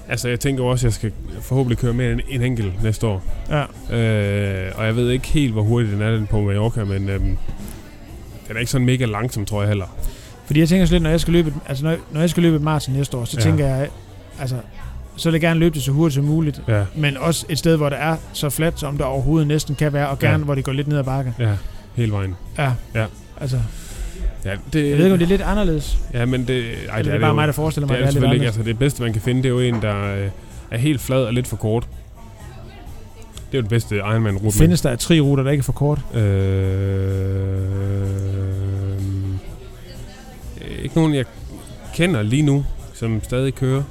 Speaker 1: altså, jeg tænker jo også, at jeg skal forhåbentlig køre mere end en enkelt næste år.
Speaker 2: Ja.
Speaker 1: Øh, og jeg ved ikke helt, hvor hurtig den er, den på Mallorca, men øhm, den er ikke sådan mega langsom, tror jeg heller.
Speaker 2: Fordi jeg tænker så lidt, når jeg skal løbe, et- altså når, når jeg skal løbe et maraton næste år, så
Speaker 1: Ja.
Speaker 2: ja. tænker jeg, altså, så vil jeg gerne løbe det så hurtigt som muligt,
Speaker 1: Ja,
Speaker 2: men også et sted, hvor der er så fladt, som der overhovedet næsten kan være, og gerne,
Speaker 1: Ja.
Speaker 2: ja. hvor det går lidt ned ad bakke.
Speaker 1: ja, hele vejen.
Speaker 2: Ja.
Speaker 1: Ja.
Speaker 2: Altså,
Speaker 1: Ja, det,
Speaker 2: jeg ved ikke, om det er lidt anderledes.
Speaker 1: Ja, men det... Ej,
Speaker 2: Ej, det er, det
Speaker 1: det
Speaker 2: bare
Speaker 1: jo.
Speaker 2: mig, der forestiller mig,
Speaker 1: det er det
Speaker 2: lidt
Speaker 1: selvfølgelig ikke.
Speaker 2: anderledes.
Speaker 1: Altså, det bedste, man kan finde, det er jo en, der øh, er helt flad og lidt for kort. Det er jo det bedste Ironman-rute. man-
Speaker 2: Findes der tre ruter, der ikke er for kort?
Speaker 1: Øh, ikke nogen, jeg kender lige nu, som stadig kører.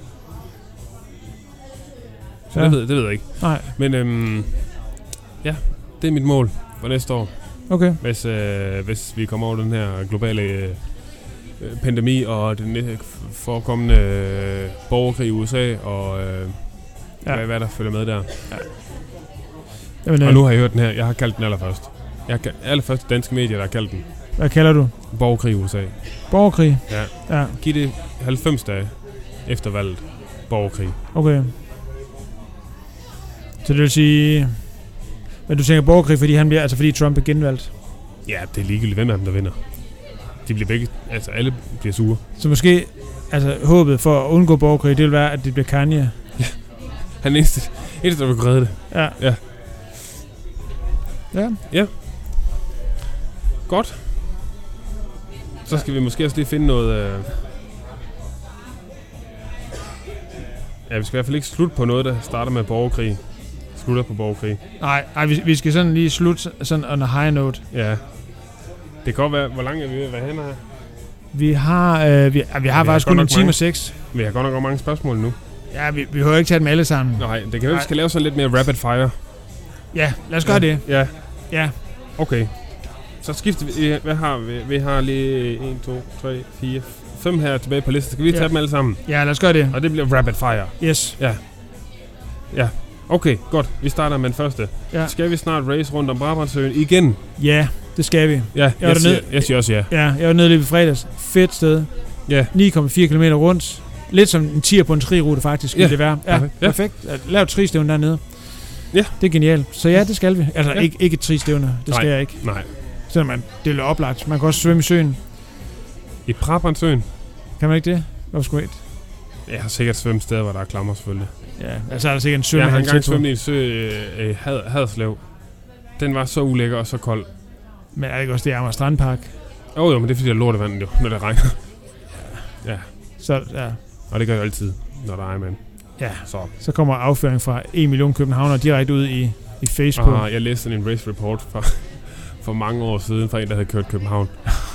Speaker 1: Så
Speaker 2: Ja.
Speaker 1: det, ved, det ved jeg ikke.
Speaker 2: Nej,
Speaker 1: Men øhm, ja, det er mit mål for næste år,
Speaker 2: okay.
Speaker 1: hvis, øh, hvis vi kommer over den her globale øh, pandemi og den øh, forekommende øh, borgerkrig i USA og øh, ja.
Speaker 2: Ja.
Speaker 1: hvad, hvad der følger med der.
Speaker 2: Jamen, øh,
Speaker 1: Og nu har jeg hørt den her. Jeg har kaldt den allerførst. Jeg har kaldt, allerførst danske medier, der har kaldt den.
Speaker 2: hvad kalder du?
Speaker 1: Borgerkrig i USA.
Speaker 2: Borgerkrig?
Speaker 1: Ja.
Speaker 2: Ja,
Speaker 1: Giv det 90 dage efter valget. Borgerkrig.
Speaker 2: okay. Så det vil sige... Men du tænker borgerkrig, fordi, han bliver, altså fordi Trump er genvalgt?
Speaker 1: Ja, det er ligegyldigt, hvem af dem, der vinder. De bliver begge, altså alle bliver sure.
Speaker 2: Så måske, altså håbet for at undgå borgerkrig, det vil være, at det bliver Kanye.
Speaker 1: Han er eneste, eneste, der vil kunne redde det.
Speaker 2: Ja.
Speaker 1: Ja.
Speaker 2: Ja,
Speaker 1: Godt. Så skal vi måske også lige finde noget... Øh... Ja, vi skal i hvert fald ikke slutte på noget, der starter med borgerkrig. Slutter på borgerkrig.
Speaker 2: nej, nej vi, vi skal sådan lige slutte sådan on a high note.
Speaker 1: Ja. Det kan godt være, hvor langt er vi ved at være henne her?
Speaker 2: Vi har, øh, vi, ja, vi har
Speaker 1: Ja,
Speaker 2: ja,
Speaker 1: godt
Speaker 2: faktisk kun en
Speaker 1: nok
Speaker 2: time
Speaker 1: mange.
Speaker 2: og seks.
Speaker 1: Vi har godt nok også mange spørgsmål nu.
Speaker 2: Ja, vi, vi behøver ikke tage dem alle sammen. Nå.
Speaker 1: Nej, det kan være, vi
Speaker 2: Nej.
Speaker 1: skal lave sådan lidt mere rapid fire.
Speaker 2: Ja, lad os gøre ja. det.
Speaker 1: Ja.
Speaker 2: Ja.
Speaker 1: Okay. Så skifter vi. Hvad har vi? Vi har lige 1, 2, 3, 4, 5 her tilbage på listen. Skal vi lige tage
Speaker 2: Ja.
Speaker 1: dem alle sammen?
Speaker 2: Ja, lad os gøre det.
Speaker 1: Og det bliver rapid fire.
Speaker 2: Yes.
Speaker 1: Okay, godt. Vi starter med den første.
Speaker 2: Ja.
Speaker 1: Skal vi snart race rundt om Brabrandsøen igen?
Speaker 2: Ja, det skal vi.
Speaker 1: Ja, jeg,
Speaker 2: er
Speaker 1: jeg,
Speaker 2: dernede.
Speaker 1: siger, jeg siger også ja.
Speaker 2: Ja, jeg var nede lige i fredags. Fedt sted.
Speaker 1: Ja.
Speaker 2: 9,4 km rundt. Lidt som en tier på en trirute faktisk,
Speaker 1: Ja.
Speaker 2: ville det være. Ja,
Speaker 1: Ja.
Speaker 2: perfekt. Lav et tristævne dernede.
Speaker 1: Ja.
Speaker 2: Det er genialt. Så ja, det skal vi. Altså
Speaker 1: Ja.
Speaker 2: ja. ikke, ikke et tristævne, det skal
Speaker 1: Nej.
Speaker 2: jeg ikke.
Speaker 1: Nej.
Speaker 2: Selvom man, det er lidt oplagt. Man kan også svømme i søen.
Speaker 1: I Brabrandsøen?
Speaker 2: Kan man ikke det? Hvorfor skulle man ikke?
Speaker 1: Jeg har sikkert svømt steder, hvor der er klammer selvfølgelig.
Speaker 2: Ja, altså er der sikkert en sø,
Speaker 1: Jeg
Speaker 2: man
Speaker 1: har
Speaker 2: kan
Speaker 1: engang
Speaker 2: tænke på.
Speaker 1: svømt i en sø øh, øh, had, Hadslev. Den var så ulækker og så kold.
Speaker 2: Men er det ikke også det i Amager Strandpark?
Speaker 1: Åh oh, jo, men det er fordi, der er lort i vandet jo, når det regner.
Speaker 2: Så, ja,
Speaker 1: Og det gør det altid, når der er Ironman.
Speaker 2: Ja.
Speaker 1: Så
Speaker 2: så kommer afføring fra 1 million københavner direkte ud i, i Facebook.
Speaker 1: Ah, jeg læste sådan en race report for, <laughs> for mange år siden fra en, der havde kørt København,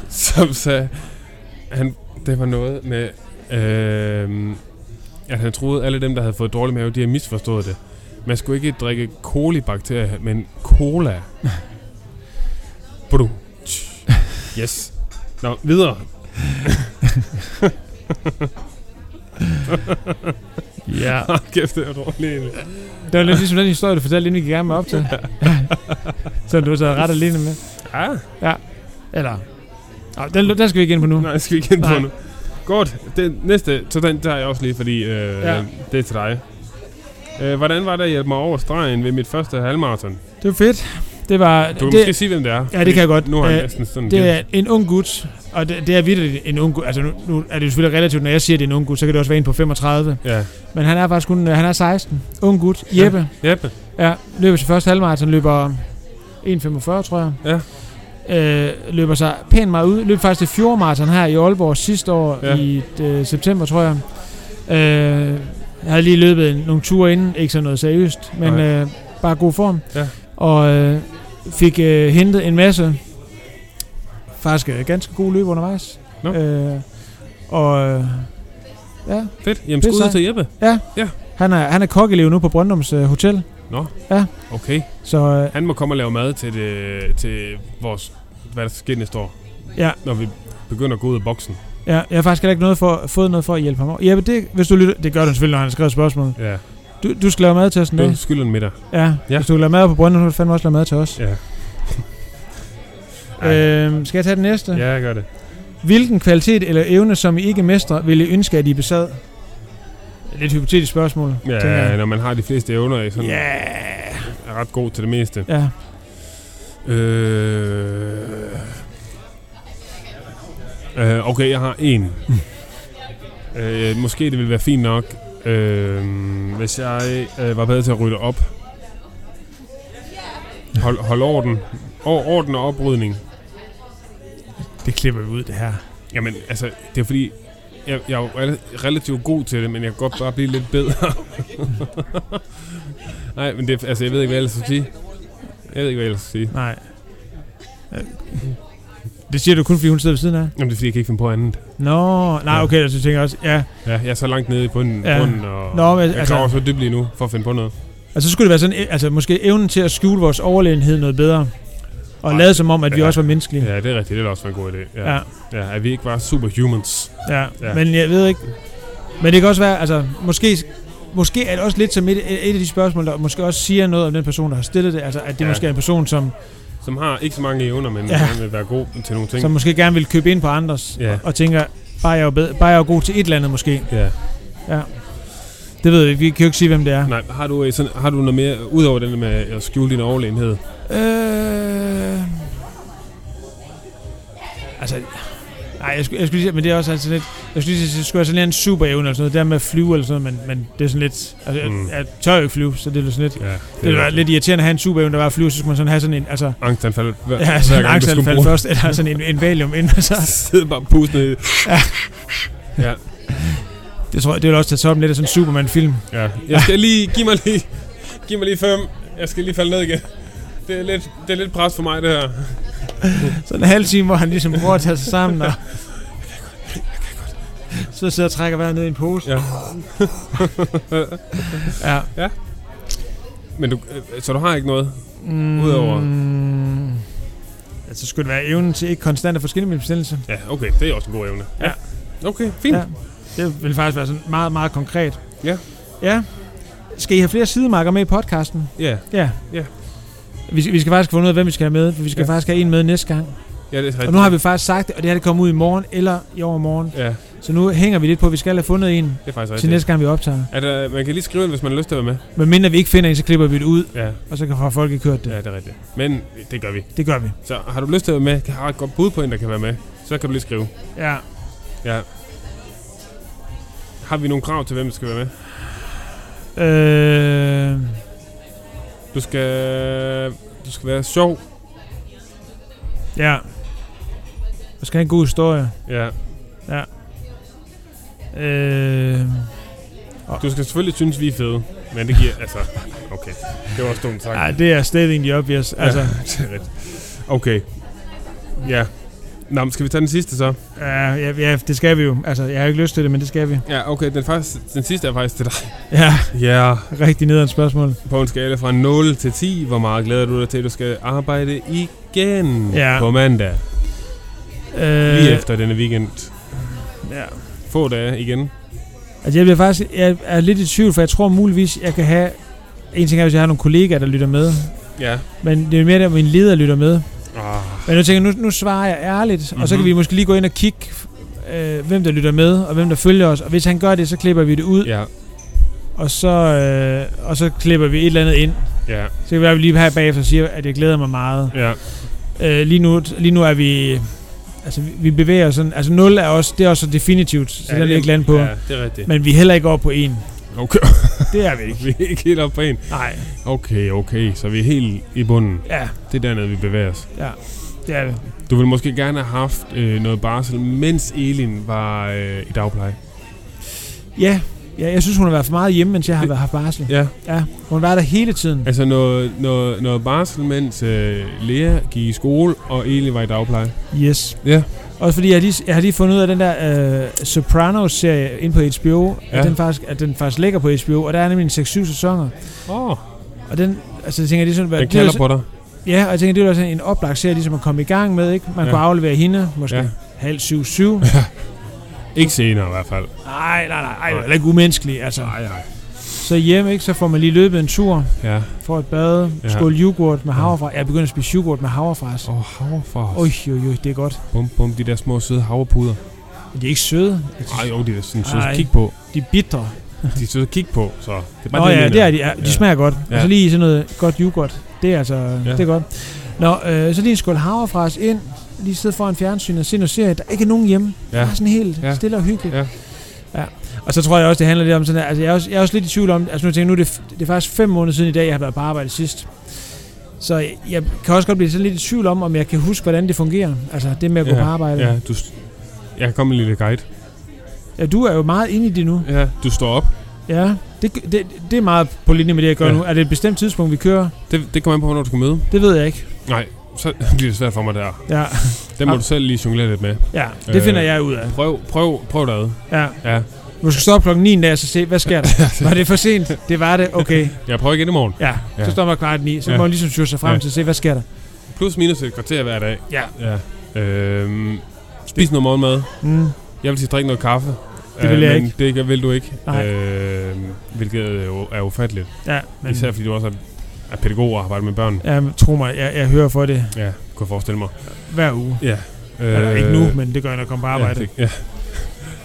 Speaker 1: som sagde, han, det var noget med, øh, at han troede, alle dem, der havde fået dårlig mave, de havde misforstået det. Man skulle ikke drikke kolibakterier, men cola. Bro. Yes. Nå, videre. <laughs>
Speaker 2: Ja.
Speaker 1: Kæft, det var dårligt egentlig.
Speaker 2: Det var lidt ligesom den historie, du fortalte, inden vi gik i gang med op til. <laughs> så du så ret alene med.
Speaker 1: Ja,
Speaker 2: Eller... Nå, den, den skal vi ikke ind på nu.
Speaker 1: nej, skal vi ikke ind på
Speaker 2: Nej.
Speaker 1: nu. Godt, den næste, så den tager jeg også lige, fordi øh, ja.
Speaker 2: Ja.
Speaker 1: det er til dig. Øh, hvordan var det at hjælpe mig over stregen ved mit første halvmarathon?
Speaker 2: Det var fedt. Det var...
Speaker 1: Du kan det,
Speaker 2: det,
Speaker 1: måske sige, hvem det er.
Speaker 2: Ja, det kan jeg godt.
Speaker 1: Nu har jeg
Speaker 2: Øh,
Speaker 1: næsten sådan
Speaker 2: det
Speaker 1: glemt.
Speaker 2: er en ung gut, og det, det er virkelig en ung gut. Altså, nu, nu er det jo selvfølgelig relativt, når jeg siger, at det er en ung gut, så kan det også være en på 35.
Speaker 1: Ja.
Speaker 2: Men han er faktisk kun... øh, Han er 16. Ung gut. Jeppe.
Speaker 1: Jeppe.
Speaker 2: Ja, løber til første halvmarathon, løber 1.45, tror jeg.
Speaker 1: Ja.
Speaker 2: Øh, løber sig pænt meget ud. Løb faktisk til fjordmarathon her i Aalborg sidste år
Speaker 1: Ja.
Speaker 2: ja. i øh, september, tror jeg. Øh, jeg havde lige løbet en, nogle ture inden, ikke sådan noget seriøst, men
Speaker 1: Nej.
Speaker 2: øh, bare god form.
Speaker 1: Ja.
Speaker 2: Og øh, fik øh, hentet en masse faktisk øh, ganske gode løb undervejs.
Speaker 1: Nå.
Speaker 2: Øh, og øh, ja,
Speaker 1: Fedt. Jamen,
Speaker 2: Det er
Speaker 1: skud ud
Speaker 2: sejt.
Speaker 1: til Jeppe.
Speaker 2: han er, han er kokkelev nu på Brøndums øh, Hotel.
Speaker 1: Nå?
Speaker 2: Ja.
Speaker 1: Okay.
Speaker 2: Så øh,
Speaker 1: Han må komme og lave mad til, det, til vores, hvad der sker næste år.
Speaker 2: Ja.
Speaker 1: Når vi begynder at gå ud af boksen.
Speaker 2: ja, jeg har faktisk heller ikke noget for, fået noget for at hjælpe ham over. Jeppe, det, hvis du lytter, det gør du selvfølgelig, når han har skrevet spørgsmålet.
Speaker 1: Ja.
Speaker 2: Du, du skal lave mad til os en dag.
Speaker 1: Du skylder en middag.
Speaker 2: Ja,
Speaker 1: Ja.
Speaker 2: ja. hvis du vil lave mad på brønden, så vil du fandme også lave mad til os.
Speaker 1: Ja. Ej.
Speaker 2: Øhm, skal jeg tage den næste?
Speaker 1: ja, jeg gør det.
Speaker 2: Hvilken kvalitet eller evne, som I ikke mestrer, vil I ønske, at I besad? Lidt hypotetisk spørgsmål. tænker
Speaker 1: Ja,
Speaker 2: jeg.
Speaker 1: når man har de fleste evner, i sådan,
Speaker 2: Ja.
Speaker 1: er ret god til det meste.
Speaker 2: ja.
Speaker 1: Øh... Øh, okay, jeg har en. øh, måske det ville være fint nok, øh, hvis jeg øh, var bedre til at rydde op. Hold, hold orden. Or, orden og oprydning.
Speaker 2: Det klipper vi ud, det her.
Speaker 1: Jamen, altså, det er fordi, jeg, jeg er jo rel- relativt god til det, men jeg kan godt bare blive lidt bedre. <laughs> Nej, men det, er- altså, jeg ved ikke, hvad jeg ellers skal sige. Jeg ved ikke, hvad jeg ellers skal sige.
Speaker 2: Nej. Øh, Det siger du kun, fordi hun sidder ved siden af?
Speaker 1: Jamen, det er fordi, jeg kan ikke finde på andet.
Speaker 2: Nå, nej,
Speaker 1: Ja.
Speaker 2: okay, altså, jeg tænker også, ja.
Speaker 1: Ja, jeg er så langt nede i bunden, ja.
Speaker 2: Ja.
Speaker 1: bunden og Nå,
Speaker 2: Nå,
Speaker 1: men,
Speaker 2: men
Speaker 1: jeg
Speaker 2: altså-
Speaker 1: altså, så dybt lige nu for at finde på noget.
Speaker 2: Altså, så skulle det være sådan, altså, måske evnen til at skjule vores overlegenhed noget bedre. Og
Speaker 1: Ej,
Speaker 2: lade som om, at vi
Speaker 1: ja.
Speaker 2: også var menneskelige.
Speaker 1: Ja, det er rigtigt. Det er da også en god idé. Ja.
Speaker 2: Ja.
Speaker 1: Ja. ja. at vi ikke var superhumans.
Speaker 2: Ja,
Speaker 1: Ja.
Speaker 2: ja. men jeg ved ikke. Men det kan også være, altså, måske, måske er det også lidt som et, et af de spørgsmål, der måske også siger noget om den person, der har stillet det. Altså, at det
Speaker 1: Ja.
Speaker 2: ja. måske er en person, som,
Speaker 1: Som har ikke så mange evner, men ja.
Speaker 2: Ja.
Speaker 1: gerne vil være god til nogle ting.
Speaker 2: som måske gerne vil købe ind på andres,
Speaker 1: Ja.
Speaker 2: ja. og tænker, bare jeg, er jo bedre, bare jeg er jo god til et eller andet måske.
Speaker 1: Ja.
Speaker 2: Det ved vi ikke. Vi kan jo ikke sige, hvem det er.
Speaker 1: Nej, har du, øh, sådan, har du noget mere, udover den der med at skjule din overlegenhed?
Speaker 2: Øh... Altså... Nej, jeg skulle, jeg skulle lige sige, men det er også altid lidt... Jeg skulle lige sige, det skulle være sådan lidt en super evne eller sådan noget. Det der med at flyve eller sådan noget, men, men det er sådan lidt... Altså,
Speaker 1: Mm.
Speaker 2: mm. jeg, jeg, tør jo ikke flyve, så det er jo sådan lidt...
Speaker 1: Ja,
Speaker 2: Det ville være lidt irriterende at have en superevne, der var at flyve, så skulle man sådan have sådan en, altså,
Speaker 1: Angstanfald. Hver,
Speaker 2: ja, sådan en
Speaker 1: gang, du skulle
Speaker 2: angstanfald
Speaker 1: bruge-
Speaker 2: først, eller sådan en, en valium inden, og så,
Speaker 1: <laughs> Sidde bare og puste ned. i-
Speaker 2: det tror jeg, det ville også tage toppen lidt af sådan en Superman-film.
Speaker 1: Ja. Jeg skal lige, giv mig lige, giv mig lige fem. Jeg skal lige falde ned igen. Det er lidt, det er lidt pres for mig, det her.
Speaker 2: Sådan en halv time, hvor han ligesom prøver at tage sig sammen, og så sidder og trækker vejret ned i en pose.
Speaker 1: Ja.
Speaker 2: Ja.
Speaker 1: Men du, øh, så du har ikke noget?
Speaker 2: Mm,
Speaker 1: Udover-
Speaker 2: Altså, skulle det være evnen til ikke konstant at forskille min bestillelse?
Speaker 1: Ja, okay. Det er også en god evne.
Speaker 2: Ja.
Speaker 1: Okay, fint. Ja.
Speaker 2: Ja. Det ville faktisk være sådan meget, meget konkret.
Speaker 1: Ja.
Speaker 2: Ja. Skal I have flere sidemarker med i podcasten?
Speaker 1: ja.
Speaker 2: Ja.
Speaker 1: Ja.
Speaker 2: Vi, skal- vi skal faktisk finde ud af, hvem vi skal have med, for vi skal
Speaker 1: Ja.
Speaker 2: ja. faktisk have en med næste gang.
Speaker 1: Ja, det er rigtigt.
Speaker 2: Og nu har vi faktisk sagt det, og det her det kommer ud i morgen eller i overmorgen.
Speaker 1: Ja,
Speaker 2: Så nu hænger vi lidt på, at vi skal have fundet en
Speaker 1: det er faktisk
Speaker 2: til
Speaker 1: rigtigt.
Speaker 2: næste gang, vi optager.
Speaker 1: At, øh, man kan lige skrive ind, hvis man har lyst til at være med.
Speaker 2: Men mindre vi ikke finder en, så klipper vi det ud,
Speaker 1: Ja,
Speaker 2: og så kan har folk ikke hørt det.
Speaker 1: ja, det er rigtigt. Men det gør vi.
Speaker 2: Det gør vi.
Speaker 1: Så har du lyst til at være med, kan- har et godt bud på en, der kan være med, så kan du lige skrive.
Speaker 2: Ja.
Speaker 1: Ja. Har vi nogle krav til, hvem der skal være med?
Speaker 2: Øh,
Speaker 1: Du skal, du skal være sjov.
Speaker 2: ja. Og skal have en god historie.
Speaker 1: Ja.
Speaker 2: Øh,
Speaker 1: Du skal selvfølgelig synes, vi er fede. Men det giver, altså, okay. Det var også dumt sagt.
Speaker 2: ej, det er stating the obvious. Altså,
Speaker 1: Ja, <laughs> det er rigtigt. Okay. Ja. Nå, men skal vi tage den sidste så?
Speaker 2: ja. Ja, ja, det skal vi jo. Altså, jeg har ikke lyst til det, men det skal vi.
Speaker 1: Ja, okay. Den, faktisk, den sidste er faktisk til dig.
Speaker 2: Ja,
Speaker 1: Ja. Yeah.
Speaker 2: rigtig nederen spørgsmål.
Speaker 1: På en skala fra 0 til 10, hvor meget glæder du dig til, at du skal arbejde igen
Speaker 2: Ja.
Speaker 1: på mandag?
Speaker 2: Øh,
Speaker 1: Lige efter denne weekend.
Speaker 2: ja.
Speaker 1: Få dage igen.
Speaker 2: Altså, jeg bliver faktisk jeg er lidt i tvivl, for jeg tror muligvis, jeg kan have... En ting er, hvis jeg har nogle kollegaer, der lytter med.
Speaker 1: Ja.
Speaker 2: Men det er mere der, hvor min leder lytter med.
Speaker 1: Ah,
Speaker 2: Men nu tænker jeg, nu, nu svarer jeg ærligt. Mm-hmm. Og så
Speaker 1: Mhm.
Speaker 2: kan vi måske lige gå ind og kigge, øh, hvem der lytter med, og hvem der følger os. Og hvis han gør det, så klipper vi det ud.
Speaker 1: ja,
Speaker 2: Og, så, øh, og så klipper vi et eller andet ind.
Speaker 1: ja,
Speaker 2: Så kan vi være, vi lige her bagefter siger, at jeg glæder mig meget.
Speaker 1: ja,
Speaker 2: Øh, lige, nu, lige nu er vi... Altså, vi- vi bevæger os sådan... Altså, 0 er også, det er også så definitivt, så
Speaker 1: Ja,
Speaker 2: ja, den er
Speaker 1: det-
Speaker 2: vi ikke lande på. Ja.
Speaker 1: ja, det er rigtigt.
Speaker 2: Men vi er heller ikke over på 1.
Speaker 1: Okay,
Speaker 2: <laughs>
Speaker 1: <laughs>
Speaker 2: Det er vi ikke.
Speaker 1: vi er ikke helt oppe på en.
Speaker 2: Nej,
Speaker 1: Okay, okay, så vi er helt i bunden.
Speaker 2: ja,
Speaker 1: Det er dernede, vi bevæger os.
Speaker 2: det er vi.
Speaker 1: Du ville måske gerne have haft øh, noget barsel, mens Elin var øh, i dagpleje.
Speaker 2: Ja, ja, jeg synes, hun har været for meget hjemme, mens jeg har været haft barsel.
Speaker 1: Ja,
Speaker 2: Ja, hun var der hele tiden.
Speaker 1: altså noget, noget, noget barsel, mens øh, Lea gik i skole, og Elin var i dagpleje.
Speaker 2: Yes.
Speaker 1: Ja.
Speaker 2: Også fordi jeg, har lige, jeg har lige fundet ud af den der øh, Sopranos-serie inde på HBO, ja.
Speaker 1: Ja.
Speaker 2: at, den faktisk, at den faktisk ligger på HBO, og der er nemlig en 6-7 sæsoner.
Speaker 1: Åh, oh,
Speaker 2: Og Og den, altså jeg tænker, det er sådan, hvad,
Speaker 1: Den
Speaker 2: det er jo
Speaker 1: kalder
Speaker 2: så-
Speaker 1: på dig.
Speaker 2: Ja, og jeg tænker, det var også en oplagt serie, ligesom at komme i gang med, ikke? Man
Speaker 1: Ja.
Speaker 2: ja. kunne aflevere hende, måske
Speaker 1: Ja.
Speaker 2: ja. halv syv, syv.
Speaker 1: Ikke senere i hvert fald.
Speaker 2: Nej, nej, nej, ej, det er heller ikke umenneskeligt, altså.
Speaker 1: Nej, nej.
Speaker 2: Så hjem, ikke? Så får man lige løbet en tur,
Speaker 1: Ja.
Speaker 2: får et bade,
Speaker 1: Ja.
Speaker 2: ja. skål yoghurt med
Speaker 1: Ja.
Speaker 2: havrefras. Jeg begynder at spise yoghurt med havrefras.
Speaker 1: Åh, oh, havrefars.
Speaker 2: Oj, oj, oj, det er godt.
Speaker 1: Bum, bum, de der små søde havrepuder.
Speaker 2: Men de er ikke søde.
Speaker 1: Ej, jo, de er sådan søde at
Speaker 2: Ej.
Speaker 1: kigge på.
Speaker 2: De er bitre.
Speaker 1: De er søde at kigge på, så. Det er
Speaker 2: Nå ja,
Speaker 1: jeg
Speaker 2: det
Speaker 1: mener.
Speaker 2: er de. Ja, de
Speaker 1: Ja.
Speaker 2: smager godt.
Speaker 1: Ja.
Speaker 2: Og så lige sådan noget godt yoghurt. Det er altså, ja. det er godt. Nå, øh, så lige en skål havrefras ind. Lige sidde foran fjernsynet og se noget serie. Der er ikke nogen hjemme.
Speaker 1: Ja.
Speaker 2: Ja. Bare sådan helt
Speaker 1: Ja.
Speaker 2: ja. stille og hyggeligt.
Speaker 1: Ja.
Speaker 2: ja. Og så tror jeg også, det handler lidt om sådan her. Altså, jeg er også, jeg er også lidt i tvivl om, altså nu tænker jeg, nu er det, f- det er faktisk fem måneder siden i dag, jeg har været på arbejde sidst. Så jeg, jeg kan også godt blive sådan lidt i tvivl om, om jeg kan huske, hvordan det fungerer. Altså det med at gå på arbejde.
Speaker 1: Ja,
Speaker 2: Ja.
Speaker 1: du... st- Jeg kan komme med en lille guide.
Speaker 2: ja. du er jo meget inde i det nu.
Speaker 1: Ja. Du står op.
Speaker 2: Ja, det, det, det er meget på linje med det, jeg gør
Speaker 1: Ja.
Speaker 2: ja. nu. Er det et bestemt tidspunkt, vi kører?
Speaker 1: Det, det kommer an på, hvornår du skal møde.
Speaker 2: Det ved jeg ikke.
Speaker 1: Nej, så <laughs> bliver det svært for mig der.
Speaker 2: Ja,
Speaker 1: Den må
Speaker 2: Ah.
Speaker 1: du selv lige jonglere lidt med.
Speaker 2: ja
Speaker 1: Øh.
Speaker 2: det øh. finder jeg ud af.
Speaker 1: Prøv, prøv, prøv derad.
Speaker 2: Ja.
Speaker 1: Ja.
Speaker 2: Du skal stoppe klokken 9 en dag og så se, hvad
Speaker 1: <laughs>
Speaker 2: sker der? Var det for sent? Det var det, okay.
Speaker 1: Jeg prøver igen i morgen.
Speaker 2: Ja,
Speaker 1: Ja.
Speaker 2: så står man kvart 9, så
Speaker 1: Ja.
Speaker 2: må man ligesom styre sig
Speaker 1: Ja.
Speaker 2: frem til at se, hvad sker der?
Speaker 1: Plus minus et kvarter hver dag.
Speaker 2: Ja.
Speaker 1: ja. Øhm, spis noget morgenmad.
Speaker 2: Mm.
Speaker 1: Jeg vil sige, drik noget kaffe. Øh,
Speaker 2: Det vil jeg
Speaker 1: men
Speaker 2: ikke.
Speaker 1: Det vil du ikke.
Speaker 2: Nej.
Speaker 1: Øh, hvilket er jo er ufatteligt.
Speaker 2: Ja,
Speaker 1: Men.
Speaker 2: men,
Speaker 1: Især fordi du også er, er pædagog og arbejder med børn.
Speaker 2: ja, men tro mig, jeg, jeg hører for det
Speaker 1: Ja, kunne jeg forestille mig.
Speaker 2: hver uge.
Speaker 1: Øh,
Speaker 2: Eller ikke nu, men det gør jeg, når jeg kommer på arbejde.
Speaker 1: Ja, det, ja.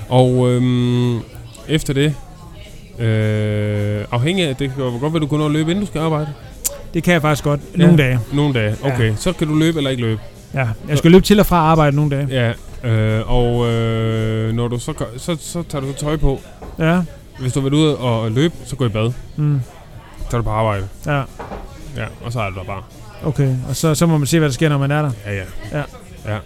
Speaker 1: Og øhm, efter det, øh, afhængig af, det kan jo godt være, du kun nå at løbe, inden du skal arbejde.
Speaker 2: det, det kan jeg faktisk godt. Nogle
Speaker 1: Ja.
Speaker 2: dage.
Speaker 1: Nogle dage. Okay, ja. så kan du løbe eller ikke løbe.
Speaker 2: Ja, jeg skal løbe til og fra arbejde nogle dage.
Speaker 1: Ja, øh, og øh, når du så, gør, så, så tager du så tøj på.
Speaker 2: Ja.
Speaker 1: Hvis du vil ud og løbe, så gå i bad.
Speaker 2: Mm.
Speaker 1: Så er du på arbejde.
Speaker 2: Ja,
Speaker 1: Ja, og så er du der bare.
Speaker 2: okay. Og så, så må man se, hvad der sker, når man er der.
Speaker 1: Ja, ja.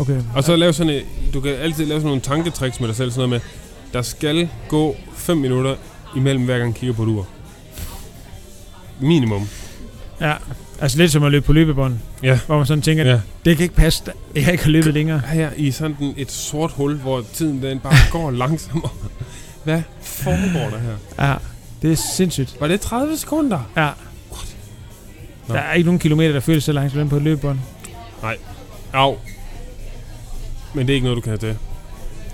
Speaker 2: Okay.
Speaker 1: Og så lave sådan et, du kan altid lave sådan nogle tanketricks med dig selv, sådan noget med, der skal gå 5 minutter imellem hver gang jeg kigger på et ur. Minimum.
Speaker 2: Ja, altså lidt som at løbe på løbebånd.
Speaker 1: Ja.
Speaker 2: Hvor man sådan tænker,
Speaker 1: Ja.
Speaker 2: ja. det kan ikke passe, at jeg ikke har løbet længere.
Speaker 1: her i sådan en- et sort hul, hvor tiden den bare <laughs> går langsommere. Hvad foregår der her?
Speaker 2: Ja, det er sindssygt.
Speaker 1: Var det 30 sekunder?
Speaker 2: Ja.
Speaker 1: Nå.
Speaker 2: Der er ikke nogen kilometer, der føles så langt som den på et løbebånd.
Speaker 1: Au. Men det er ikke noget, du kan til.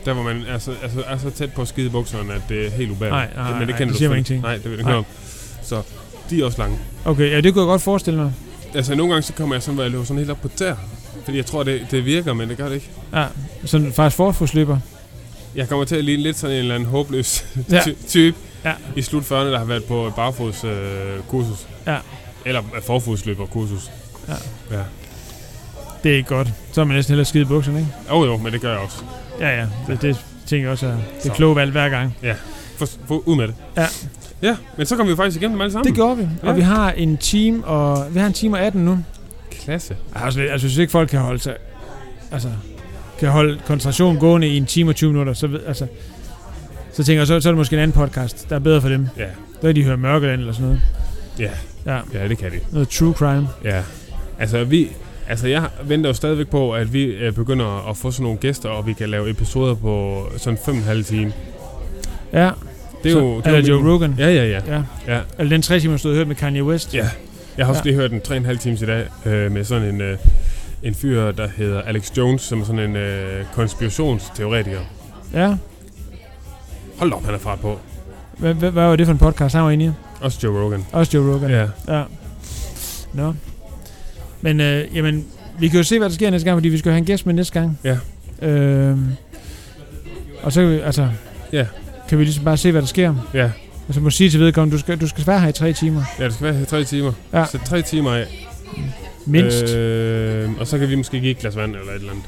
Speaker 1: Der hvor man er så, altså, er så tæt på at skide i bukserne, at det er helt ubærligt.
Speaker 2: Nej, nej,
Speaker 1: Men det
Speaker 2: nej,
Speaker 1: kender
Speaker 2: det
Speaker 1: du
Speaker 2: siger
Speaker 1: selv.
Speaker 2: mig ingenting.
Speaker 1: Nej, det ved du
Speaker 2: Nej.
Speaker 1: ikke om. Så de er også lange.
Speaker 2: Okay, ja, det kunne jeg godt forestille mig.
Speaker 1: Altså nogle gange så kommer jeg sådan, hvor jeg løber sådan helt op på der. Fordi jeg tror, det, det virker, men det gør det ikke.
Speaker 2: Ja, sådan faktisk forfodsløber.
Speaker 1: Jeg kommer til at ligne lidt sådan en eller anden håbløs <laughs> ty-
Speaker 2: Ja.
Speaker 1: type
Speaker 2: Ja.
Speaker 1: i slut 40'erne, der har været på barfods øh, kursus.
Speaker 2: Ja.
Speaker 1: Eller øh, forfodsløber kursus.
Speaker 2: Det er ikke godt. Så er man næsten hellere skide i bukserne, ikke?
Speaker 1: Jo jo, men det gør jeg også.
Speaker 2: Ja, ja. Det, det tænker jeg også er
Speaker 1: Så.
Speaker 2: det kloge valg hver gang.
Speaker 1: For, for, ud med det.
Speaker 2: Ja.
Speaker 1: Ja, men så kom vi jo faktisk igennem dem alle sammen.
Speaker 2: Det gjorde vi.
Speaker 1: Ja.
Speaker 2: Og vi har en time og vi har en time og 18 nu.
Speaker 1: Klasse.
Speaker 2: Altså, jeg synes ikke, folk kan holde sig... Altså, kan holde koncentration gående i en time og 20 minutter, så, ved- altså, så tænker jeg, så, så er det måske en anden podcast, der er bedre for dem.
Speaker 1: Ja.
Speaker 2: Der kan de høre Mørkeland eller sådan noget.
Speaker 1: Ja, det kan det.
Speaker 2: Noget true crime.
Speaker 1: Ja. Altså, vi, altså, jeg venter jo stadigvæk på, at vi øh, begynder at få sådan nogle gæster, og vi kan lave episoder på sådan fem og en halv time.
Speaker 2: Ja,
Speaker 1: Det er
Speaker 2: så,
Speaker 1: jo... Det er
Speaker 2: eller
Speaker 1: jo
Speaker 2: Joe
Speaker 1: min-
Speaker 2: Rogan.
Speaker 1: Ja, ja, ja.
Speaker 2: ja.
Speaker 1: Ja.
Speaker 2: Eller den tre timer, du har hørt med Kanye West.
Speaker 1: Ja. Jeg har også
Speaker 2: Ja.
Speaker 1: lige hørt en tre og en halv times i dag øh, med sådan en, øh, en fyr, der hedder Alex Jones, som er sådan en øh, konspirationsteoretiker.
Speaker 2: ja.
Speaker 1: Hold da op, han er fart på.
Speaker 2: Hvad, hvad, hvad var det for en podcast, han var inde i?
Speaker 1: Også Joe Rogan.
Speaker 2: Også Joe Rogan.
Speaker 1: Ja.
Speaker 2: ja. Nå. Men øh, jamen, vi kan jo se, hvad der sker næste gang, fordi vi skal jo have en gæst med næste gang.
Speaker 1: Ja.
Speaker 2: Øhm, og så kan vi, altså...
Speaker 1: Ja.
Speaker 2: Kan vi ligesom bare se, hvad der sker.
Speaker 1: Ja.
Speaker 2: Og så må jeg sige til vedkommende, du skal, du skal være her i tre timer.
Speaker 1: Ja, det skal være tre timer.
Speaker 2: Ja.
Speaker 1: Så tre timer af.
Speaker 2: Mindst. Øh.
Speaker 1: Øh, og så kan vi måske give et glas vand eller et eller andet.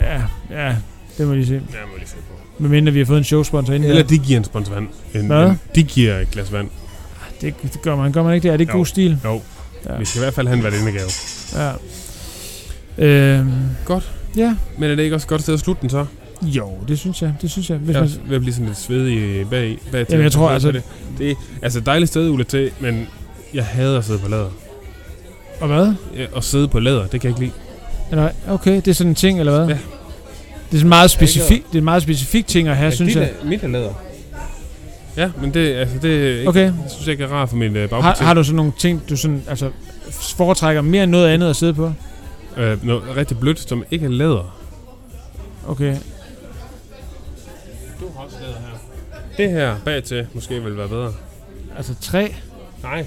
Speaker 2: Ja, ja. Det må vi lige se.
Speaker 1: Ja, må jeg lige se på.
Speaker 2: Medmindre vi har fået en showsponsor ind.
Speaker 1: Eller de giver en spons vand. En,
Speaker 2: Hvad?
Speaker 1: en- de giver et glas vand.
Speaker 2: det, det, gør man. Gør man ikke det? Er det ikke
Speaker 1: Jo.
Speaker 2: god stil?
Speaker 1: Jo. Ja.
Speaker 2: Ja.
Speaker 1: Vi skal i hvert fald have en værtindegave.
Speaker 2: Ja. Øhm,
Speaker 1: Godt.
Speaker 2: Ja.
Speaker 1: Men er det ikke også et godt sted at slutte den så?
Speaker 2: Jo, det synes jeg. Det synes jeg. Hvis
Speaker 1: Jeg
Speaker 2: ja. man,
Speaker 1: er ved at blive sådan lidt svedig øh, bag, bag
Speaker 2: Jamen, jeg tror, altså-
Speaker 1: Det, det er altså et dejligt sted, Ulla T, men jeg hader at sidde på lader.
Speaker 2: og hvad?
Speaker 1: Ja, at sidde på lader, det kan jeg ikke lide.
Speaker 2: Eller, okay, det er sådan en ting, eller hvad?
Speaker 1: Ja.
Speaker 2: Det er sådan meget specifik, det er en meget specifik ting at have, synes jeg.
Speaker 1: mit er lader. Ja, men det, altså, det, er ikke,
Speaker 2: Okay.
Speaker 1: det synes jeg ikke er rart for min øh,
Speaker 2: Har,
Speaker 1: bagparti.
Speaker 2: har du sådan nogle ting, du sådan, altså, foretrækker mere end noget andet at sidde på?
Speaker 1: Øh, noget rigtig blødt, som ikke er læder.
Speaker 2: Okay.
Speaker 1: Du har også læder her. Det her bag til måske vil være bedre.
Speaker 2: Altså træ?
Speaker 1: Nej,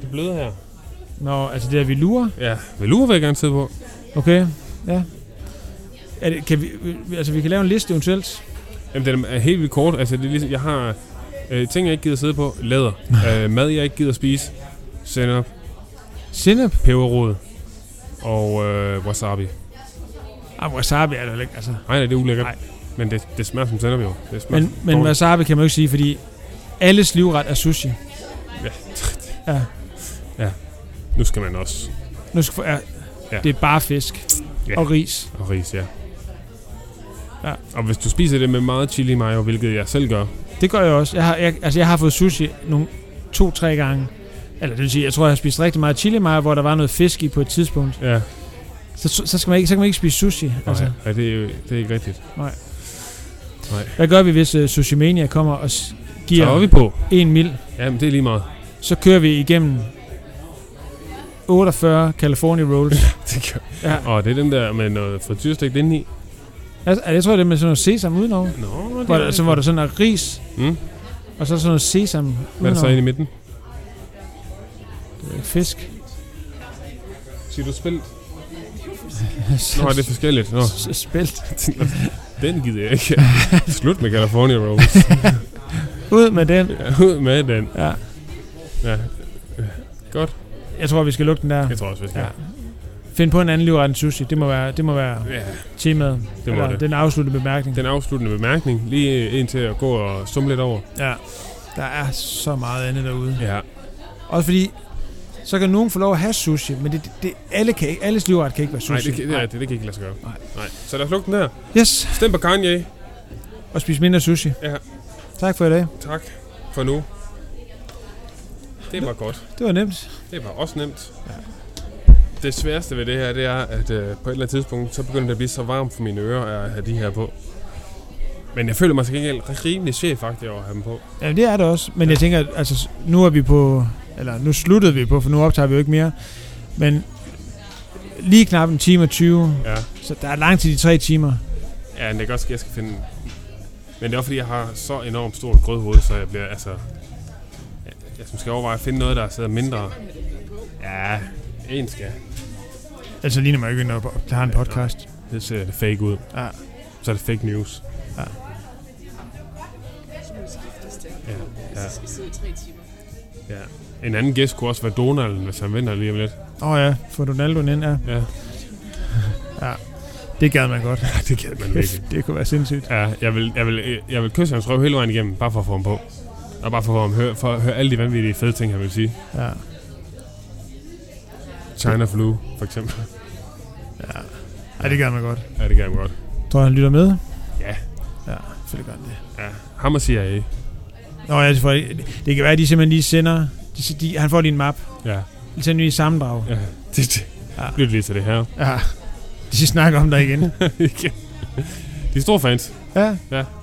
Speaker 1: det bløde her.
Speaker 2: Nå, altså det er vi lurer?
Speaker 1: Ja, vil du være gerne sidde på?
Speaker 2: Okay, ja. Er det, kan vi, vi- altså vi kan lave en liste eventuelt.
Speaker 1: Jamen, den er helt vildt kort. Altså, det er ligesom, jeg har øh, ting, jeg ikke gider sidde på.
Speaker 2: <laughs>
Speaker 1: Læder. øh, mad, jeg ikke gider spise. Sennep,
Speaker 2: Sinep?
Speaker 1: peberrod og øh, wasabi.
Speaker 2: Ah, wasabi er der ikke, altså.
Speaker 1: Nej, nej, det er ulækkert.
Speaker 2: Nej.
Speaker 1: Men det, det smager som sennep jo. Det smager
Speaker 2: Men,
Speaker 1: som
Speaker 2: men
Speaker 1: dårligt.
Speaker 2: wasabi kan man jo ikke sige, fordi alles livret er sushi.
Speaker 1: Ja. <laughs>
Speaker 2: Ja.
Speaker 1: Nu skal man også.
Speaker 2: Nu skal, ja.
Speaker 1: Ja.
Speaker 2: Det er bare fisk
Speaker 1: Ja.
Speaker 2: og ris.
Speaker 1: Og ris, ja.
Speaker 2: Ja.
Speaker 1: Og hvis du spiser det med meget chili mayo, hvilket jeg selv gør.
Speaker 2: Det gør jeg også. Jeg har, jeg, altså, jeg har fået sushi nogle to-tre gange. Eller det vil sige, jeg tror, jeg har spist rigtig meget chili mayo, hvor der var noget fisk i på et tidspunkt.
Speaker 1: Ja,
Speaker 2: Så, så, så skal man ikke, så kan man ikke spise sushi.
Speaker 1: altså.
Speaker 2: Altså.
Speaker 1: nej, ja, det, er, jo- det er ikke rigtigt.
Speaker 2: Hvad gør vi, hvis uh, Sushi Mania kommer og s-
Speaker 1: Så er
Speaker 2: giver
Speaker 1: vi på.
Speaker 2: en mil?
Speaker 1: Jamen, det er lige meget. <laughs>
Speaker 2: Så kører vi igennem 48 California
Speaker 1: <laughs>
Speaker 2: Rolls.
Speaker 1: Det gør.
Speaker 2: Ja.
Speaker 1: Og det er den der med noget frityrestegt indeni.
Speaker 2: Altså, jeg tror, det er med sådan noget sesam udenover.
Speaker 1: Nå,
Speaker 2: Hvor, der, så, hvor der sådan er ris,
Speaker 1: Mm.
Speaker 2: og så er der sådan noget sesam
Speaker 1: Hvad er der så
Speaker 2: udenover.
Speaker 1: inde i midten?
Speaker 2: Det er Fisk.
Speaker 1: Siger du spil? Nå,
Speaker 2: <laughs>
Speaker 1: det er forskelligt. Nå,
Speaker 2: S- Spelt.
Speaker 1: den gider jeg ikke. <laughs> Slut med California Rolls.
Speaker 2: Ud med den.
Speaker 1: Ja, Ud med den.
Speaker 2: Ja.
Speaker 1: Ja,
Speaker 2: Jeg tror, vi skal lukke den der.
Speaker 1: jeg tror også, vi skal.
Speaker 2: Ja. Find på en anden livret end sushi. Det må være, det må være
Speaker 1: Ja.
Speaker 2: temaet.
Speaker 1: Det må
Speaker 2: Eller
Speaker 1: det.
Speaker 2: Den afsluttende bemærkning.
Speaker 1: Den afsluttende bemærkning, lige en til at gå og summe lidt over.
Speaker 2: Ja. Der er så meget andet derude.
Speaker 1: Ja.
Speaker 2: Også fordi, så kan nogen få lov at have sushi, men det, det, alle kan ikke, alles livret kan ikke være sushi.
Speaker 1: Nej, det, kan- det, er- det, det kan ikke lade sig gøre.
Speaker 2: Nej.
Speaker 1: Nej. Så lad os lukke den der.
Speaker 2: Yes,
Speaker 1: Stem på Kanye.
Speaker 2: og spis mindre sushi.
Speaker 1: Ja.
Speaker 2: Tak for i dag.
Speaker 1: Tak for nu. Det var godt.
Speaker 2: Det var nemt.
Speaker 1: Det var også nemt. Det sværeste ved det her, det er, at øh, på et eller andet tidspunkt, så begynder det at blive så varmt for mine ører at have de her på. Men jeg føler mig til gengæld rimelig chefagtig over at have dem på.
Speaker 2: Ja, det er det også. Men jeg tænker, altså, nu er vi på... Eller nu sluttede vi på, for nu optager vi jo ikke mere. Men lige knap en time og 20.
Speaker 1: Ja.
Speaker 2: Så der er langt til de tre timer.
Speaker 1: Ja, men det kan godt ske, at jeg skal finde... Men det er også fordi, jeg har så enormt stort grødhoved, så jeg bliver altså... Jeg, jeg skal overveje at finde noget, der sidder mindre... Ja, en skal.
Speaker 2: Altså ligner man jo ikke, når der har en podcast.
Speaker 1: Det ser det fake ud.
Speaker 2: Ja.
Speaker 1: Så er det fake news.
Speaker 3: Så må det skiftes til.
Speaker 1: Ja.
Speaker 3: Altså, skal sidde i tre timer.
Speaker 1: ja. En anden gæst kunne også være Donald, hvis han venter lige om lidt.
Speaker 2: Åh oh ja, få Ronaldo ind, ja.
Speaker 1: Ja,
Speaker 2: Det gad man
Speaker 1: <laughs>
Speaker 2: godt.
Speaker 1: det kan man virkelig.
Speaker 2: det kunne være sindssygt.
Speaker 1: Ja, jeg vil, jeg, vil, jeg vil kysse hans røv hele vejen igennem, bare for at få ham på. Og bare for at få ham høre, for at høre alle de vanvittige fede ting, han vil sige.
Speaker 2: Ja.
Speaker 1: China Flu, for eksempel.
Speaker 2: ja. Ej, det gad man godt.
Speaker 1: Ja, det kan jeg godt.
Speaker 2: Tror du, han lytter med?
Speaker 1: Ja.
Speaker 2: Ja, selvfølgelig gør han det.
Speaker 1: Ja, ham og CIA.
Speaker 2: Nå, jeg tror, det, det kan være, at de simpelthen lige sender... De, de, han får lige en map.
Speaker 1: Ja. <laughs>
Speaker 2: De sender lige et sammendrag.
Speaker 1: Ja, det, det.
Speaker 2: Ja.
Speaker 1: Ja. Lyt lige til det her. <laughs>
Speaker 2: Ja. De snakker om dig igen.
Speaker 1: Igen. De er store fans.
Speaker 2: Ja.
Speaker 1: Ja.